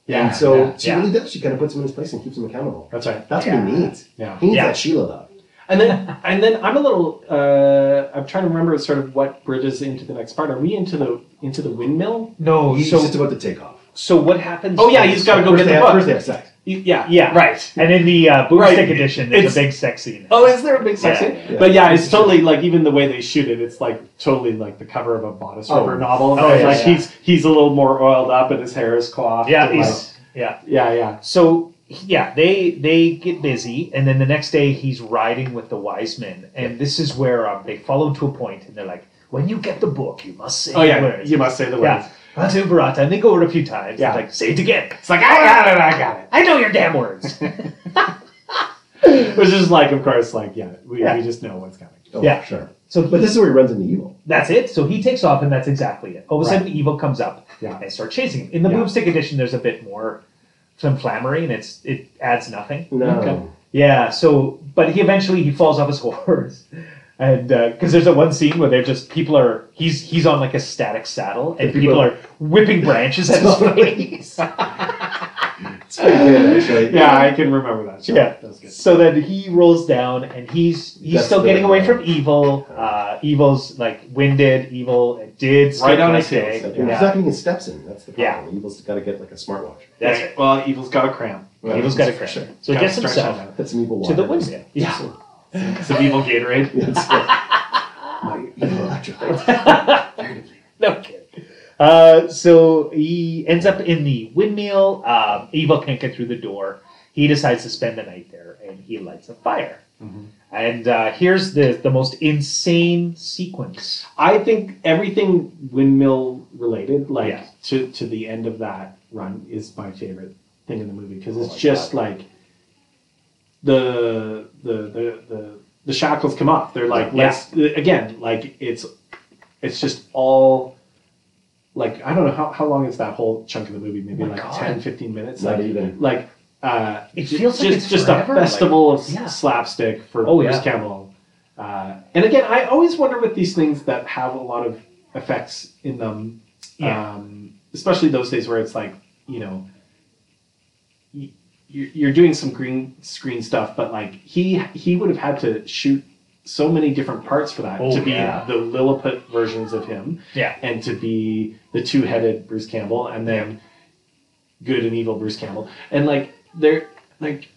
Yeah. and so yeah, she yeah. really does. She kind of puts him in his place and keeps him accountable. that's right. That's what Yeah. he needs. Yeah. He needs Yeah. that Sheila love. And then, and then I'm a little. Uh, I'm trying to remember sort of what bridges into the next part. Are we into the into the windmill? No, He's so just about to take off. so what happens? Oh, yeah, he's Oh, gotta go first get they the have, book. First they have sex. Y- Yeah, Yeah, right. And in the uh, boomstick Right. edition, there's a It's- big sex scene. Oh, is there a big sex Yeah, scene? yeah. But yeah, it's totally like even the way they shoot it, it's like totally like the cover of a bodice Oh. rubber novel. Oh, yeah, like yeah. he's he's a little more oiled up and his hair is coiffed. yeah, and, like, he's, yeah. yeah, yeah. So yeah, they they get busy, and then the next day he's riding with the wise men, and this is where um, they follow him to a point, and they're like, "When you get the book, you must say Oh the yeah, words." you must say the words. yeah, Ratu Barata, and they go over it a few times. Yeah. Yeah, like say it again. It's like I got it, I got it. I know your damn words. Which is like, of course, like yeah, we, Yeah. we just know what's coming. Oh, Yeah. sure. [LAUGHS] so, But but this is where he runs into evil. that's it. So he takes off, and that's exactly it. All of a Right. sudden, evil comes up. Yeah. and they start chasing him. In the Yeah. boomstick edition, there's a bit more some flammery, and it's it adds nothing. No. Okay. Yeah. So, but he eventually he falls off his [LAUGHS] horse, and because there's that one scene where they're just people are he's he's on like a static saddle, and Yeah, people people, are whipping branches at [LAUGHS] his face. It's pretty good actually. [LAUGHS] Yeah, I can remember that. Sure. Yeah. that was good. So then he rolls down, and he's he's That's still the- getting away from evil. Uh, evil's like winded. Evil did skip Right on the his day. heels, He's Yeah. not going to get steps in. That's the Yeah. problem. Evil's got to get like a smartwatch. That's Yeah, it. Well, evil's got a cramp. Well, Evil's got a for cramp. sure. So he Gotta gets stretch himself that out. That's some evil to water. the windmill. Yeah. Some evil Gatorade. [LAUGHS] It's like, [LAUGHS] my evil electrolytes. No kidding. Uh, so he ends up in the windmill. Um, Evil can't get through the door. He decides to spend the night there, and he lights a fire. And uh, here's the the most insane sequence. I think everything windmill related, like Yeah. to, to the end of that run, is my favorite thing in the movie because Oh it's my just God. like the the the the, the shackles come off. They're like Yeah. let's uh, again like it's it's just all like I don't know how, how long is that whole chunk of the movie maybe Oh my like God. ten, fifteen 10 15 minutes Not like even. like uh It ju- feels just like it's just forever, a festival of yeah. slapstick for Oh, Bruce yeah. Campbell. Uh, and again, I always wonder with these things that have a lot of effects in them, Yeah. um, especially those days where it's like you know y- you're you're doing some green screen stuff, but like he he would have had to shoot so many different parts for that Oh, to be yeah. the Lilliput versions of him Yeah. and to be the two-headed Bruce Campbell, and then good and evil Bruce Campbell, and like they're like,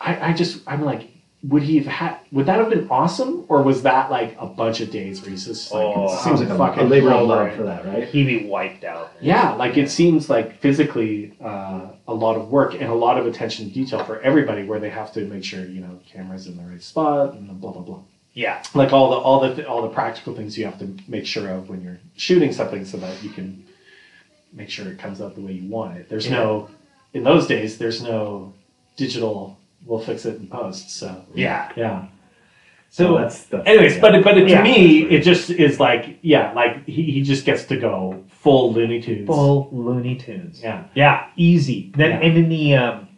I, I just I'm like, would he have had? Would that have been awesome, or was that like a bunch of days where he's just like, Oh, it's Seems some like a, a fucking labor of blow, love right? for that, right? He'd be wiped out. Yeah, like it seems like physically uh, a lot of work and a lot of attention to detail for everybody, where they have to make sure you know cameras in the right spot and blah blah blah. Yeah. like all the all the all the practical things you have to make sure of when you're shooting something so that you can make sure it comes out the way you want it there's no in those days there's no digital we'll fix it in post so Yeah. yeah So that's, that's anyways yeah. but but to Yeah. me it just is like yeah like he, he just gets to go full looney tunes full Looney Tunes. yeah Yeah, easy. Then Yeah. and in the um,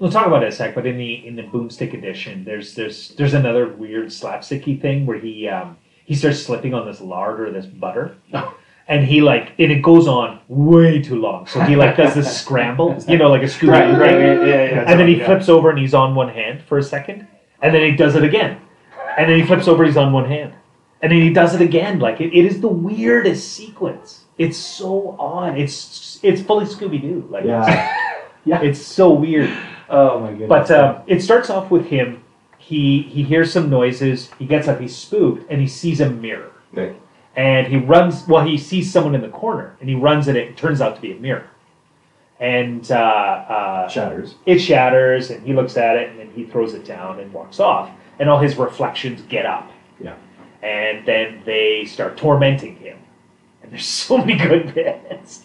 we'll talk about it in a sec. But in the in the Boomstick edition, there's there's there's another weird slapsticky thing where he um he starts slipping on this lard or this butter, [LAUGHS] and he like and it goes on way too long. So he like does [LAUGHS] this scramble, you know, like a scuba, right right yeah, yeah, yeah, and then he yeah. flips over and he's on one hand for a second, and then he does it again, and then he flips over, he's on one hand, and then he does it again. Like it, it is the weirdest sequence. It's so odd. It's it's fully Scooby Doo. Like Yeah. [LAUGHS] it's so weird. oh my goodness But um, it starts off with him. He he hears some noises. He gets up. He's spooked, and he sees a mirror. Right. And he runs. Well, he sees someone in the corner, and he runs, and it turns out to be a mirror. And uh, uh, Shatters. it shatters, and he looks at it, and then he throws it down and walks off. And all his reflections get up. Yeah. And then they start tormenting him. And there's [LAUGHS] so many good bits.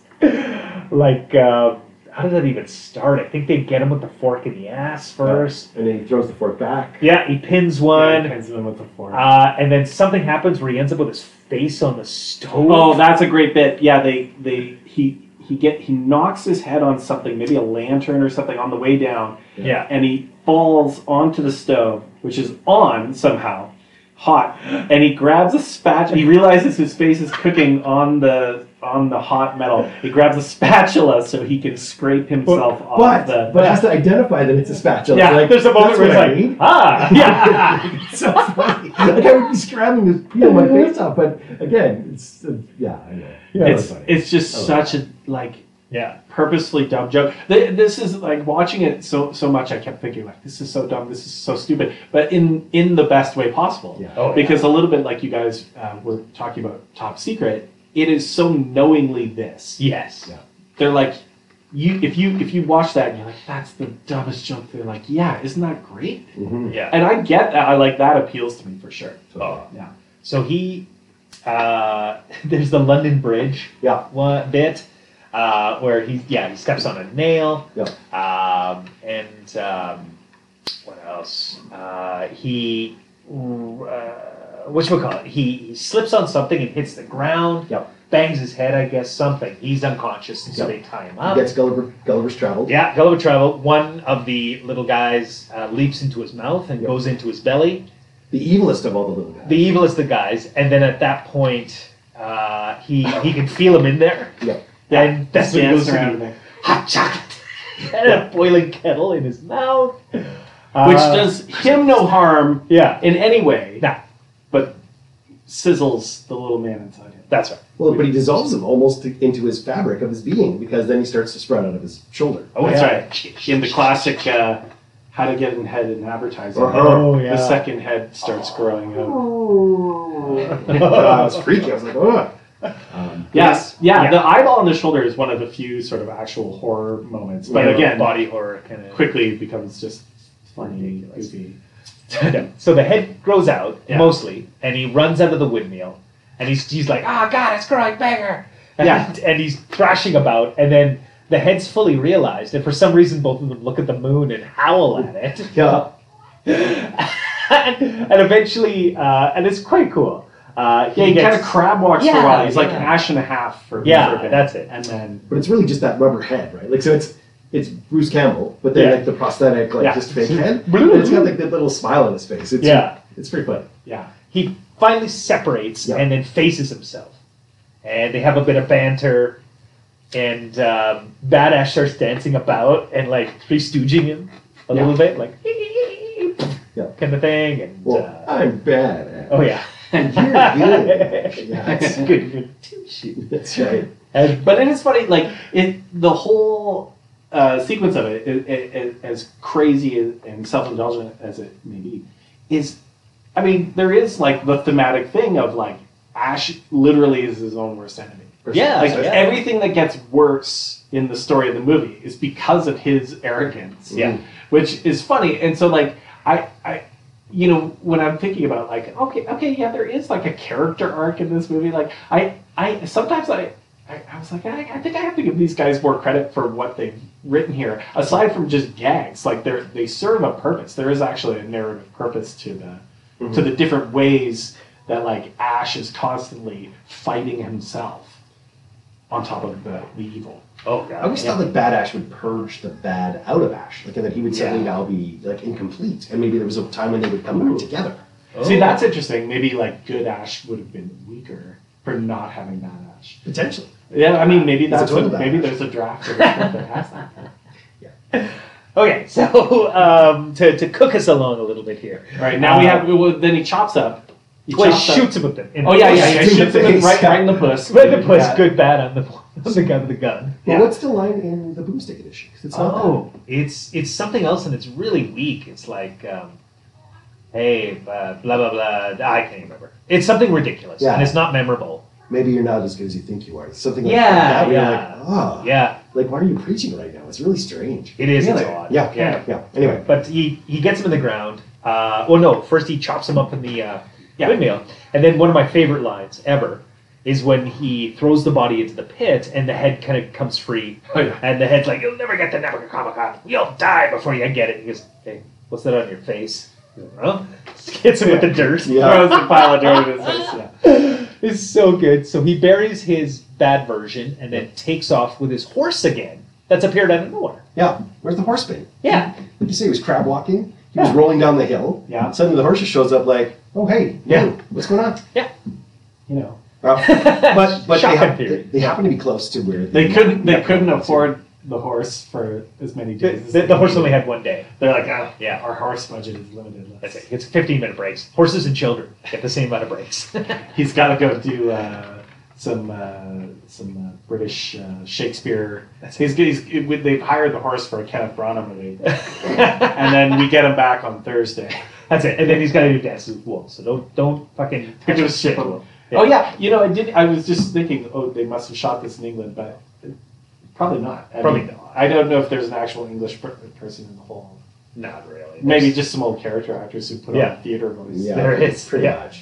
like, uh, how does that even start? I think they get him with the fork in the ass first. And then he throws the fork back. Yeah, he pins Yeah, one. he pins them with the fork. uh, and then something happens where he ends up with his face on the stove. Oh, that's a great bit. Yeah, they they he he get he knocks his head on something, maybe a lantern or something, on the way down, yeah. and he falls onto the stove, which is on somehow, hot, and he grabs a spatula. He realizes his face is cooking on the on the hot metal. He grabs a spatula so he can scrape himself off But the. but has to identify that it's a spatula. Yeah, Like, there's a moment that's where what I it's like, need. ah, yeah. It's so funny. like I would be scrambling to peel my face off, but again, it's uh, yeah, I know. Yeah, it's funny. it's just I love such a like yeah. purposely dumb joke. Th- This is like watching it so so much. I kept thinking like, this is so dumb. This is so stupid. But in in the best way possible. Yeah. Oh, yeah. Because a little bit like you guys uh, were talking about Top Secret, it is so knowingly this. Yes. Yeah. They're like, you if you if you watch that and you're like, that's the dumbest joke. They're like, yeah, isn't that great? Mhm. Yeah. And I get that. I like that appeals to me for sure. Oh. Yeah. So he, uh, [LAUGHS] there's the London Bridge Yeah. one bit uh, where he, yeah, he steps on a nail. Yeah. Um, and um, what else? Uh, he, uh, what you call it? He, he slips on something and hits the ground. Yep. Bangs his head, I guess, something. He's unconscious, and so Yep. they tie him He up. gets Gulliver, Gulliver's Travels. Um, Yeah, Gulliver Travel. One of the little guys uh, leaps into his mouth and Yep. goes into his belly The evilest of all the little guys. the evil is the guys, and then at that point, uh, he he can feel him in there. yeah. And that's when he goes Dance to around in the there. hot chocolate [LAUGHS] and a boiling kettle in his mouth, which Which does him no harm Uh, yeah. in any way. Nah, but sizzles the little man inside him. that's right. Well, but he dissolves him almost into his fabric of his being because then he starts to sprout out of his shoulder. [LAUGHS] Oh, That's yeah. right. In the classic uh, "How to Get in Head in Advertising," Uh-huh. Oh yeah. the [LAUGHS] second head starts growing out. Uh, [LAUGHS] it's freaky. I was like, oh. Um, Yes, yeah, Yeah. The eyeball on the shoulder is one of the few sort of actual horror moments, but Yeah, again, body horror kind of. quickly becomes just funny, Ridiculous. goofy. [LAUGHS] Yeah. So the head grows out Yeah. mostly, and he runs out of the windmill, and he's he's like, "Ah, God, it's growing bigger!" And, Yeah. and he's thrashing about, and then the head's fully realized, and for some reason, both of them look at the moon and howl at it, [LAUGHS] [LAUGHS] yeah. and, and eventually, uh, and it's quite cool. Uh, Yeah, he he kind of gets- crab walks for a Yeah, while. He's like yeah. an ash and a half for for a yeah, bit. that's it. and then But it's really just that rubber head, right? Like, so it's it's Bruce Campbell, but then Yeah. like the prosthetic, like Yeah. just fake [LAUGHS] head. Blue. And it's got like that little smile on his face. It's, Yeah. It's pretty funny. yeah, He finally separates Yeah. and then faces himself, and they have a bit of banter. And um, Bad Ash starts dancing about and like three stooging him a Yeah. little bit, like Yeah. kind of thing. And Well, uh, I'm bad. at- oh yeah, [LAUGHS] You're good. yeah, [LAUGHS] it's it's- good. You're too shit. that's right. And, But it is funny, like it, the whole uh, sequence of it, it, it, it- as crazy and- and self-indulgent as it may be, is, I mean, there is like the thematic thing of like Ash literally is his own worst enemy. Yeah, Like yeah. everything that gets worse in the story of the movie is because of his arrogance yeah, which is funny. And so like I I you know, when I'm thinking about like, okay, okay, yeah, there is like a character arc in this movie. Like, I, I sometimes I, I, I was like, I, I think I have to give these guys more credit for what they've written here, aside from just gags. Like, they they serve a purpose. There is actually a narrative purpose to the, to the different ways that like Ash is constantly fighting himself, on top of the, the evil. Oh I always thought like Bad Ash would purge the bad out of Ash, like and that he would suddenly Yeah. now be like incomplete, and maybe there was a time when they would come Ooh. back together. Oh. See, that's interesting. Maybe like good Ash would have been weaker for not having bad Ash. Potentially. Yeah, I mean maybe It's a that's total what, maybe bad Ash. there's a draft of the script that has that. Okay, Oh, so [LAUGHS] um, to, to cook us along a little bit here. All right, now we have well, then he chops up. He Well, he chops up- shoots him with them. Oh yeah, yeah, [LAUGHS] Shoots in the yeah. Shoots him in- face. right, right in the puss. Right the place, Yeah. good, bad on the, [LAUGHS] on the gun, the gun. But Yeah. what's the line in the Boomstick edition? 'Cause it's not that. Oh, it's it's something else, and it's really weak. It's like, um, hey, uh, blah blah blah. I can't remember. It's something ridiculous, Yeah. and it's not memorable. Maybe you're not as good as you think you are. It's something like Yeah, that. where You're yeah. like, oh, Yeah, like why are you preaching right now? It's really strange. it is. It's Really? odd. Yeah, yeah. yeah, yeah. Anyway, But he, he gets him in the ground. Uh, well, no, first he chops him up in the uh, Yeah. windmill. And then one of my favorite lines ever is when he throws the body into the pit and the head kind of comes free. Oh, yeah. And the head's like, You'll never get the Necronomicon. You'll die before you get it. He goes, Hey, what's that on your face? He goes, Huh? [LAUGHS] Hits him with the dirt. Yeah. Throws the pile of dirt in his face. Yeah. [LAUGHS] It's so good. So he buries his bad version and then takes off with his horse again that's appeared out of nowhere. yeah. Where's the horse been? Yeah. Like you say, he was crab walking. He was Yeah. rolling down the hill. Yeah. Suddenly the horse just shows up. Like, oh hey, Yeah. you, what's going [LAUGHS] on? You know, Uh, but but they, Shotgun ha- theory. they, they happen to be close to where they the- couldn't they yeah. couldn't afford the horse for as many The, days. as the, they the horse needed. only had one day. They're like, oh, Yeah. our horse budget is limited. Let's- That's it. It's 15 minute breaks. Horses and children get the same amount of breaks. [LAUGHS] He's got to go do uh, some uh, some uh, British uh, Shakespeare. He's, he's they've hired the horse for a Kenneth Branagh [LAUGHS] movie, and then we get him back on Thursday. [LAUGHS] That's it. And then he's got to do dances with wolves. So don't don't fucking Give him shit. Oh yeah, you know I did. I was just thinking, oh, they must have shot this in England, but probably not. I Probably mean, not. I don't know if there's an actual English per- person in the whole. Not really. Maybe just some old character actors who put Yeah. on theater movies. Yeah, There it is. pretty Yeah. much.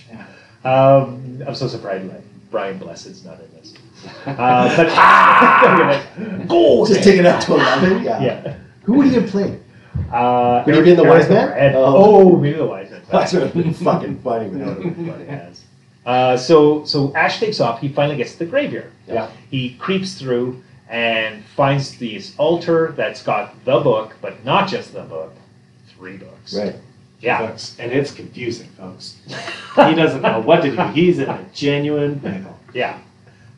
Um, I'm so surprised like, Brian Blessed's not in this. Uh, [LAUGHS] ah! but [LAUGHS] [LAUGHS] We'll just take it up to eleven. Yeah. yeah. Who would he have played? Uh, Could it be in the Eric Wise Man? Red. Oh. Oh, maybe the wise man. [LAUGHS] That's would have been fucking funny. man. [LAUGHS] But it has. Uh, so so Ash takes off. He finally gets to the graveyard. Yeah. He creeps through and finds this altar that's got the book, but not just the book, three books. Right. [LAUGHS] Yeah. Folks. And it's confusing, folks. he doesn't know what to do. He's in a genuine pickle. Yeah.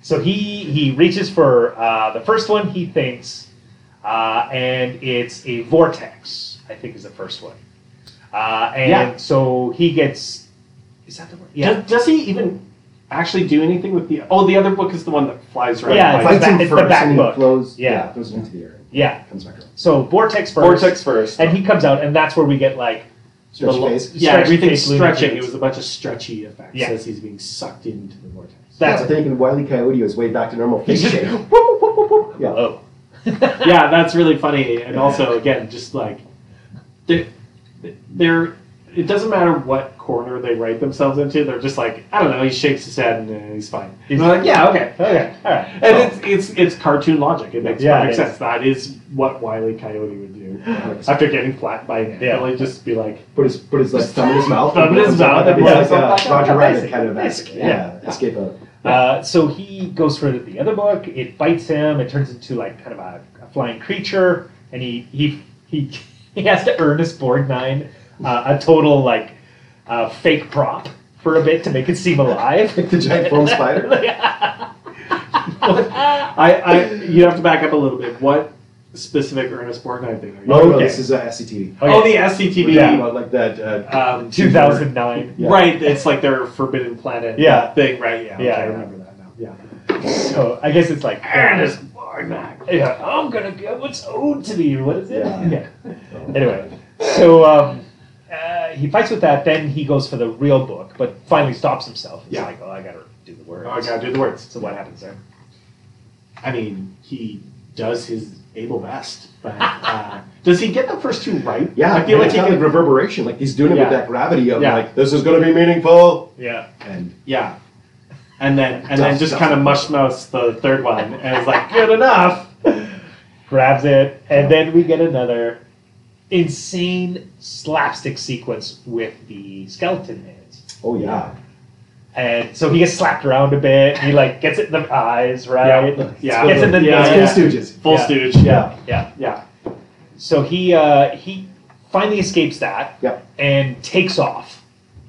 So he he reaches for uh, the first one. He thinks, uh, and it's a vortex. I think is the first one. Uh, and Yeah. so he gets. Is that the word? Yeah. Does, does he even actually do anything with the? Oh, the other book is the one that flies right. Yeah, by. it's like- Fights him back- it's the first back and he book. Flows, Yeah. Goes into the air and yeah. comes back around. So vortex first. Vortex first. And he comes out, and that's where we get like Stretch The lo- face. Yeah, Stretchy everything's face, lunar stretching. It face. was a bunch of stretchy effects Yeah. as he's being sucked into [LAUGHS] the vortex. that's yeah, but then you can Wile E. Coyote his way back to normal face He's just- [LAUGHS] shape. Yeah. oh. [LAUGHS] yeah, that's really funny. And also, again, just like they're, they're it doesn't matter what corner they write themselves into. They're just like, I don't know. He shakes his head and uh, he's fine. He's- And they're like, yeah, [LAUGHS] okay. Okay. All right. And it's, it's it's cartoon logic. It makes Yeah, perfect it is. sense. That is what Wiley Coyote would do after getting flat by an Yeah. yeah. He'd just be like, Put his put his like, thumb in his mouth. Thumb in his mouth, That'd be yeah. like uh, Roger Rabbit Basically, kind of escape. basically, Yeah, escape out. Uh, so he goes for the other book. It bites him. It turns into like kind of a, a flying creature, and he he he, [LAUGHS] he has to Ernest Borgnine uh, a total like uh, fake prop for a bit to make it seem alive. Like [LAUGHS] the [LAUGHS] giant foam spider. Oh, I, I you have to back up a little bit. What specific Ernest Borgnine thing are you? No, no, no, Okay. this is uh, SCTV. Oh, Okay. Oh, the SCTV. Yeah, about like that. Uh, Um, 2009. Yeah. Right, it's like their Forbidden Planet Yeah. thing, right? Yeah, Yeah, okay, I yeah. remember that now. Yeah. So I guess it's like Ernest Yeah, I'm gonna get what's owed to me. What is it? Yeah. Uh, Anyway, so um, uh, he fights with that. Then he goes for the real book, but finally stops himself. He's Yeah. like, "Oh, I gotta do the words." Oh, I gotta do the words. So what happens there? I mean, he does his Abel Best. [LAUGHS] But uh, does he get the first two right? Yeah, I feel like he got could. like reverberation. Like he's doing it Yeah. with that gravity of Yeah. like this is going to be meaningful. Yeah. And yeah, and then and then Duff, just duff. kind of mush mouths the third one, and it's like good enough. grabs it, and then we get another insane slapstick sequence with the skeleton hands. oh yeah, And so he gets slapped around a bit. He like gets it in the eyes, right? Yeah. yeah, Gets in the Yeah, yeah, yeah. Full Stooges. Full Yeah. stooge. Yeah, Yeah. yeah, So he uh, he finally escapes that yeah. and takes off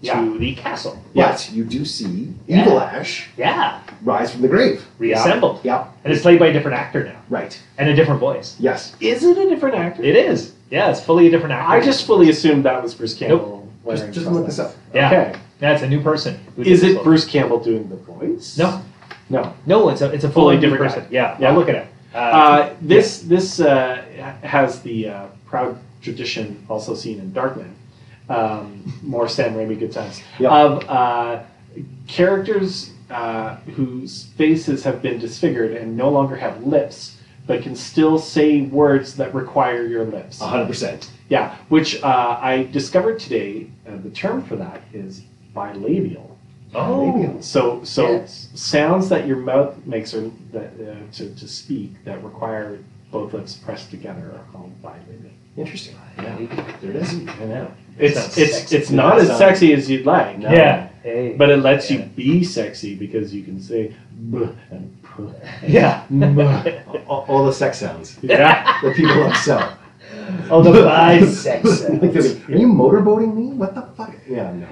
Yeah. to the castle. But you do see Yeah. Evil Ash Yeah. rise from the grave. Reassembled. Yeah, And it's played by a different actor now right. and a different voice. Yes. Is it a different actor? It is. Yeah, it's fully a different actor. I just fully assumed that was Bruce Campbell. Just, wearing just Frostbite. look this up. yeah. Okay. Yeah, it's a new person. who did Is this it role. Bruce Campbell doing the voice? No, no. no, it's a it's a Fully fully, different different person. Yeah, Yeah. yeah. Look at it. Uh, Uh, this this uh, has the uh, proud tradition also seen in Darkman. Um, more Sam Raimi good times Yeah. of uh, characters uh, whose faces have been disfigured and no longer have lips, but can still say words that require your lips. A hundred percent. Yeah, which uh, I discovered today. Uh, the term for that is bilabial. oh, So, so Yes. sounds that your mouth makes or that uh, to, to speak that require both lips pressed together are called bilabial. Interesting. Yeah. There it is. I know. Sounds It's it's sexy. it's not as Sounds- sexy as you'd like. no. yeah. Hey. But it lets you Yeah. be sexy because you can say "buh" and [LAUGHS] "puh" and yeah. "muh." [LAUGHS] All, all the sex sounds yeah. that people [LAUGHS] upsell. Oh, [LAUGHS] the [LAUGHS] bisex. Like, they're like, Are you motorboating me? What the fuck? Yeah, no.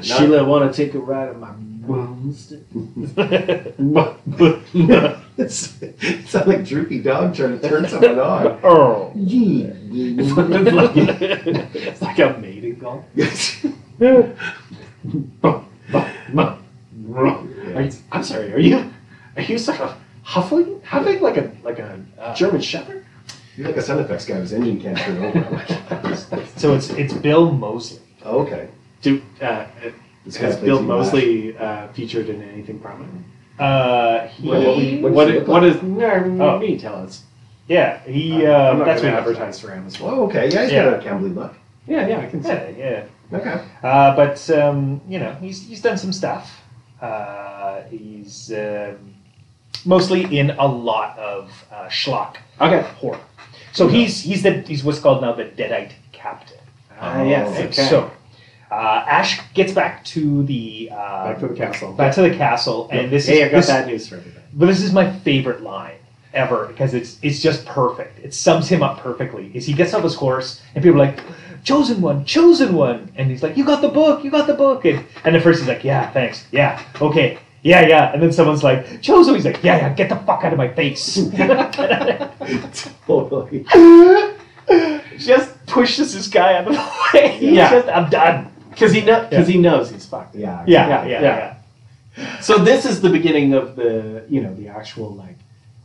Sheila, [LAUGHS] want to take a ride on my bones? [LAUGHS] Buh, buh, buh. It's, [LAUGHS] it's not like droopy dog trying to [LAUGHS] turn someone on. Earl. Gee. it's like a mating call. Yes. Are you- I'm sorry. Are you are you sort of huffling, huffing like a like a uh, German Shepherd? You're like a sound effects guy whose engine can't turn over. I'm like, So it's it's Bill Mosley. oh, [LAUGHS] okay. Do uh, This guy has plays Bill Eve Mosley uh, featured in anything prominent? Uh, he. What- what we- What he is, look what like? is no, Oh. me tell us? yeah, he. I'm- Uh, I'm not that's what he- gonna advertise for him as well. Oh, okay. Yeah, he's Yeah. got a Campbell look. Yeah, yeah, I can see. Yeah, yeah. Okay. Uh, but um, you know, he's he's done some stuff. Uh, he's um, mostly in a lot of uh, schlock Okay. horror. So he's he's the he's what's called now the deadite captain. Ah, yes. Oh, Okay. So uh, Ash gets back to the uh, back to the castle. back to the castle, and this hey, is I got this- bad news for everybody. But this is my favorite line ever because it's it's just perfect. It sums him up perfectly. Is he gets off his horse and people are like, "Chosen one, chosen one," and he's like, "You got the book, you got the book," and and at first he's like, "Yeah, thanks, yeah, okay." Yeah, yeah, and then someone's like, "Chosen." He's like, "Yeah, yeah, get the fuck out of my face!" [LAUGHS] [LAUGHS] Totally. just pushes this guy out of the way. [LAUGHS] He's Yeah. just, I'm done. Because he know, because he knows he's fucked. Yeah. okay. Yeah, Yeah, yeah, yeah. yeah. So this is the beginning of the you know the actual like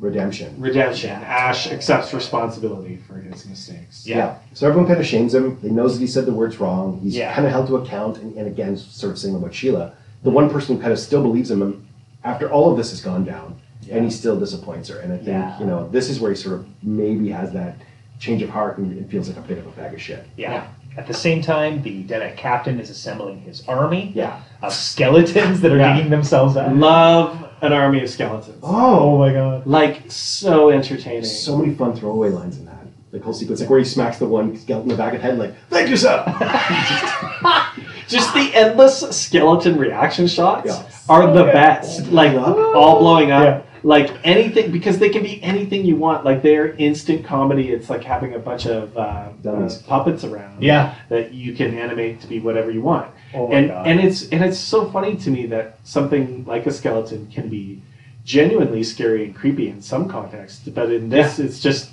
Redemption. redemption. Ash accepts responsibility for his mistakes. Yeah. So everyone kind of shames him. They knows that he said the words wrong. He's Yeah. kind of held to account. And, and again, sort of saying about Sheila, the one person who kind of still believes in him after all of this has gone down, and he still disappoints her. And I think Yeah. you know this is where he sort of maybe has that change of heart and, and feels like a bit of a bag of shit. Yeah. At the same time, the Deadite captain is assembling his army Yeah. of skeletons that are Yeah. digging themselves up. Love an army of skeletons. Oh my god. Like so entertaining. There's so many fun throwaway lines in that. The whole sequence, like where he smacks the one skeleton in the back of the head, like "Thank you, sir." [LAUGHS] Just the endless skeleton reaction shots Yeah. are the Okay. best. Like all blowing up. Yeah. Like anything because they can be anything you want. Like they're instant comedy. It's like having a bunch of uh, uh, Dummies. puppets around. Yeah. that you can animate to be whatever you want. Oh my and God. and it's and it's so funny to me that something like a skeleton can be genuinely scary and creepy in some contexts, but in this it's just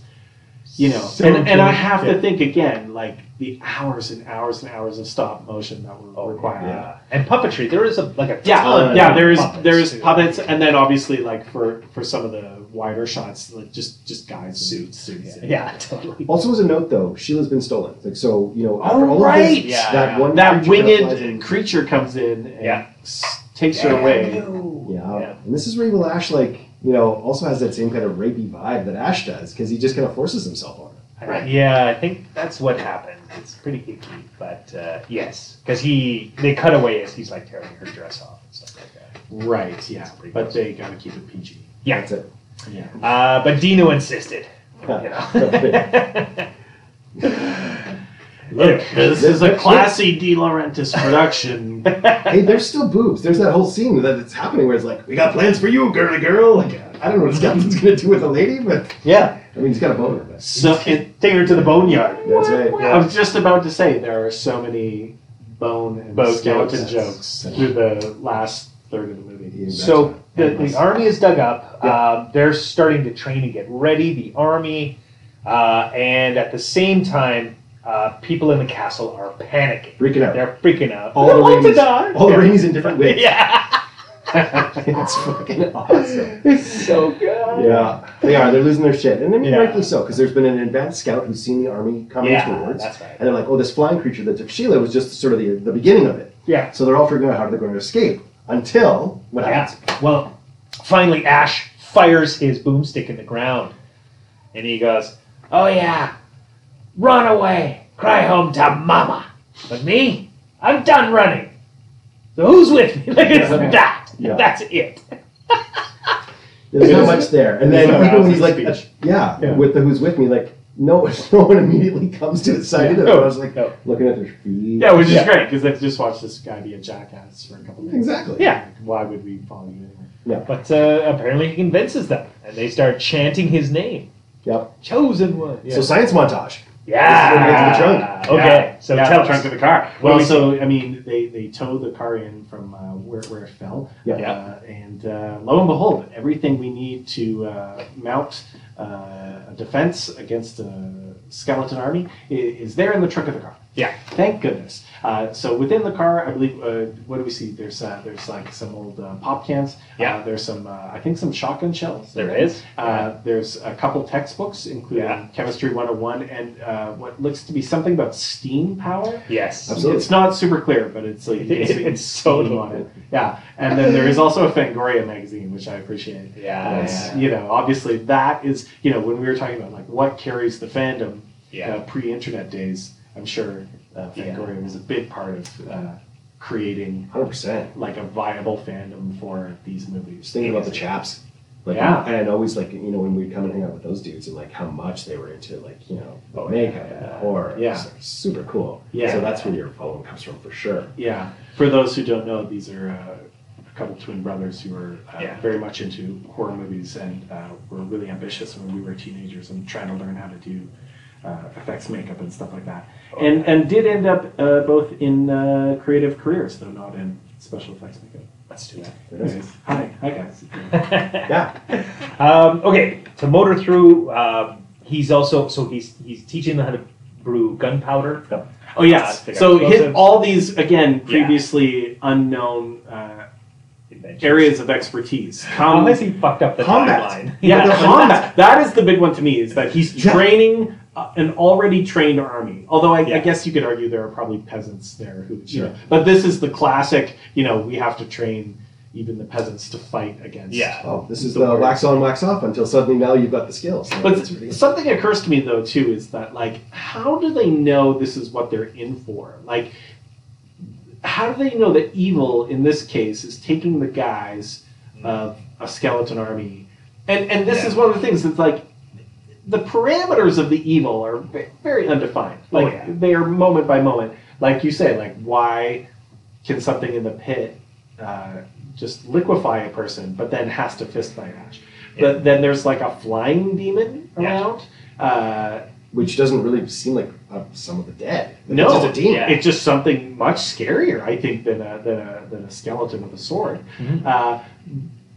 you know So and, and I true. have to Yeah. think again, like the hours and hours and hours of stop motion that were required. Oh, Yeah. Yeah. And puppetry. There is a like a Yeah, ton of there is puppets, there is too. puppets, and then obviously like for for some of the wider shots, like just just guys in Suits. suits. and- Mm-hmm. Yeah, [LAUGHS] totally. Also, as a note though, Sheila's been stolen. Like so, you know, after Oh, all of right! this, Yeah, that yeah. one That creature that flies winged in- creature comes in and Yeah. s- takes her away. Yeah. Yeah. And this is where Evil Ash like you know, also has that same kind of rapey vibe that Ash does because he just kind of forces himself on her. Right. Yeah, I think that's what happened. It's pretty icky, but uh, yes, because he they cut away as he's like tearing her dress off and stuff like that. Right, yeah. pretty But gross. they gotta keep it PG. Yeah, That's it. Yeah. uh, but Dino insisted. You know. [LAUGHS] Look, this This- is a classy De Laurentiis [LAUGHS] production. hey, there's still boobs. There's that whole scene that it's happening where it's like, we got plans for you, girly girl. Like, I don't know what it's got nothing to do with a lady, but yeah. I mean, he's got a boner. But So it, Take her to the boneyard. that's right. I was just about to say there are so many bone and Bone skeleton jokes. jokes That's- through the last third of the movie. So the, the army is dug up. Um, they're starting to train and get ready. The army, uh, and at the same time, uh, people in the castle are panicking. freaking out. They're freaking out. All They Oh. the want to rings- die. All Yeah. Rainey's in [LAUGHS] different ways. [LAUGHS] Yeah, [LAUGHS] It's fucking awesome. it's [LAUGHS] so good. Yeah, they are. They're losing their shit, and I mean, Yeah. rightfully so, because there's been an advanced scout who's seen the army coming Yeah, towards, that's right. and they're like, "Oh, this flying creature that took Sheila was just sort of the, the beginning of it." Yeah. So they're all figuring out how they're going to escape until what Yeah. happens? Well, finally, Ash fires his boomstick in the ground, and he goes, "Oh yeah, run away, cry home to mama." But me, I'm done running. So who's with me? [LAUGHS] Like it's Yeah. that. Yeah. That's it. There's It not is- much there, and it is then a even when he's like, rousing speech. yeah, Yeah. with the who's with me," like no, [LAUGHS] no one immediately comes to his side. either. No. I was like No. looking at their feet. Yeah, which is Oh. Yeah. great because I've just watched this guy be a jackass for a couple minutes. exactly. Yeah. Why would we follow you anyway? But uh, apparently, he convinces them, and they start chanting his name, Yep. chosen one. Yeah. So science montage. This is where we yeah. get Okay. Yeah. So Yeah, tell the trunk us. of the car. What do Well, we so I mean, they they towed the car in from uh, where where it fell. Yeah. Uh, and uh, lo and behold, everything we need to uh, mount uh, a defense against a skeleton army i- is there in the trunk of the car. Yeah. Thank goodness. Uh, so within the car, I believe, uh, what do we see? There's uh, there's like some old uh, pop cans. Yeah. Uh, there's some, uh, I think, some shotgun shells. There is. Uh, there's a couple textbooks, including Yeah. Chemistry 101 and uh, what looks to be something about steam power. Yes. Absolutely. It's not super clear, but [LAUGHS] it's like you can see It's so steam on it. Yeah, and then there is also a Fangoria magazine, which I appreciate. [LAUGHS] Yeah. Uh, it's, you know, obviously that is you know when we were talking about like what carries the fandom. Yeah. uh, pre-internet days, I'm sure uh, Fangoria was a big part of uh, creating Hundred percent. like a viable fandom for these movies. Just thinking about the chaps. Like, Yeah. And always, like, you know, when we'd come and hang out with those dudes and, like, how much they were into, like, you know, Oh, makeup yeah. and horror. It Yeah. was, like, super cool. Yeah. So that's where your following comes from for sure. Yeah. For those who don't know, these are uh, a couple twin brothers who were uh, Yeah. very much into horror movies and uh, were really ambitious when we were teenagers and trying to learn how to do uh, effects makeup and stuff like that. And and did end up uh, both in uh, creative careers, though not in special effects makeup. Let's do It is. Anyways, hi, hi [LAUGHS] guys. that. [LAUGHS] Yeah. Um, okay, to motor through, um, he's also so he's he's teaching them how to brew gunpowder. Oh yeah. Stick So explosives. hit all these again previously unknown uh, areas of expertise. How Come, has he fucked up the Combat. [LAUGHS] timeline? yeah, the combat. That is the big one to me is that he's Yeah. training uh, an already trained army. Although I, Yeah. I guess you could argue there are probably peasants there who, you Sure. know, but this is the classic. You know, we have to train even the peasants to fight against. Yeah. Oh, this is The the, word. wax on, wax off until suddenly now you've got the skills. Like, But it's really- something occurs to me though too is that like how do they know this is what they're in for? Like how do they know that evil in this case is taking the guise of a skeleton army? And and this Mm. Yeah. is one of the things that's like the parameters of the evil are ve- very undefined. Oh, Like yeah. they are moment by moment. Like you say, like why can something in the pit uh, just liquefy a person, but then has to fist by Ash? But then there's like a flying demon Yeah. around. Uh, Which doesn't really seem like uh, some of the dead. Like, no, It's just a demon. yeah. it's just something much scarier, I think, than a than a, than a skeleton with a sword. Mhm. Uh,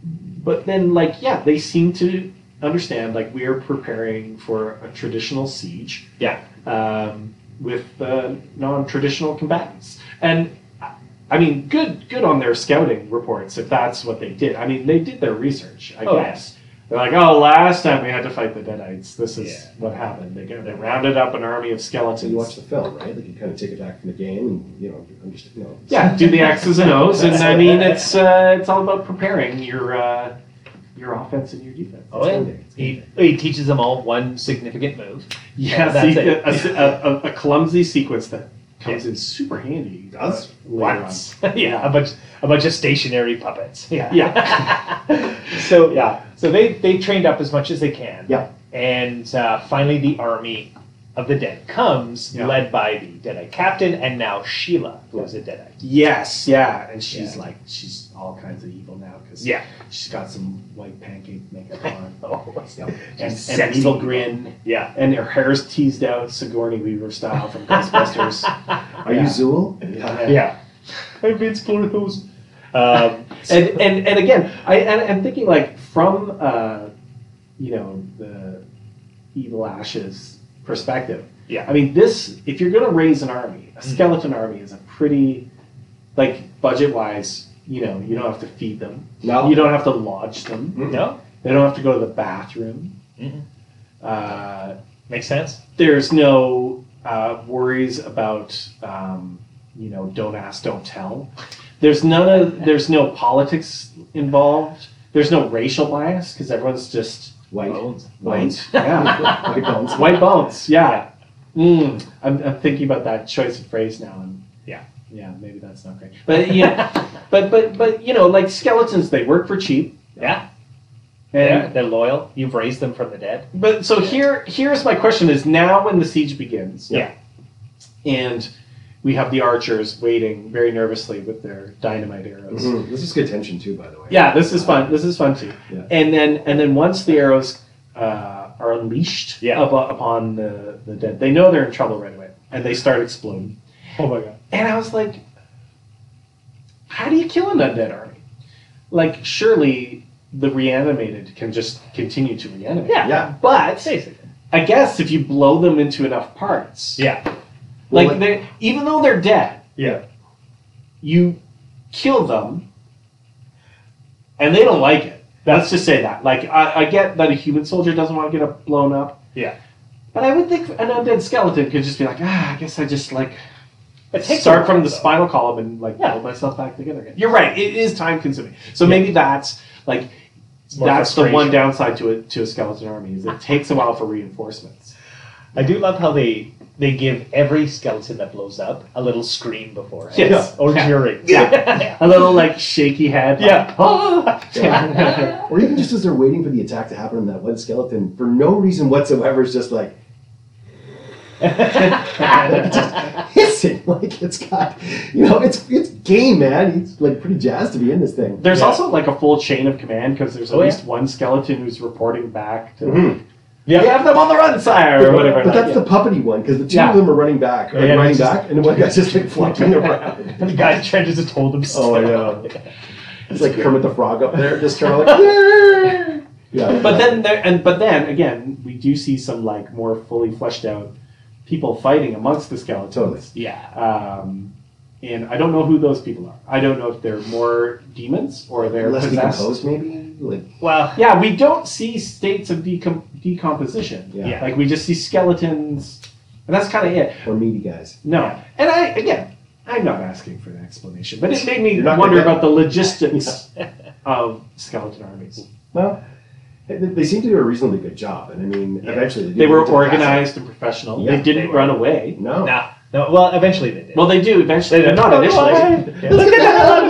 but then, like, yeah, they seem to understand. Like, we are preparing for a traditional siege yeah, um, with uh, non-traditional combatants. And I- I mean, good good on their scouting reports if that's what they did. I mean, they did their research, I Oh, yeah. guess. They're like, oh, last time we had to fight the Deadites. This is Yeah. what happened. They, got- they rounded up an army of So you watch skeletons. the film, right? Like, you kind of take it back from the game and, you know, understand. You know, [LAUGHS] Yeah, do the X's and O's, and I mean, it's uh, it's all about preparing your uh, your offense and your defense. Oh, yeah. He, he teaches them all one significant move. Yeah, That's see, it. A, a- a clumsy sequence that comes in super handy. uh, Does? later Once. [LAUGHS] yeah, a bunch a bunch of stationary puppets. Yeah. on. Yeah, [LAUGHS] so yeah, so they they trained up as much as they can. Yeah. And uh, finally, the army of the dead comes, Yeah. led by the Deadite captain, and now Sheila, who is a Deadite. yes, yeah, and she's Yeah. like she's all kinds of evil now because Yeah. she's got some white pancake makeup on. [LAUGHS] Oh, Yeah. And, She's and an sexy. evil grin, yeah. and her hair's teased out Sigourney Weaver style from Ghostbusters. [LAUGHS] Are you Zool? Yeah. I've been exploring those. Um, and and and again, I and I'm thinking like from uh, you know the evil ashes perspective. Yeah. I mean this. If you're going to raise an army, a skeleton army is a pretty like budget wise. You know, you don't have to feed them. No. You don't have to lodge them. Mm. no, They don't have to go to the bathroom. Mhm. Uh, makes sense. there's no uh, worries about um, you know don't ask don't tell there's none of there's no politics involved there's no racial bias because everyone's just White. Bones. white [LAUGHS] yeah White bones. [LAUGHS] white bones yeah mm, I'm, I'm thinking about that choice of phrase now and Yeah. yeah maybe that's not great but yeah [LAUGHS] but but but you know like skeletons they work for cheap Yeah. and Yeah, they're loyal. You've raised them from the dead. But so here, here's my question: Is now when the siege begins? Yeah. And we have the archers waiting very nervously with their dynamite arrows. Mm-hmm. Mhm. This is good tension too, by the way. Mm-hmm. Yeah, this is fun. This is fun too. Yeah. And then and then once the arrows uh, are unleashed Yeah. up, upon the, the dead, they know they're in trouble right away, and they start exploding. Oh my god. And I was like, how do you kill an undead army? Like, surely the reanimated can just continue to reanimate. Yeah. Yeah. But Basically. I guess if you blow them into enough parts, Yeah. Well, like they, even though they're dead, Yeah. you kill them, and they don't like it. Let's just say that. Like I, I get that a human soldier doesn't want to get up, blown up. Yeah. But I would think an undead skeleton could just be like, ah, I guess I just like It takes a start while, from the though. spinal column and like Yeah. build myself back together again. You're right. It is time consuming. So maybe that's like It's more that's the one frustration. downside to a to a skeleton army is it takes a while for reinforcements. I do love how they they give every skeleton that blows up a little scream before. it. Yes. Or Yeah. cheering. [LAUGHS] Yeah. a little like "Ah." shaky head. [LAUGHS] Yeah. [LAUGHS] Like, Or even just as they're waiting for the attack to happen on that one skeleton, for no reason whatsoever, is just like, [LAUGHS] like it just hissing. Like it's got, you know, it's it's game, man. He's like pretty jazzed to be in this thing. There's Yeah. also like a full chain of command because there's at Oh, yeah. least one skeleton who's reporting back to Mhm. "We have them on the run, sire, or whatever. But like, that's yeah. the puppety one because the two Yeah. of them are running back, yeah, like, running it's just- back, and the one guy's just like flopping around. [LAUGHS] And the guy trying to just hold himself. Oh, I know. It's like Kermit the Frog up there, just trying to [LAUGHS] like. yeah. But then there and but then again, we do see some like more fully fleshed out people fighting amongst the skeletons. Totally. [LAUGHS] Yeah. Um, and I don't know who those people are. I don't know if they're more demons or they're less possessed. decomposed, maybe. Like Well, Yeah, we don't see states of decom- decomposition. yeah. Yeah. Like we just see skeletons, and that's kind of it. or meaty guys. No, Yeah. and I again, I'm not asking for an explanation, but it made me You're not wonder gonna get about the logistics of skeleton armies. Well, they, they seem to do a reasonably good job, and I mean, eventually do They were get to the organized and professional. Yeah, they didn't they run away. No. [LAUGHS] nah. No, well, eventually they did. Well, they do eventually. They did. but not Oh, initially. [LAUGHS] why? Let's get the hell out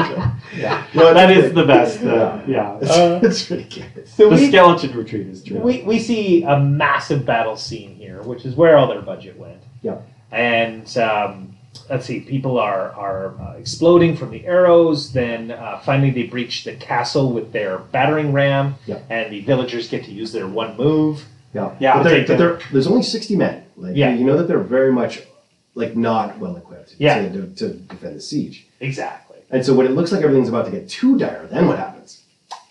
of here. [LAUGHS] No, That it's is the best. uh, yeah. It's, Uh, [LAUGHS] it's ridiculous. so the we, skeleton retreat is true. we, we see a massive battle scene here, which is where all their budget went. Yeah. And um, let's see, people are, are uh, exploding from the arrows. Then uh, finally they breach the castle with their battering ram, Yeah. and the villagers get to use their one move. Yeah, Yeah, But, I'll they're- take that. but they're- there's only 60 men. Like, Yeah. you know that they're very much like not well equipped Yeah. to, to, to defend the siege. Exactly. And so when it looks like everything's about to get too dire, then what happens?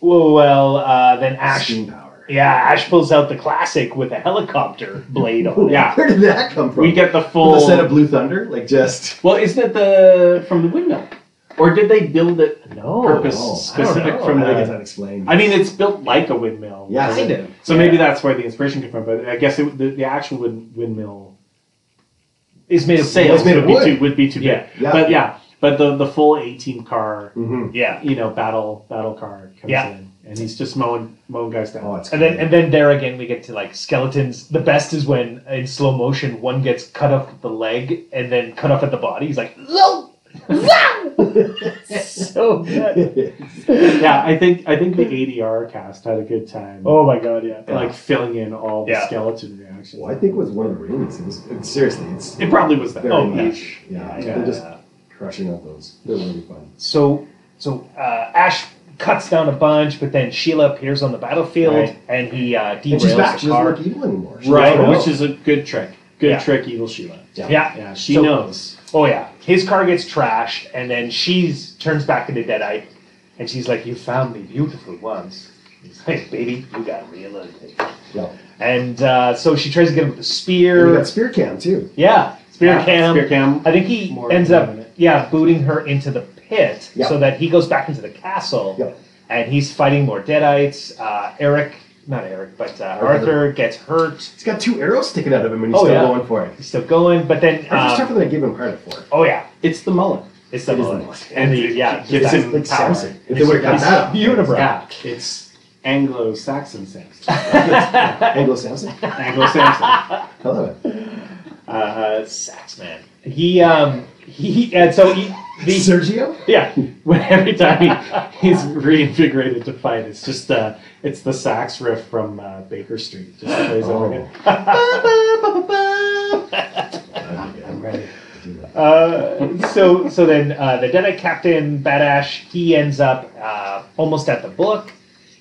Well, uh, then Ash Steam power. Yeah, Ash pulls out the classic with a helicopter blade on. [LAUGHS] it. [LAUGHS] Yeah. Where did that come from? We get the From full. the set of Blue Thunder, like just [LAUGHS] well, isn't it the from the windmill, or did they build it No. purpose no, I don't specific know. from I think the it's unexplained. I mean, it's built like a windmill. Yeah, because kind it- of. So Yeah. maybe that's where the inspiration came from. But I guess it, the, the actual wind, windmill It's made of sails it's made would of be, wood. too, would be too big. Yeah. Yeah. But yeah, but the, the full 18 car, Mhm. Yeah. you know, battle battle car comes Yeah. in. and he's just mowing mowing guys down. Oh, it's And then, and then there again, we get to like skeletons. The best is when in slow motion, one gets cut off at the leg and then cut off at the body. He's like, "Zow! Zow!" [LAUGHS] so good. yeah, I think I think the ADR cast had a good time. Oh my god, yeah. like filling in all the Yeah. skeleton reactions. well, I think it was one of the remakes. It was it- seriously, it's It probably was that. very Oh, much. Yeah, Yeah. they're just crushing out those. They're really fun. So, so uh, Ash cuts down a bunch, but then Sheila appears on the battlefield Right. and he uh, derails And she's back. She the doesn't car. look evil anymore. She Right, doesn't which know. is a good trick. Good Yeah. trick, Evil Sheila. Yeah. Yeah, she So- knows. Oh yeah. His car gets trashed, and then she's turns back into Deadite, and she's like, "You found me beautiful once." He's like, "Baby, you got real ugly." yeah. And uh, so she tries to get him with a And we spear. got spear cam too. Yeah, spear Yeah, cam. Spear cam. I think he More ends than a up, minute. yeah, booting her into the pit Yeah. so that he goes back into the castle Yeah. and he's fighting more Deadites. Uh, Eric, not Eric, but uh, Arthur. Arthur gets hurt. He's got two arrows sticking out of him, and he's Oh, still yeah. going for it. He's still going, but then, It's just um, tougher than I give him credit for. oh yeah, It's the mullet. it's the It is mullet. the mullet. And the, yeah, Gives it's him that Like power. Samson. If they would have got It's that out. unibrow. Yeah, it's Anglo-Saxon Samson. Anglo Samson? [LAUGHS] Anglo-Samson. Hello. Uh, Sax man. He um he and so he the Sergio? yeah when every time he, he's reinvigorated to fight, it's just uh, it's the sax riff from uh, Baker Street. [LAUGHS] Just plays over Oh. again. Oh. That'd be good. [LAUGHS] Right. Do that. Uh, so so then uh, the Deadite captain Badash he ends up uh, almost at the book.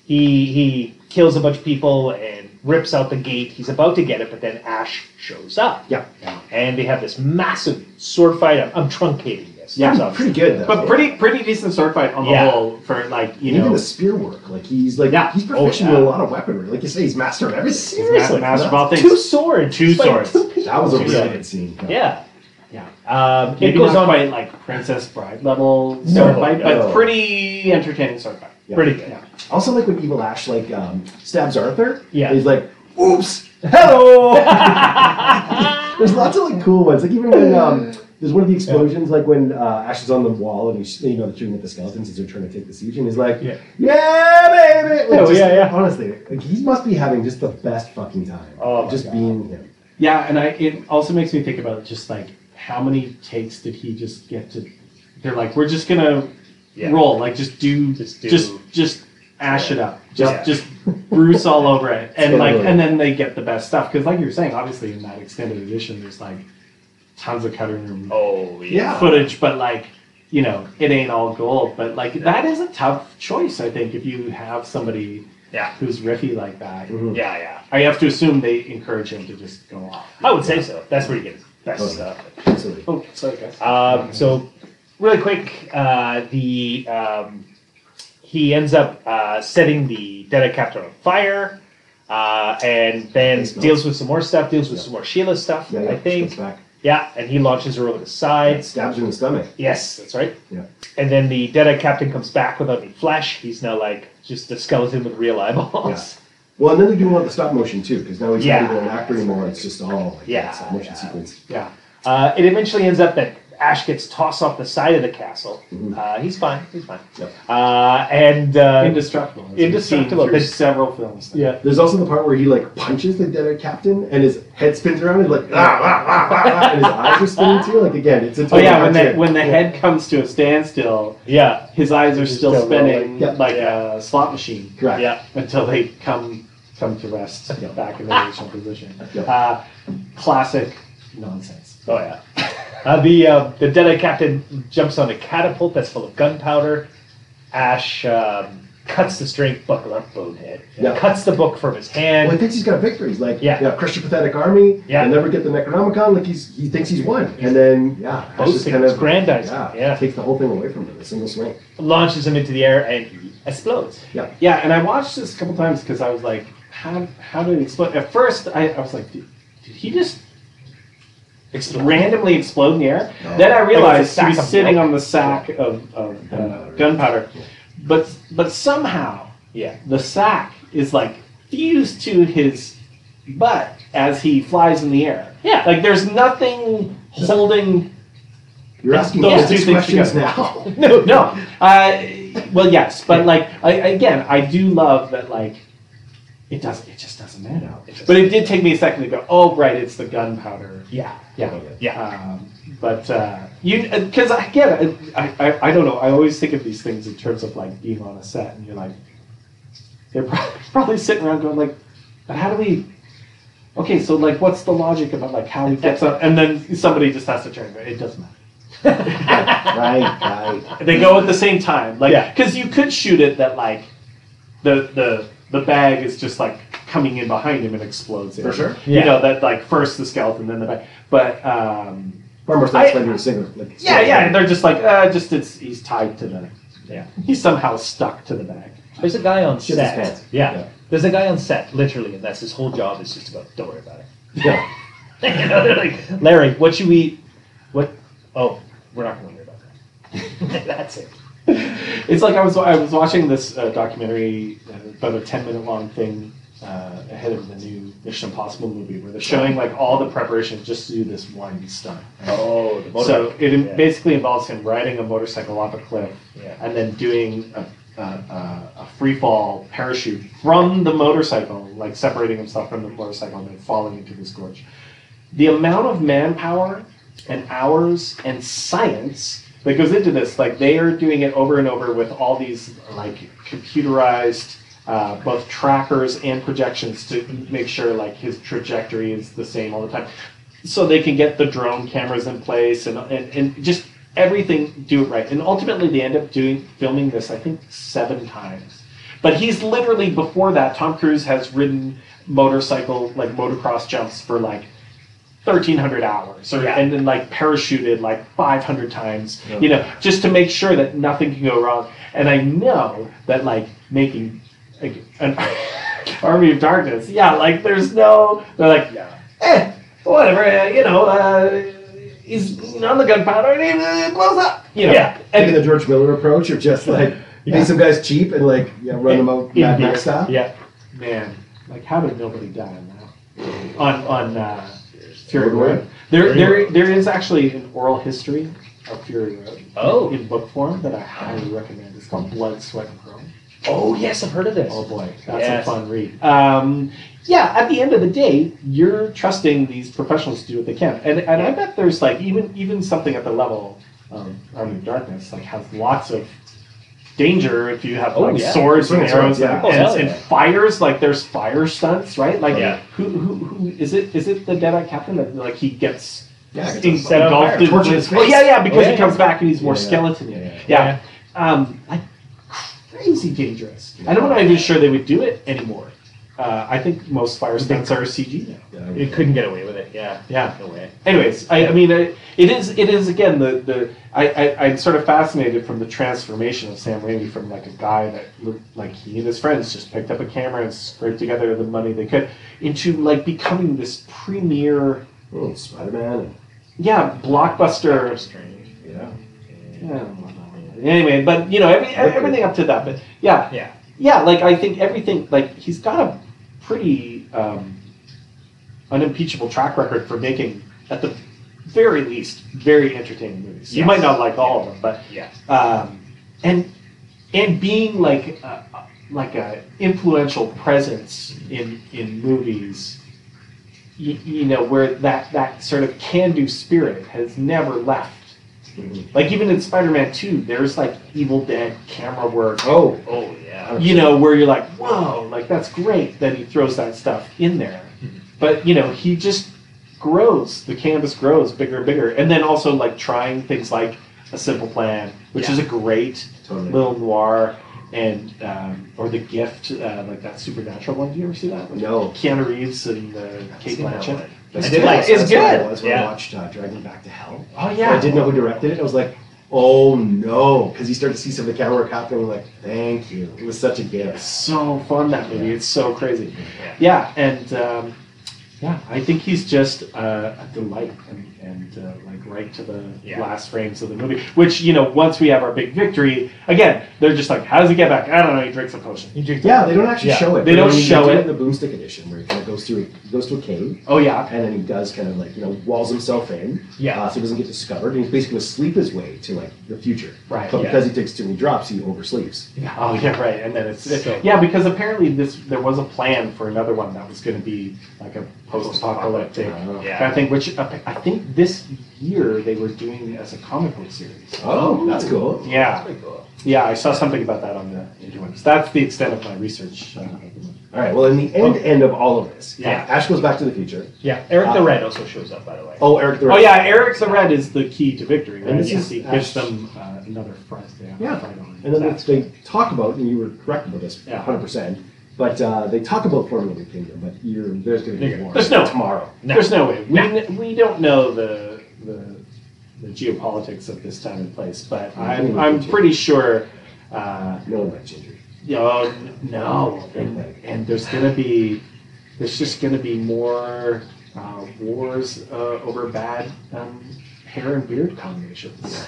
He he kills a bunch of people and rips out the gate. He's about to get it, but then Ash shows up. Yeah. And they have this massive sword fight. I'm, I'm truncating this. Yeah, So- Pretty good, though. But pretty pretty decent sword fight on the Yeah. whole for like you And even know the spear work, like he's like Yeah. he's Oh, proficient yeah. with a lot of weaponry. Like you say, he's master of everything. Seriously, master of all things. two swords. Two It's like swords. two people. That was a really Yeah. good scene. yeah. Yeah. Um, it Maybe goes not on quite like Princess Bride level sword fight, but no. pretty entertaining sword fight. Yeah. pretty good. Also, like when Evil Ash like um, stabs Arthur, Yeah. he's like, "Oops, hello." [LAUGHS] there's lots of like cool ones. Like even when um, there's one of the explosions, like when uh, Ash is on the wall and he's you know they're shooting at the skeletons as they're trying to take the siege, and he's like, Yeah. "Yeah, baby." Like, Oh, just- yeah, yeah. Honestly, like he must be having just the best fucking time. Oh, my just God. being him. Yeah, and I it also makes me think about just like how many takes did he just get to? They're like, we're just gonna Yeah. roll, like just do, Just just do- just just ash it up, just Yeah. just bruise all over [LAUGHS] it, and like Totally. and then they get the best stuff because like you're saying, obviously in that extended edition, there's like tons of cutting room Oh Yeah. footage, but like. You know, it ain't all gold, but like that is a tough choice. I think if you have somebody Yeah. who's riffy like that, Mhm. Yeah, yeah. I have to assume they encourage him to just go off. I would say so. That's where you get his best Totally. stuff. Absolutely. Oh, sorry guys. Um, so, really quick, uh, the um, he ends up uh, setting the Deadite Captain on fire, uh, and then Thanks, Mel. deals with some more stuff. Deals with Yeah. some more Sheila stuff, Yeah, yeah, I she think. comes back. Yeah, and he launches her over the side. Stabs her in the stomach. Yes, that's right. Yeah. And then the Deadite Captain comes back without any flesh. He's now like just a skeleton with real [LAUGHS] eyeballs. Well, and then they're doing all the stop motion too, because now he's Yeah. not even an actor anymore. It's just all like Yeah, that stop motion yeah. sequence. Yeah. Uh, it eventually ends up that Ash gets tossed off the side of the castle. Uh, he's fine. He's fine. Mm-hmm. Yep. Uh, and uh, Indestructible. as we've Indestructible. seen through There's- several films. now. yeah. There's also the part where he like punches the dead captain, and his head spins around. And he's like ah, ah, ah, ah, ah, and his eyes are spinning too. Like again, it's a Oh total yeah, when cartoon. the when the Yeah. head comes to a standstill, Yeah. his eyes are It's still still spinning rolling. Yeah. like Yeah. a slot machine Correct. Yeah. until they come come to rest Yeah. back in their original position. Yeah. Uh, classic nonsense. Oh yeah. [LAUGHS] Uh, the uh, the Deadeye captain jumps on a catapult that's full of gunpowder. Ash um, cuts the string. Buckle up, bonehead. Yeah. Cuts the book from his Well, he hand. thinks he's got victories. Like Yeah. crush your pathetic army. Yeah. you'll never get the Necronomicon. Like he's he thinks he's won, and then yeah, Ash just Boasting, kind it's of aggrandizing, Yeah, yeah. takes the whole thing away from him in a single swing. Launches him into the air and he explodes. Yeah. Yeah, and I watched this a couple times because I was like, how how did it explode? At first, I, I was like, did, did he just Explodes. randomly explode in the air. No. Then I Like it's a realized sack he of was sitting milk. on the sack of, of uh, Gunpowder. gunpowder, but but somehow Yeah. the sack is like fused to his butt as he flies in the air. Yeah. like there's nothing holding. You're asking Those those two these things questions [LAUGHS] together. now. No, no. Uh, Well, yes, but like I, again, I do love that. Like it does. It just doesn't matter. No, it just- but it did take me a second to go. Oh, right, it's the gunpowder. Yeah. Yeah. Yeah. Um, but uh, you, because again, I, I, I don't know. I always think of these things in terms of like being on a set, and you're like, they're prob- [LAUGHS] probably sitting around going like, but how do we? Okay, so like, what's the logic about like how he gets up? And then somebody just has to turn. It doesn't matter. [LAUGHS] right, right. They go at the same time, Yeah. like because you could shoot it that like the the the bag is just like coming in behind him and explodes. For him. sure. Yeah. You know that like first the skeleton, then the bag. But um, Farmer's I- not spreading your singer. Like, yeah, yeah, and they're just like uh, just it's he's tied to the Yeah. he's somehow stuck to the bag. There's a guy on Shit his set. pants. Yeah. Yeah. There's a guy on set, literally, and that's his whole job is just about don't worry about it. [LAUGHS] Yeah. you know, they're like, Larry, what should we eat? What? Oh, we're not going to worry about that. [LAUGHS] that's it. It's like I was I was watching this uh, documentary, uh, about a ten minute long thing uh, ahead of the new Mission Impossible movie, where they're showing like all the preparation just to do this one stunt. Oh, the So it in- Yeah. basically involves him riding a motorcycle off a cliff Yeah. and then doing a, a, a, a free fall parachute from the motorcycle, like separating himself from the motorcycle and then falling into this gorge. The amount of manpower and hours and science that goes into this, like they are doing it over and over with all these like computerized. Uh, both trackers and projections to make sure like his trajectory is the same all the time so they can get the drone cameras in place and, and, and just everything do it right. And ultimately, they end up doing filming this, I think, seven times. But he's literally before that, Tom Cruise has ridden motorcycle like motocross jumps for like. 1300 hours or, Yeah. and then like parachuted like 500 times you know just to make sure that nothing can go wrong and i know that like making like, an [LAUGHS] army of darkness yeah like there's no they're like yeah eh, whatever, uh, you know, uh, he's on the gunpowder and it blows up. You know, Yeah. Taking and the George Miller approach of just like pay some guys cheap and like yeah, run them out Yeah. Mad Max style. Yeah. man, like how did nobody die on that? On on uh, Fury Road Warrior? Road. There Fury there there is actually an oral history of Fury Road Oh. in book form that I highly recommend. It's called Blood, Sweat, and Chrome. Oh, yes, I've heard of this. Oh boy, that's Yes. a fun read. Um, yeah, at the end of the day, you're trusting these professionals to do what they can, and and I bet there's like even even something at the level of um, Army of Darkness like has lots of danger if you have Oh, like yeah. swords and Swords, arrows yeah. and, Oh, and, hell and yeah. fires like there's fire stunts right like Yeah. who, who who is it is it the Deadeye Captain that like he gets Yeah, in- it's a- set on engulfed fire. in Torture his Oh, face. yeah yeah because Oh, yeah, he comes yeah. back and he's more Yeah, yeah. skeleton yeah, Yeah, yeah. Um, like crazy dangerous. And I'm not even sure they would do it anymore. Uh, I think most fire stunts are CG now. yeah, I You would- couldn't get away with it. Yeah. Yeah. No way. Anyways, I, I mean, I, it is it is again the the I, I I'm sort of fascinated from the transformation of Sam Raimi from like a guy that looked like he and his friends just picked up a camera and scraped together the money they could into like becoming this premier Mm, Spider-Man. yeah blockbuster Strange. and- Yeah. Yeah, Anyway, but you know every, everything up to that. But yeah, Yeah. yeah. Like I think everything. Like he's got a pretty um, unimpeachable track record for making, at the very least, very entertaining movies. You Yes. might not like all of them, Yeah. but um, and and being like a, like a influential presence in in movies. You, you know where that that sort of can-do spirit has never left Mhm. like even in Spider-Man 2, there's like Evil Dead camera work. Oh, Oh, yeah. You know, where you're like, whoa, like that's great that he throws that stuff in there. Mm-hmm. But you know, he just grows. The canvas grows bigger and bigger. And then also like trying things like a simple plan, which Yeah. is a great totally. little noir and um, or the gift, uh, like that supernatural one. Do you ever see that? With No. Keanu Reeves and uh, Kate seen that Blanchett. one. That's I did like- that's it's what I good. was when I Yeah. watched uh, Dragon Back to Hell. Oh yeah. I didn't know who directed it. I was like, oh no, because you start to see some of the camera work happening. Like, thank you. It was such a It's gift. so fun that movie. It's so crazy. Yeah. Yeah, and um, yeah, I think he's just uh, a delight, and, and uh, like right to the Yeah. last frames of the movie. Which you know, once we have our big victory, again, they're just like, how does he get back? I don't know. He drinks a potion. You drink Yeah, they don't actually Yeah. show it. They but don't I mean, show do in it. the Boomstick edition, where he kind of goes through, he goes to a cave, Oh yeah, and then he does kind of like you know walls himself in, Yeah. uh, so he doesn't get discovered, and he's basically gonna sleep his way to like the future, Right, But yeah. because he takes too many drops, he oversleeps. oh yeah, right. And then it's So- yeah because apparently this there was a plan for another one that was going to be like a post-apocalyptic Uh, Yeah. kind of thing. Which uh, I think this year they were doing as a comic book series. Oh, that's cool. Yeah, Pretty cool. yeah, I saw something about that on the interwebs. That's the extent of my research. Uh, All right. Well, in the end, end of all of this, Oh. Yeah. Ash goes back to the future. Yeah, Eric Uh, the Red also shows up, by the way. Oh, Eric the oh yeah, Eric the Red is the key to victory. Right? And this Yes, is- he gives them uh, another front. They have to Yeah. fight on And then that. they, they talk about, and you were correct about this, Yeah. 100%. But uh, they talk about forming a kingdom, but you're, there's going to be There- more. there's no- tomorrow. There's no way we, kn- we don't know the, the the geopolitics of this time and place, but I'm Mm-hmm. I'm pretty sure. Uh, No one likes Ginger. you know, no, and, and there's gonna be there's just gonna be more uh, wars uh, over bad um, hair and beard combinations.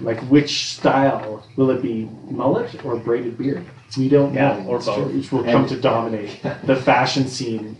like which style will it be, mullet or braided beard? We don't Yeah, know. or It's- both. Which will come And- to dominate the fashion scene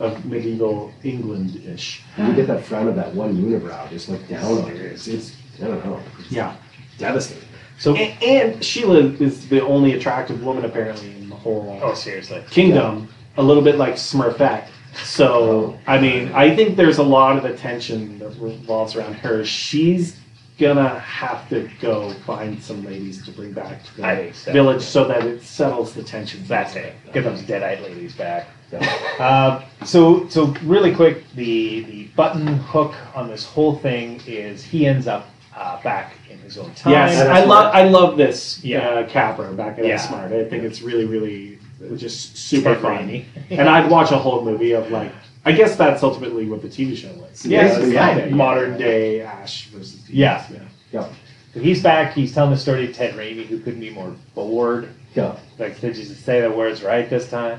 of medieval England ish. And you get that frown of that one unibrow just like down on you. It's, it's I don't know, Yeah. devastating. So, And, and Sheila is the only attractive woman apparently in the whole oh seriously, kingdom a little bit like Smurfette. So I mean, I think there's a lot of attention that revolves around her. She's gonna have to go find some ladies to bring back to the I think so. village so that it settles the tension. that's it. Get those dead-eyed ladies back. [LAUGHS] Yeah. Uh, so, so really quick, the the button hook on this whole thing is he ends up uh, back in his own time. Yes, I love I love this Yeah. uh, capper back at Yeah. Smart. I think it's really really just super Ted fun. Raimi. [LAUGHS] and I'd watch a whole movie of like I guess that's ultimately what the TV show was. Yeah, It was it's like fine. modern day Ash versus Phoenix, Yeah. yeah. Yeah. So he's back. He's telling the story of Ted Raimi, who couldn't be more bored. Yeah. Like, did you say the words right this time?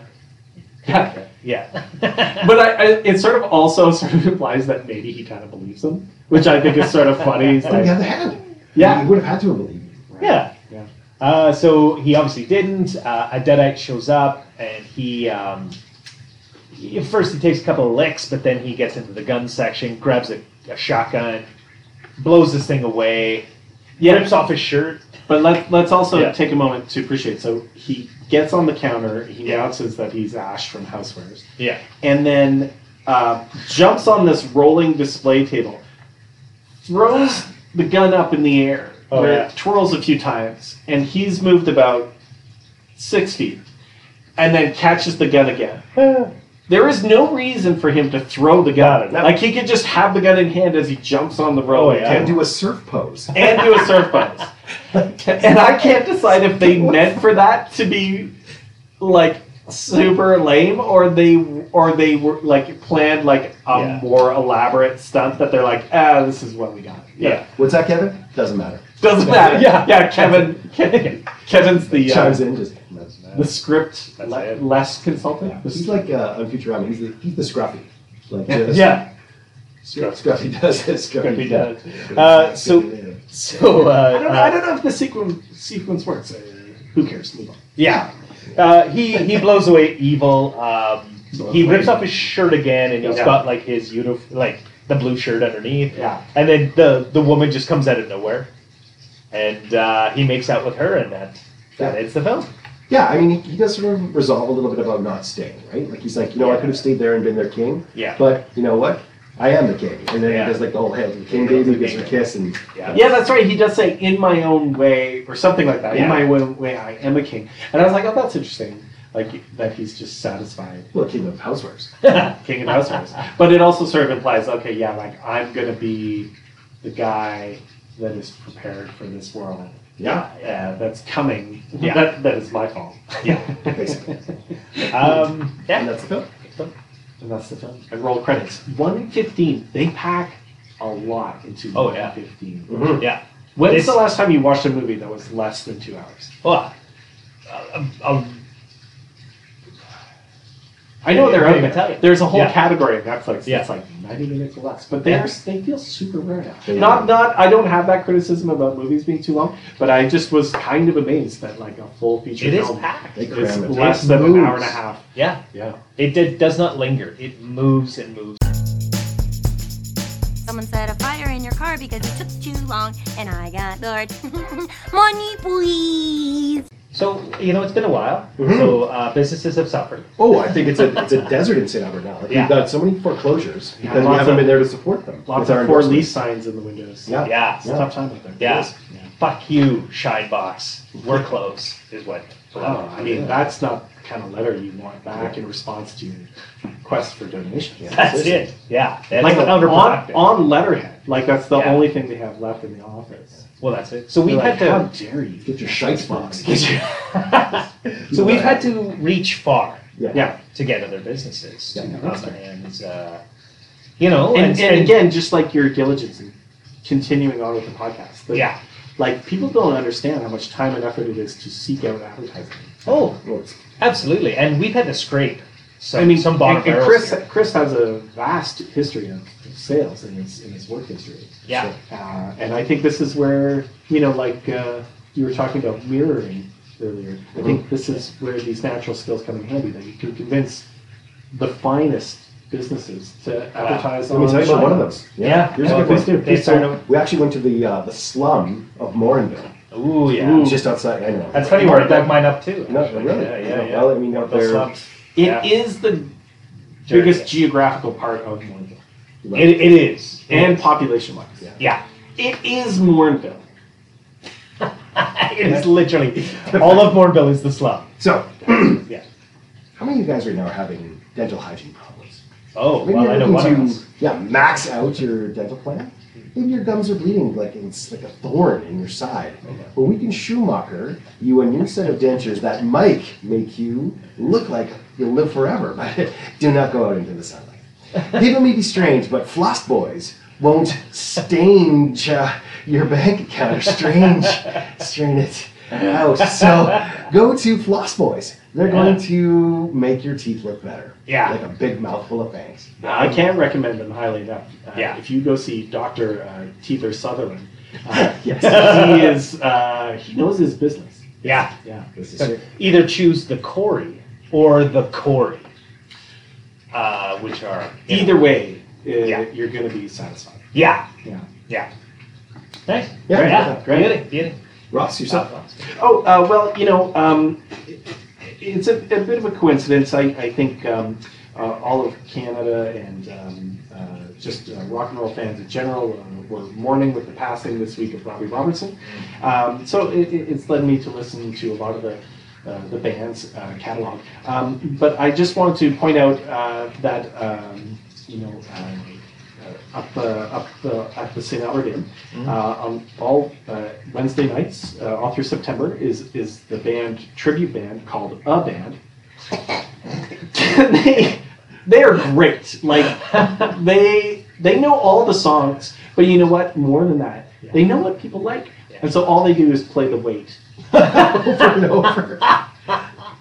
Yeah. Yeah. [LAUGHS] but I, I, it sort of also [LAUGHS] sort of implies that maybe he kind of believes them, which I think is sort of funny. He's But on the like, other hand, Yeah. you would have had to believe it. yeah. Yeah. Uh, so he obviously didn't. Uh, a deadite shows up, and he, um, he- at first he takes a couple of licks, but then he gets into the gun section, grabs a, a shotgun, blows this thing away, yeah. rips off his shirt. But let, let's also Yeah. take a moment to appreciate. So he gets on the counter. He Yeah. announces that he's Ash from Housewares, Yeah. and then uh, jumps on this rolling display table, throws the gun up in the air, Oh, where yeah. it twirls a few times, and he's moved about six feet, and then catches the gun again. Uh, There is no reason for him to throw the gun. No, no. Like he could just have the gun in hand as he jumps on the road Oh, yeah. And and, do, do a surf pose. and do a surf pose. [LAUGHS] and I can't decide if they meant for that to be like super lame or they or they were like planned like a Yeah. more elaborate stunt that they're like, ah, this is what we got. Yeah. What's that, Kevin? Doesn't matter. Doesn't matter. Yeah. Yeah, Kevin, [LAUGHS] Kevin Kevin's the uh, Chimes in, just that's the script That's le- it. less consultant. He's like uh, on Futurama. He's the he's the scruffy. Like just- Yeah. Scruffy, scruffy does it. Scruffy Scruffy, does. Uh, so- So uh, I don't, know, I don't know if the sequence sequence works. Uh, who cares? Move on. Yeah. Uh, he he blows away evil. Um, he rips off his shirt again, and he's Yeah. got like his unif- like the blue shirt underneath. Yeah. And then the the woman just comes out of nowhere, and uh, he makes out with her, and that that ends the film. Yeah, I mean, he, he does sort of resolve a little bit about not staying, right? Like he's like, you know, I could have stayed there and been their king, Yeah. but you know what? I am the king. And then Yeah. he does like the whole hail to the king Hail to baby, the gives her a king. kiss, and Yeah. Yeah, that's right. He does say "in my own way" or something like that. Yeah. In my own way, I am a king. And I was like, oh, that's interesting. Like that he's just [LAUGHS] satisfied, well, king of housewares. king of housewives. but it also sort of implies, okay, yeah, like I'm gonna be the guy that is prepared for this world. Yeah, Yeah, that's coming. Yeah. That, that is my fault. Yeah. basically. Um, and yeah. that's the film. [LAUGHS] And that's the film. And roll credits. One fifteen. They pack a lot into Oh, yeah. 115. Yeah. When's This- the last time you watched a movie that was less than two hours? um, Well, uh, um, I know they're Can't out even there. tell you. There's a whole Yeah. category of Netflix Yeah. that's like 90 minutes or less, but they're they feel super rare now. They not are. not I don't have that criticism about movies being too long, but I just was kind of amazed that like a full feature It is film packed. They is cram it. less It than an hour and moves. a half. Yeah, Yeah. it, it does not linger. It moves and moves. Someone set a fire in your car because it took too long and I got bored. [LAUGHS] Money, please! So you know it's been a while. Mm-hmm. So uh, businesses have suffered. Oh, I think it's a it's a desert in St. Albert now. Like, Yeah. We've got so many foreclosures Yeah, because we lots haven't of- been there to support them. Lots with our of for endorsement. lease signs in the windows. Yeah. Yeah. It's a tough time out there. Yeah. It is. Fuck you, shine box. We're close, is what. Oh, I mean, that's not the kind of letter you want back in response to your request for donation. That's it. Yeah. That's Like on, counterproductive. on letterhead. Like that's the Yeah. only thing they have left in the office. well, that's it. So we've They're like, had to. How dare you? Get your shite box. [LAUGHS] so we've had to reach far Yeah. to get other businesses. Yeah, um, and uh, you know, And, and again, just like your diligence in continuing on with the podcast. the- yeah. Like people don't understand how much time and effort it is to seek out advertising. Oh, Well, it's- absolutely. And we've had to scrape. Some, I mean, some bottom and, and barrels Chris, here. Chris has a vast history of sales in his, in his work history. Yeah. Uh, and I think this is where, you know, like uh, you were talking about mirroring earlier. I think this is where these natural skills come in handy that you can convince the finest businesses to advertise Let me tell you about online. one of those. Yeah. Here's Yeah, a good please one. do. Please So, do. we actually went to the uh, the slum of Morinville, Ooh, yeah. Ooh. just outside. I know. That's funny where I dug mine up too. No, actually. really? Yeah, yeah, No, yeah. well, I mean, One up of those there- slums. It Yeah. is the Jerry. biggest geographical part of Morinville It, it is. and population wise. Yeah. yeah. [LAUGHS] It is Morinville. It is literally all of Mornville is the slum. So, [CLEARS THROAT] Yeah. how many of you guys right now are having dental hygiene problems? Oh, Maybe well, you're I know looking one to, of us. Yeah, max out your dental plan. Maybe your gums are bleeding like it's like a thorn in your side. Well, we can Schumacher you a new set of dentures that might make you look like you'll live forever, [LAUGHS] but do not go out into the sunlight. People may be strange, but floss boys won't stain uh, your bank account or [LAUGHS] strange strain it out. So go to floss boys. They're going to make your teeth look better. Yeah. Like a big mouthful of fangs. I can't recommend them highly enough. Uh, Um, Yeah. If you go see Dr. Uh, Teether Sutherland, [LAUGHS] uh, Yes. he is, uh, he knows his business. Yeah. Yeah. this is it. Either choose the Corey or the Corey, uh, which are you know- Either way, uh, Yeah. you're going to be satisfied. Yeah. Yeah. Yeah. Nice. Yeah, Great. yeah, great. Beauty, beauty. Ross, yourself. Oh, uh, well, you know, um, it- it's a, a bit of a coincidence. I, I think um, uh, all of Canada and um, uh, just uh, rock and roll fans in general uh, were mourning with the passing this week of Robbie Robertson. Um, so it, it- it's led me to listen to a lot of the uh, the band's uh, catalog. Um, but I just wanted to point out uh, that um, you know. Uh, uh, up, uh, up uh, at the St. Albert Inn. Mm-hmm. Uh, on all uh, Wednesday nights, uh, all through September, is is the band tribute band called A Band. [LAUGHS] they they are great. Like they they know all the songs, but you know what? More than that, they know what people like, and so all they do is play the wait [LAUGHS] Over and over.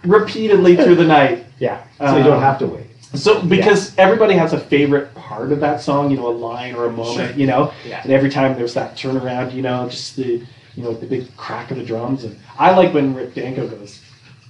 repeatedly through the night. Uh, Yeah. So you don't have to wait. So because everybody has a favorite part of that song, you know, a line or a moment, you know, Yeah. and every time there's that turnaround, you know, just the you know the big crack of the drums, and I like when Rick Danko goes,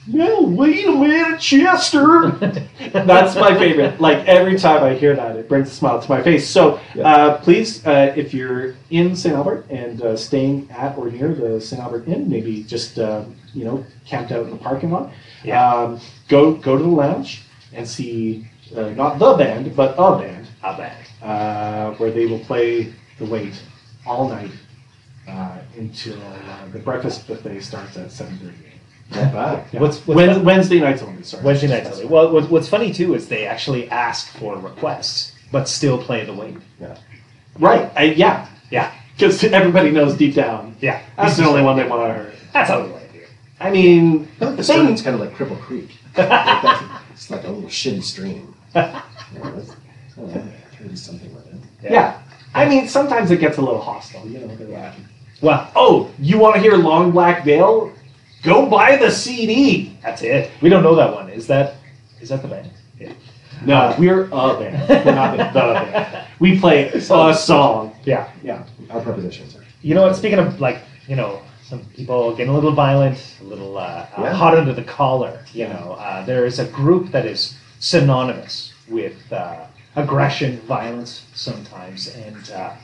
"Well, wait a minute, Chester." [LAUGHS] That's my favorite. Like every time I hear that, it brings a smile to my face. So Yeah. uh, please, uh, if you're in St. Albert and uh, staying at or near the St. Albert Inn, maybe just uh, you know camped out in the parking lot, Yeah. um, go go to the lounge and see uh, not the band but a band I'll bet. uh, where they will play the wait all night uh, until uh, the breakfast buffet starts at seven thirty. Not bad. Uh-huh. Yeah. What's- what's Wednesday, that? Wednesday nights only? Sorry. Wednesday night. Totally. Well, what, what's funny too is they actually ask for requests, but still play the wing. Yeah. Right. I, yeah. Yeah. Because everybody knows deep down. Yeah. That's the only one they want to hurt. That's how we play it. I mean, I feel like the Same. stream's kind of like Cripple Creek. [LAUGHS] Like that's- it's like a little shitty stream. You know, that's- I don't know, thirty something with it. yeah. I mean, sometimes it gets a little hostile, you know. they're like, Well, Oh, you want to hear Long Black Veil? Go buy the CD. that's it. We don't know that one. Is that? Is that the band? No, we're a band. We're not the, the [LAUGHS] band. We play a song. Yeah. Yeah. Our prepositions are. You know what? Speaking of like, you know, some people getting a little violent, a little uh, Yeah. uh, hot under the collar. You Yeah. know, uh, there is a group that is synonymous with uh, aggression, violence, sometimes, and uh,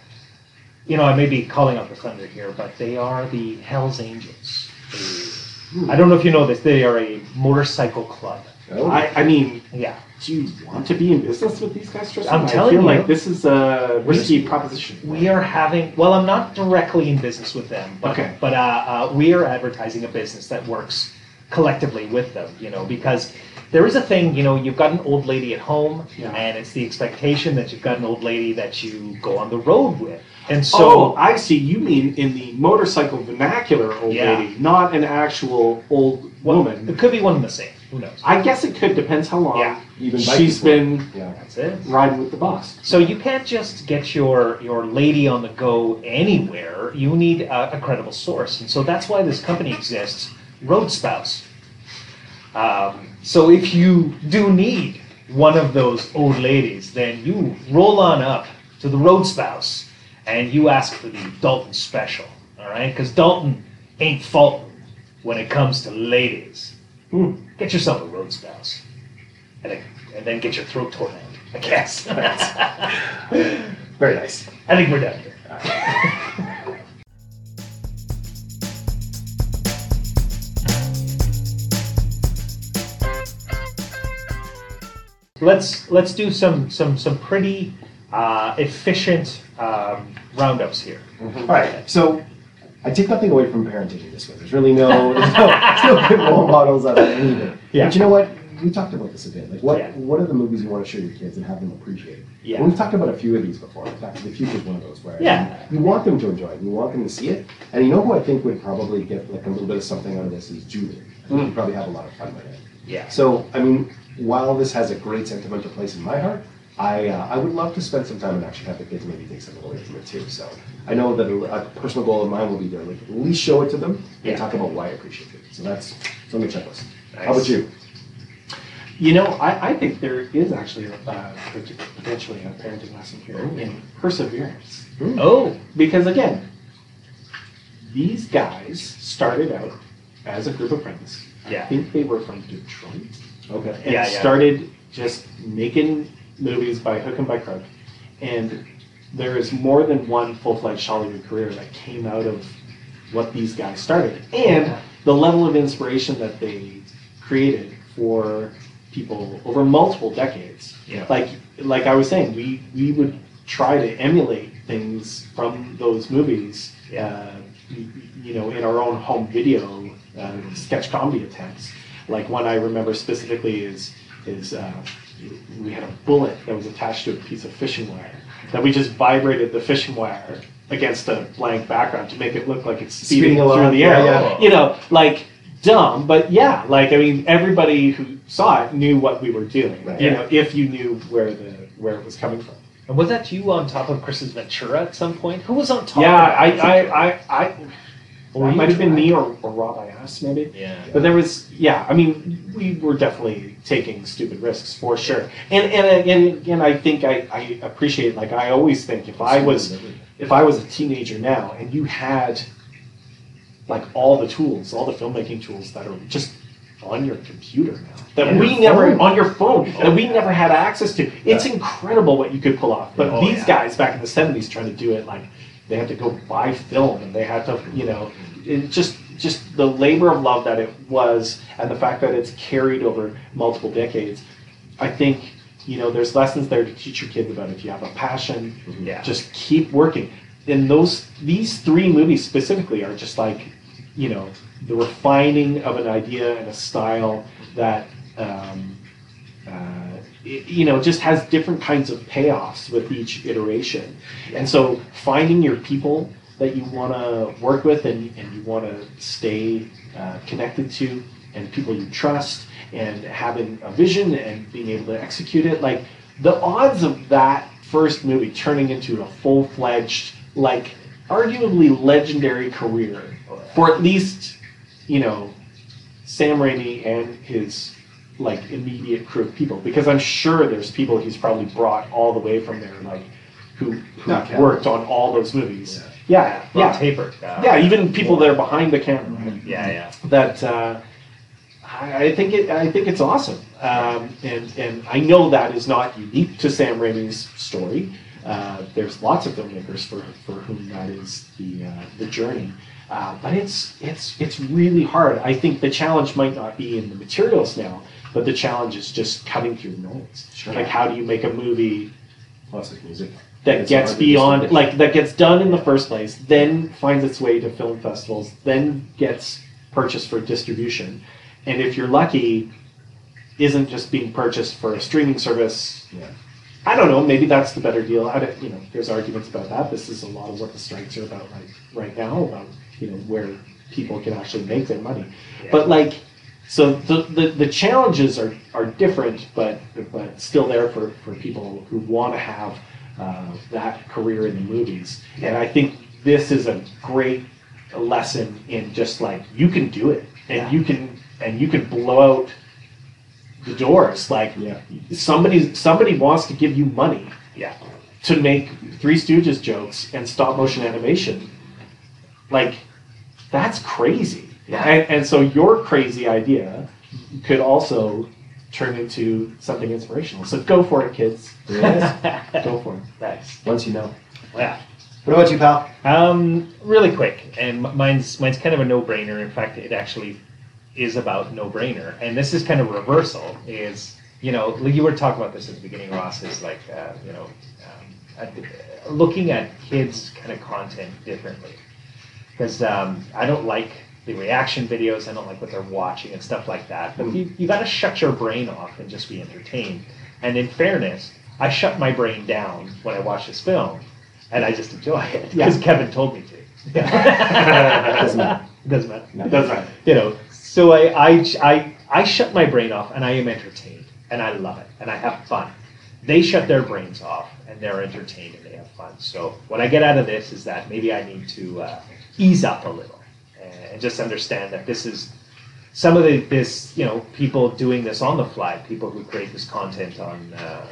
you know, I may be calling out the thunder here, but they are the Hell's Angels. They, I don't know if you know this. They are a motorcycle club. Oh, I, I mean, Yeah. do you want to be in business with these guys, Tristan? I'm I telling feel you. like this is a risky proposition. We are having. Well, I'm not directly in business with them, but Okay. but uh, uh, we are advertising a business that works collectively with them. You know, because there is a thing. You know, you've got an old lady at home, Yeah. and it's the expectation that you've got an old lady that you go on the road with, and So so Oh, I see. You mean in the motorcycle vernacular, old Yeah. lady, not an actual old well, woman. it could be one and the same. Who knows? I guess it could. Depends how long Yeah. even bike she's people. been Yeah. That's it. riding with the boss. So you can't just get your your lady on the go anywhere. You need a, a credible source, and so that's why this company exists, Road Spouse. Um, so if you do need one of those old ladies, then you roll on up to the Road Spouse and you ask for the Dalton special. All right, because Dalton ain't faulting when it comes to ladies. Hmm, Get yourself a Road Spouse, and, a, and then get your throat torn out. I guess. [LAUGHS] Very nice. I think we're done here. let's let's do some some some pretty uh, efficient um, roundups here. Mm-hmm. All right. So I take nothing away from parenting in this way. There's really no, [LAUGHS] there's no, there's no good role models out of any of it. Yeah. But you know what? We talked about this a bit. Like, what Yeah. what are the movies you want to show your kids and have them appreciate? Yeah. And we've talked about a few of these before. In fact, The Future is one of those where Yeah. you, you want them to enjoy it, you want them to see it. And you know who I think would probably get like a little bit of something out of this is Julie. I Hmm. think would probably have a lot of fun with it. Yeah. So, I mean, while this has a great sentimental place in my heart, I uh, I would love to spend some time and actually have the kids maybe take something away from it too. So I know that a, a personal goal of mine will be to like at least show it to them Yeah. and talk about why I appreciate it. So that's it's on the checklist. How Nice. about you? You know, I, I think there is actually uh, potentially a parenting lesson here in perseverance. Oh, Because again, these guys started out as a group of friends. I yeah. think they were from Detroit. Okay. and Yeah, yeah. started just making movies by hook and by crook. And there is more than one full-fledged Hollywood career that came out of what these guys started, and the level of inspiration that they created for people over multiple decades. Yeah. Like, like I was saying, we we would try to emulate things from those movies. Yeah. Uh, y- you know, in our own home video uh, sketch comedy attempts. Like one I remember specifically is is uh, we had a bullet that was attached to a piece of fishing wire that we just vibrated the fishing wire against a blank background to make it look like it's speeding, Speeding along, through the air. yeah, yeah. You know, like dumb, but yeah, like I mean, everybody who saw it knew what we were doing. Right. You know, if you knew where the where it was coming from. And was that you on top of Chris's Ventura at some point? Who was on top? Yeah, of I, that? I, I, I Or were it you might have been trying? me or, or Rob Ias, maybe. Yeah. But there was, yeah, I mean, we were definitely taking stupid risks for sure. And and and, and I think I, I appreciate like I always think if I was if I was a teenager now and you had like all the tools, all the filmmaking tools that are just on your computer now that Yeah. we Your never phone. on your phone that we never had access to. It's incredible what you could pull off. But Oh, these yeah. guys back in the seventies trying to do it like they had to go buy film and they had to you know it just just the labor of love that it was and the fact that it's carried over multiple decades. I think you know there's lessons there to teach your kids about if you have a passion, Yeah. just keep working. And those these three movies specifically are just like, you know, the refining of an idea and a style that, um, uh, i- you know, just has different kinds of payoffs with each iteration. And so finding your people that you want to work with and, and you want to stay uh, connected to and people you trust and having a vision and being able to execute it like the odds of that first movie turning into a full-fledged like arguably legendary career for at least you know sam raimi and his like immediate crew of people because I'm sure there's people he's probably brought all the way from there, like who, who Not Cal. worked on all those movies. Yeah, Ron yeah, Taper. yeah, Even people that are behind the camera yeah, yeah. that uh, I, I think it. I think it's awesome, um, and and I know that is not unique to Sam Raimi's story. Uh, there's lots of filmmakers for, for whom that is the uh, the journey, uh, but it's it's it's really hard. I think the challenge might not be in the materials now, but the challenge is just cutting through the noise. Sure. Like how do you make a movie classic music. that It's gets hard to beyond distinguish. like that gets done in the first place then finds its way to film festivals then gets purchased for distribution and if you're lucky isn't just being purchased for a streaming service Yeah. i don't know maybe that's the better deal i don't you know there's arguments about that this is a lot of what the strikes are about right right now about you know where people can actually make their money but like so the, the, the challenges are, are different, but but still there for, for people who want to have uh, that career in the movies. And I think this is a great lesson in just like you can do it, and you can and you can blow out the doors. Like Yeah. somebody somebody wants to give you money Yeah. to make Three Stooges jokes and stop motion animation. Like, that's crazy. Yeah. And, and so your crazy idea could also turn into something inspirational. So go for it, kids. [LAUGHS] Yes. go for it. Nice. Once you know. Yeah. What about you, pal? Um, really quick, and m- mine's mine's kind of a no-brainer. In fact, it actually is about no-brainer, and this is kind of reversal. Is you know like you were talking about this at the beginning, Ross. Is like uh, you know um, at- looking at kids' kind of content differently because um, I don't like the reaction videos. I don't like what they're watching and stuff like that. Hmm. But you, you got to shut your brain off and just be entertained. And in fairness, I shut my brain down when I watched this film, and I just enjoy it because Kevin told me to. [LAUGHS] Doesn't matter. It [LAUGHS] doesn't matter No. That's right. you know so I, I i i shut my brain off and i am entertained and i love it and i have fun they shut their brains off and they're entertained and they have fun so what i get out of this is that maybe i need to uh, ease up a little and just understand that this is some of the, this you know people doing this on the fly people who create this content on uh,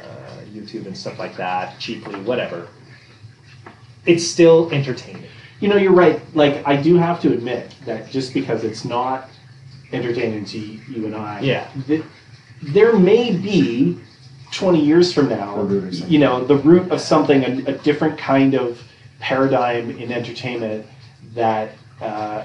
youtube and stuff like that cheaply whatever it's still entertaining You know, you're right. Like, I do have to admit that just because it's not entertaining to y- you and I, Yeah. th- there may be 20 years from now, A root of something. you know, the root of something, a, a different kind of paradigm in entertainment that uh,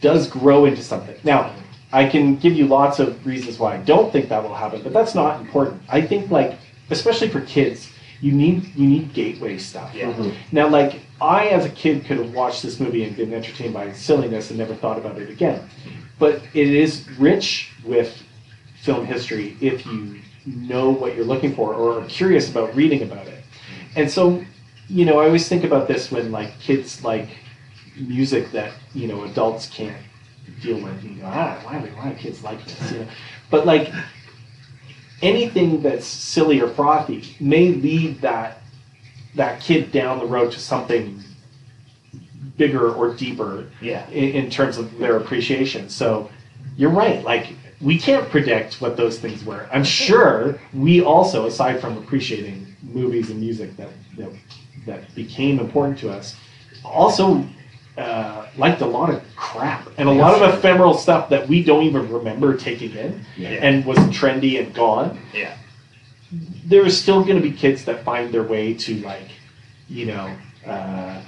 does grow into something. Now, I can give you lots of reasons why I don't think that will happen, but that's not important. I think, like, especially for kids, you need you need gateway stuff. Yeah. Mhm. Now, like I, as a kid, could have watched this movie and been entertained by its silliness and never thought about it again. But it is rich with film history if you know what you're looking for or are curious about reading about it. And so, you know, I always think about this when like kids like music that you know adults can't deal with. And you go, ah, why do why do kids like this? You know, but like anything that's silly or frothy may lead that that kid down the road to something bigger or deeper yeah in, in terms of their appreciation. So you're right. Like we can't predict what those things were. I'm sure we also, aside from appreciating movies and music that that, that became important to us, also uh, liked a lot of crap and a lot of ephemeral stuff that we don't even remember taking in Yeah. and was trendy and gone yeah there is still going to be kids that find their way to like, you know, uh,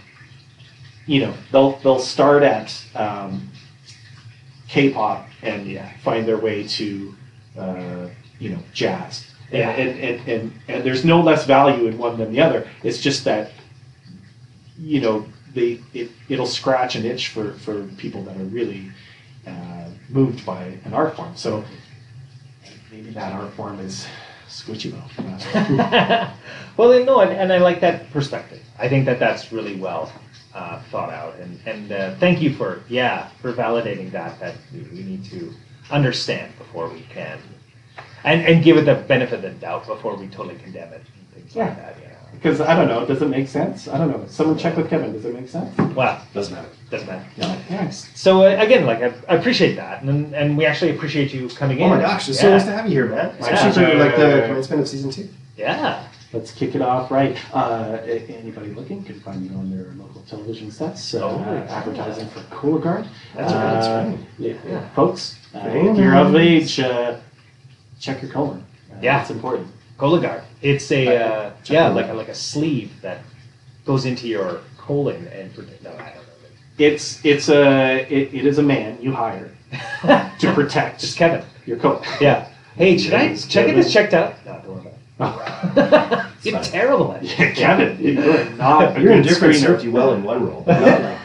you know, they'll they'll start at um, K-pop and yeah, find their way to, uh, you know, jazz. And, Yeah. and, and, and, and there's no less value in one than the other. It's just that, you know, they it, it'll scratch an itch for, for people that are really uh, moved by an art form. So maybe that art form is squishy [LAUGHS] mouth. well, then, no, and, and I like that perspective. I think that that's really well uh, thought out, and and uh, thank you for yeah for validating that that we we need to understand before we can, and and give it the benefit of the doubt before we totally condemn it and things Yeah. like that. You know? Because I don't know, does it make sense? I don't know. Someone check with Kevin. Does it make sense? Wow, Doesn't matter. doesn't matter. Yes. So uh, again, like I, I appreciate that, and and we actually appreciate you coming Oh in. my gosh, it's so Yeah. nice to have you here, man. Yeah. Especially during like Yeah. the commencement of season two. yeah. Let's kick it off right. Uh, a- anybody looking can find me on their local television sets. So Oh, uh, yeah. advertising for Cooler Guard. That's uh, right, that's right. Yeah, folks, uh, Very if you're nice. of age, uh, check your colon. Uh, Yeah. it's important. Cologuard. It's a uh, Check yeah, it like a, out. like a sleeve that goes into your colon and protect. No, I don't It's it's a it, it is a man you hire [LAUGHS] know. [LAUGHS] to protect Just Kevin. your colon. [LAUGHS] Yeah. Hey, should I Yeah, check it? Kevin. Oh. It's checked out. No, don't worry about it. [LAUGHS] You're It's fine. terrible at [LAUGHS] it. [LAUGHS] Kevin, you are [LAUGHS] not a You're good in different screener. served you well in one role, but not like [LAUGHS]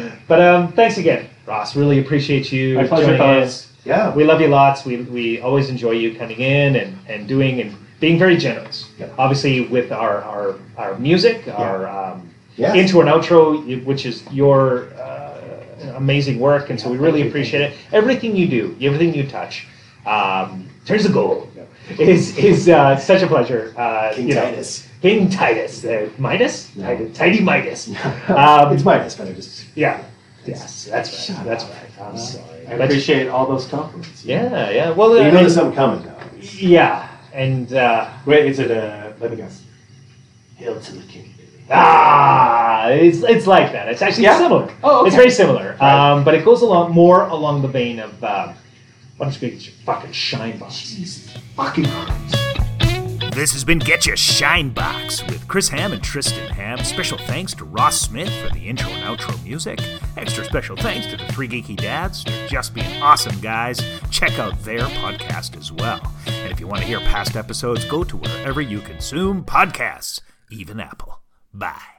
this. But um, thanks again, Ross. Really appreciate you My pleasure, joining fellas. us. Yeah. We love you lots. We, we always enjoy you coming in and, and doing and being very generous. Yeah. Obviously, with our our, our music, our um, Yes. intro and outro, you- which is your uh, amazing work, and so we really thank you, appreciate it. Everything you do, everything you touch, um, turns to gold. Is is uh, such a pleasure. Uh, King you know, Titus. King Titus, there, Midas, No. Titus, Tidy Midas. Um, [LAUGHS] it's Midas, but I just Yeah. Yes, that's right. Shut That's up. Uh-huh. right. I'm Uh, sorry. I But- appreciate all those compliments. Yeah, yeah. Well, you I notice mean, I'm coming now. yeah, and uh, Wait, is it a? Let me guess. Hail to the king. ah, it's it's like that. It's actually Yeah? similar. Oh, okay. It's very similar. Right. Um, but it goes along more along the vein of um, why don't you get your fucking shine box? Fucking. This has been Get Your Shine Box with Chris Ham and Tristan Ham. Special thanks to Ross Smith for the intro and outro music. Extra special thanks to the Three Geeky Dads for just being awesome guys. Check out their podcast as well. And if you want to hear past episodes, go to wherever you consume podcasts, even Apple. Bye.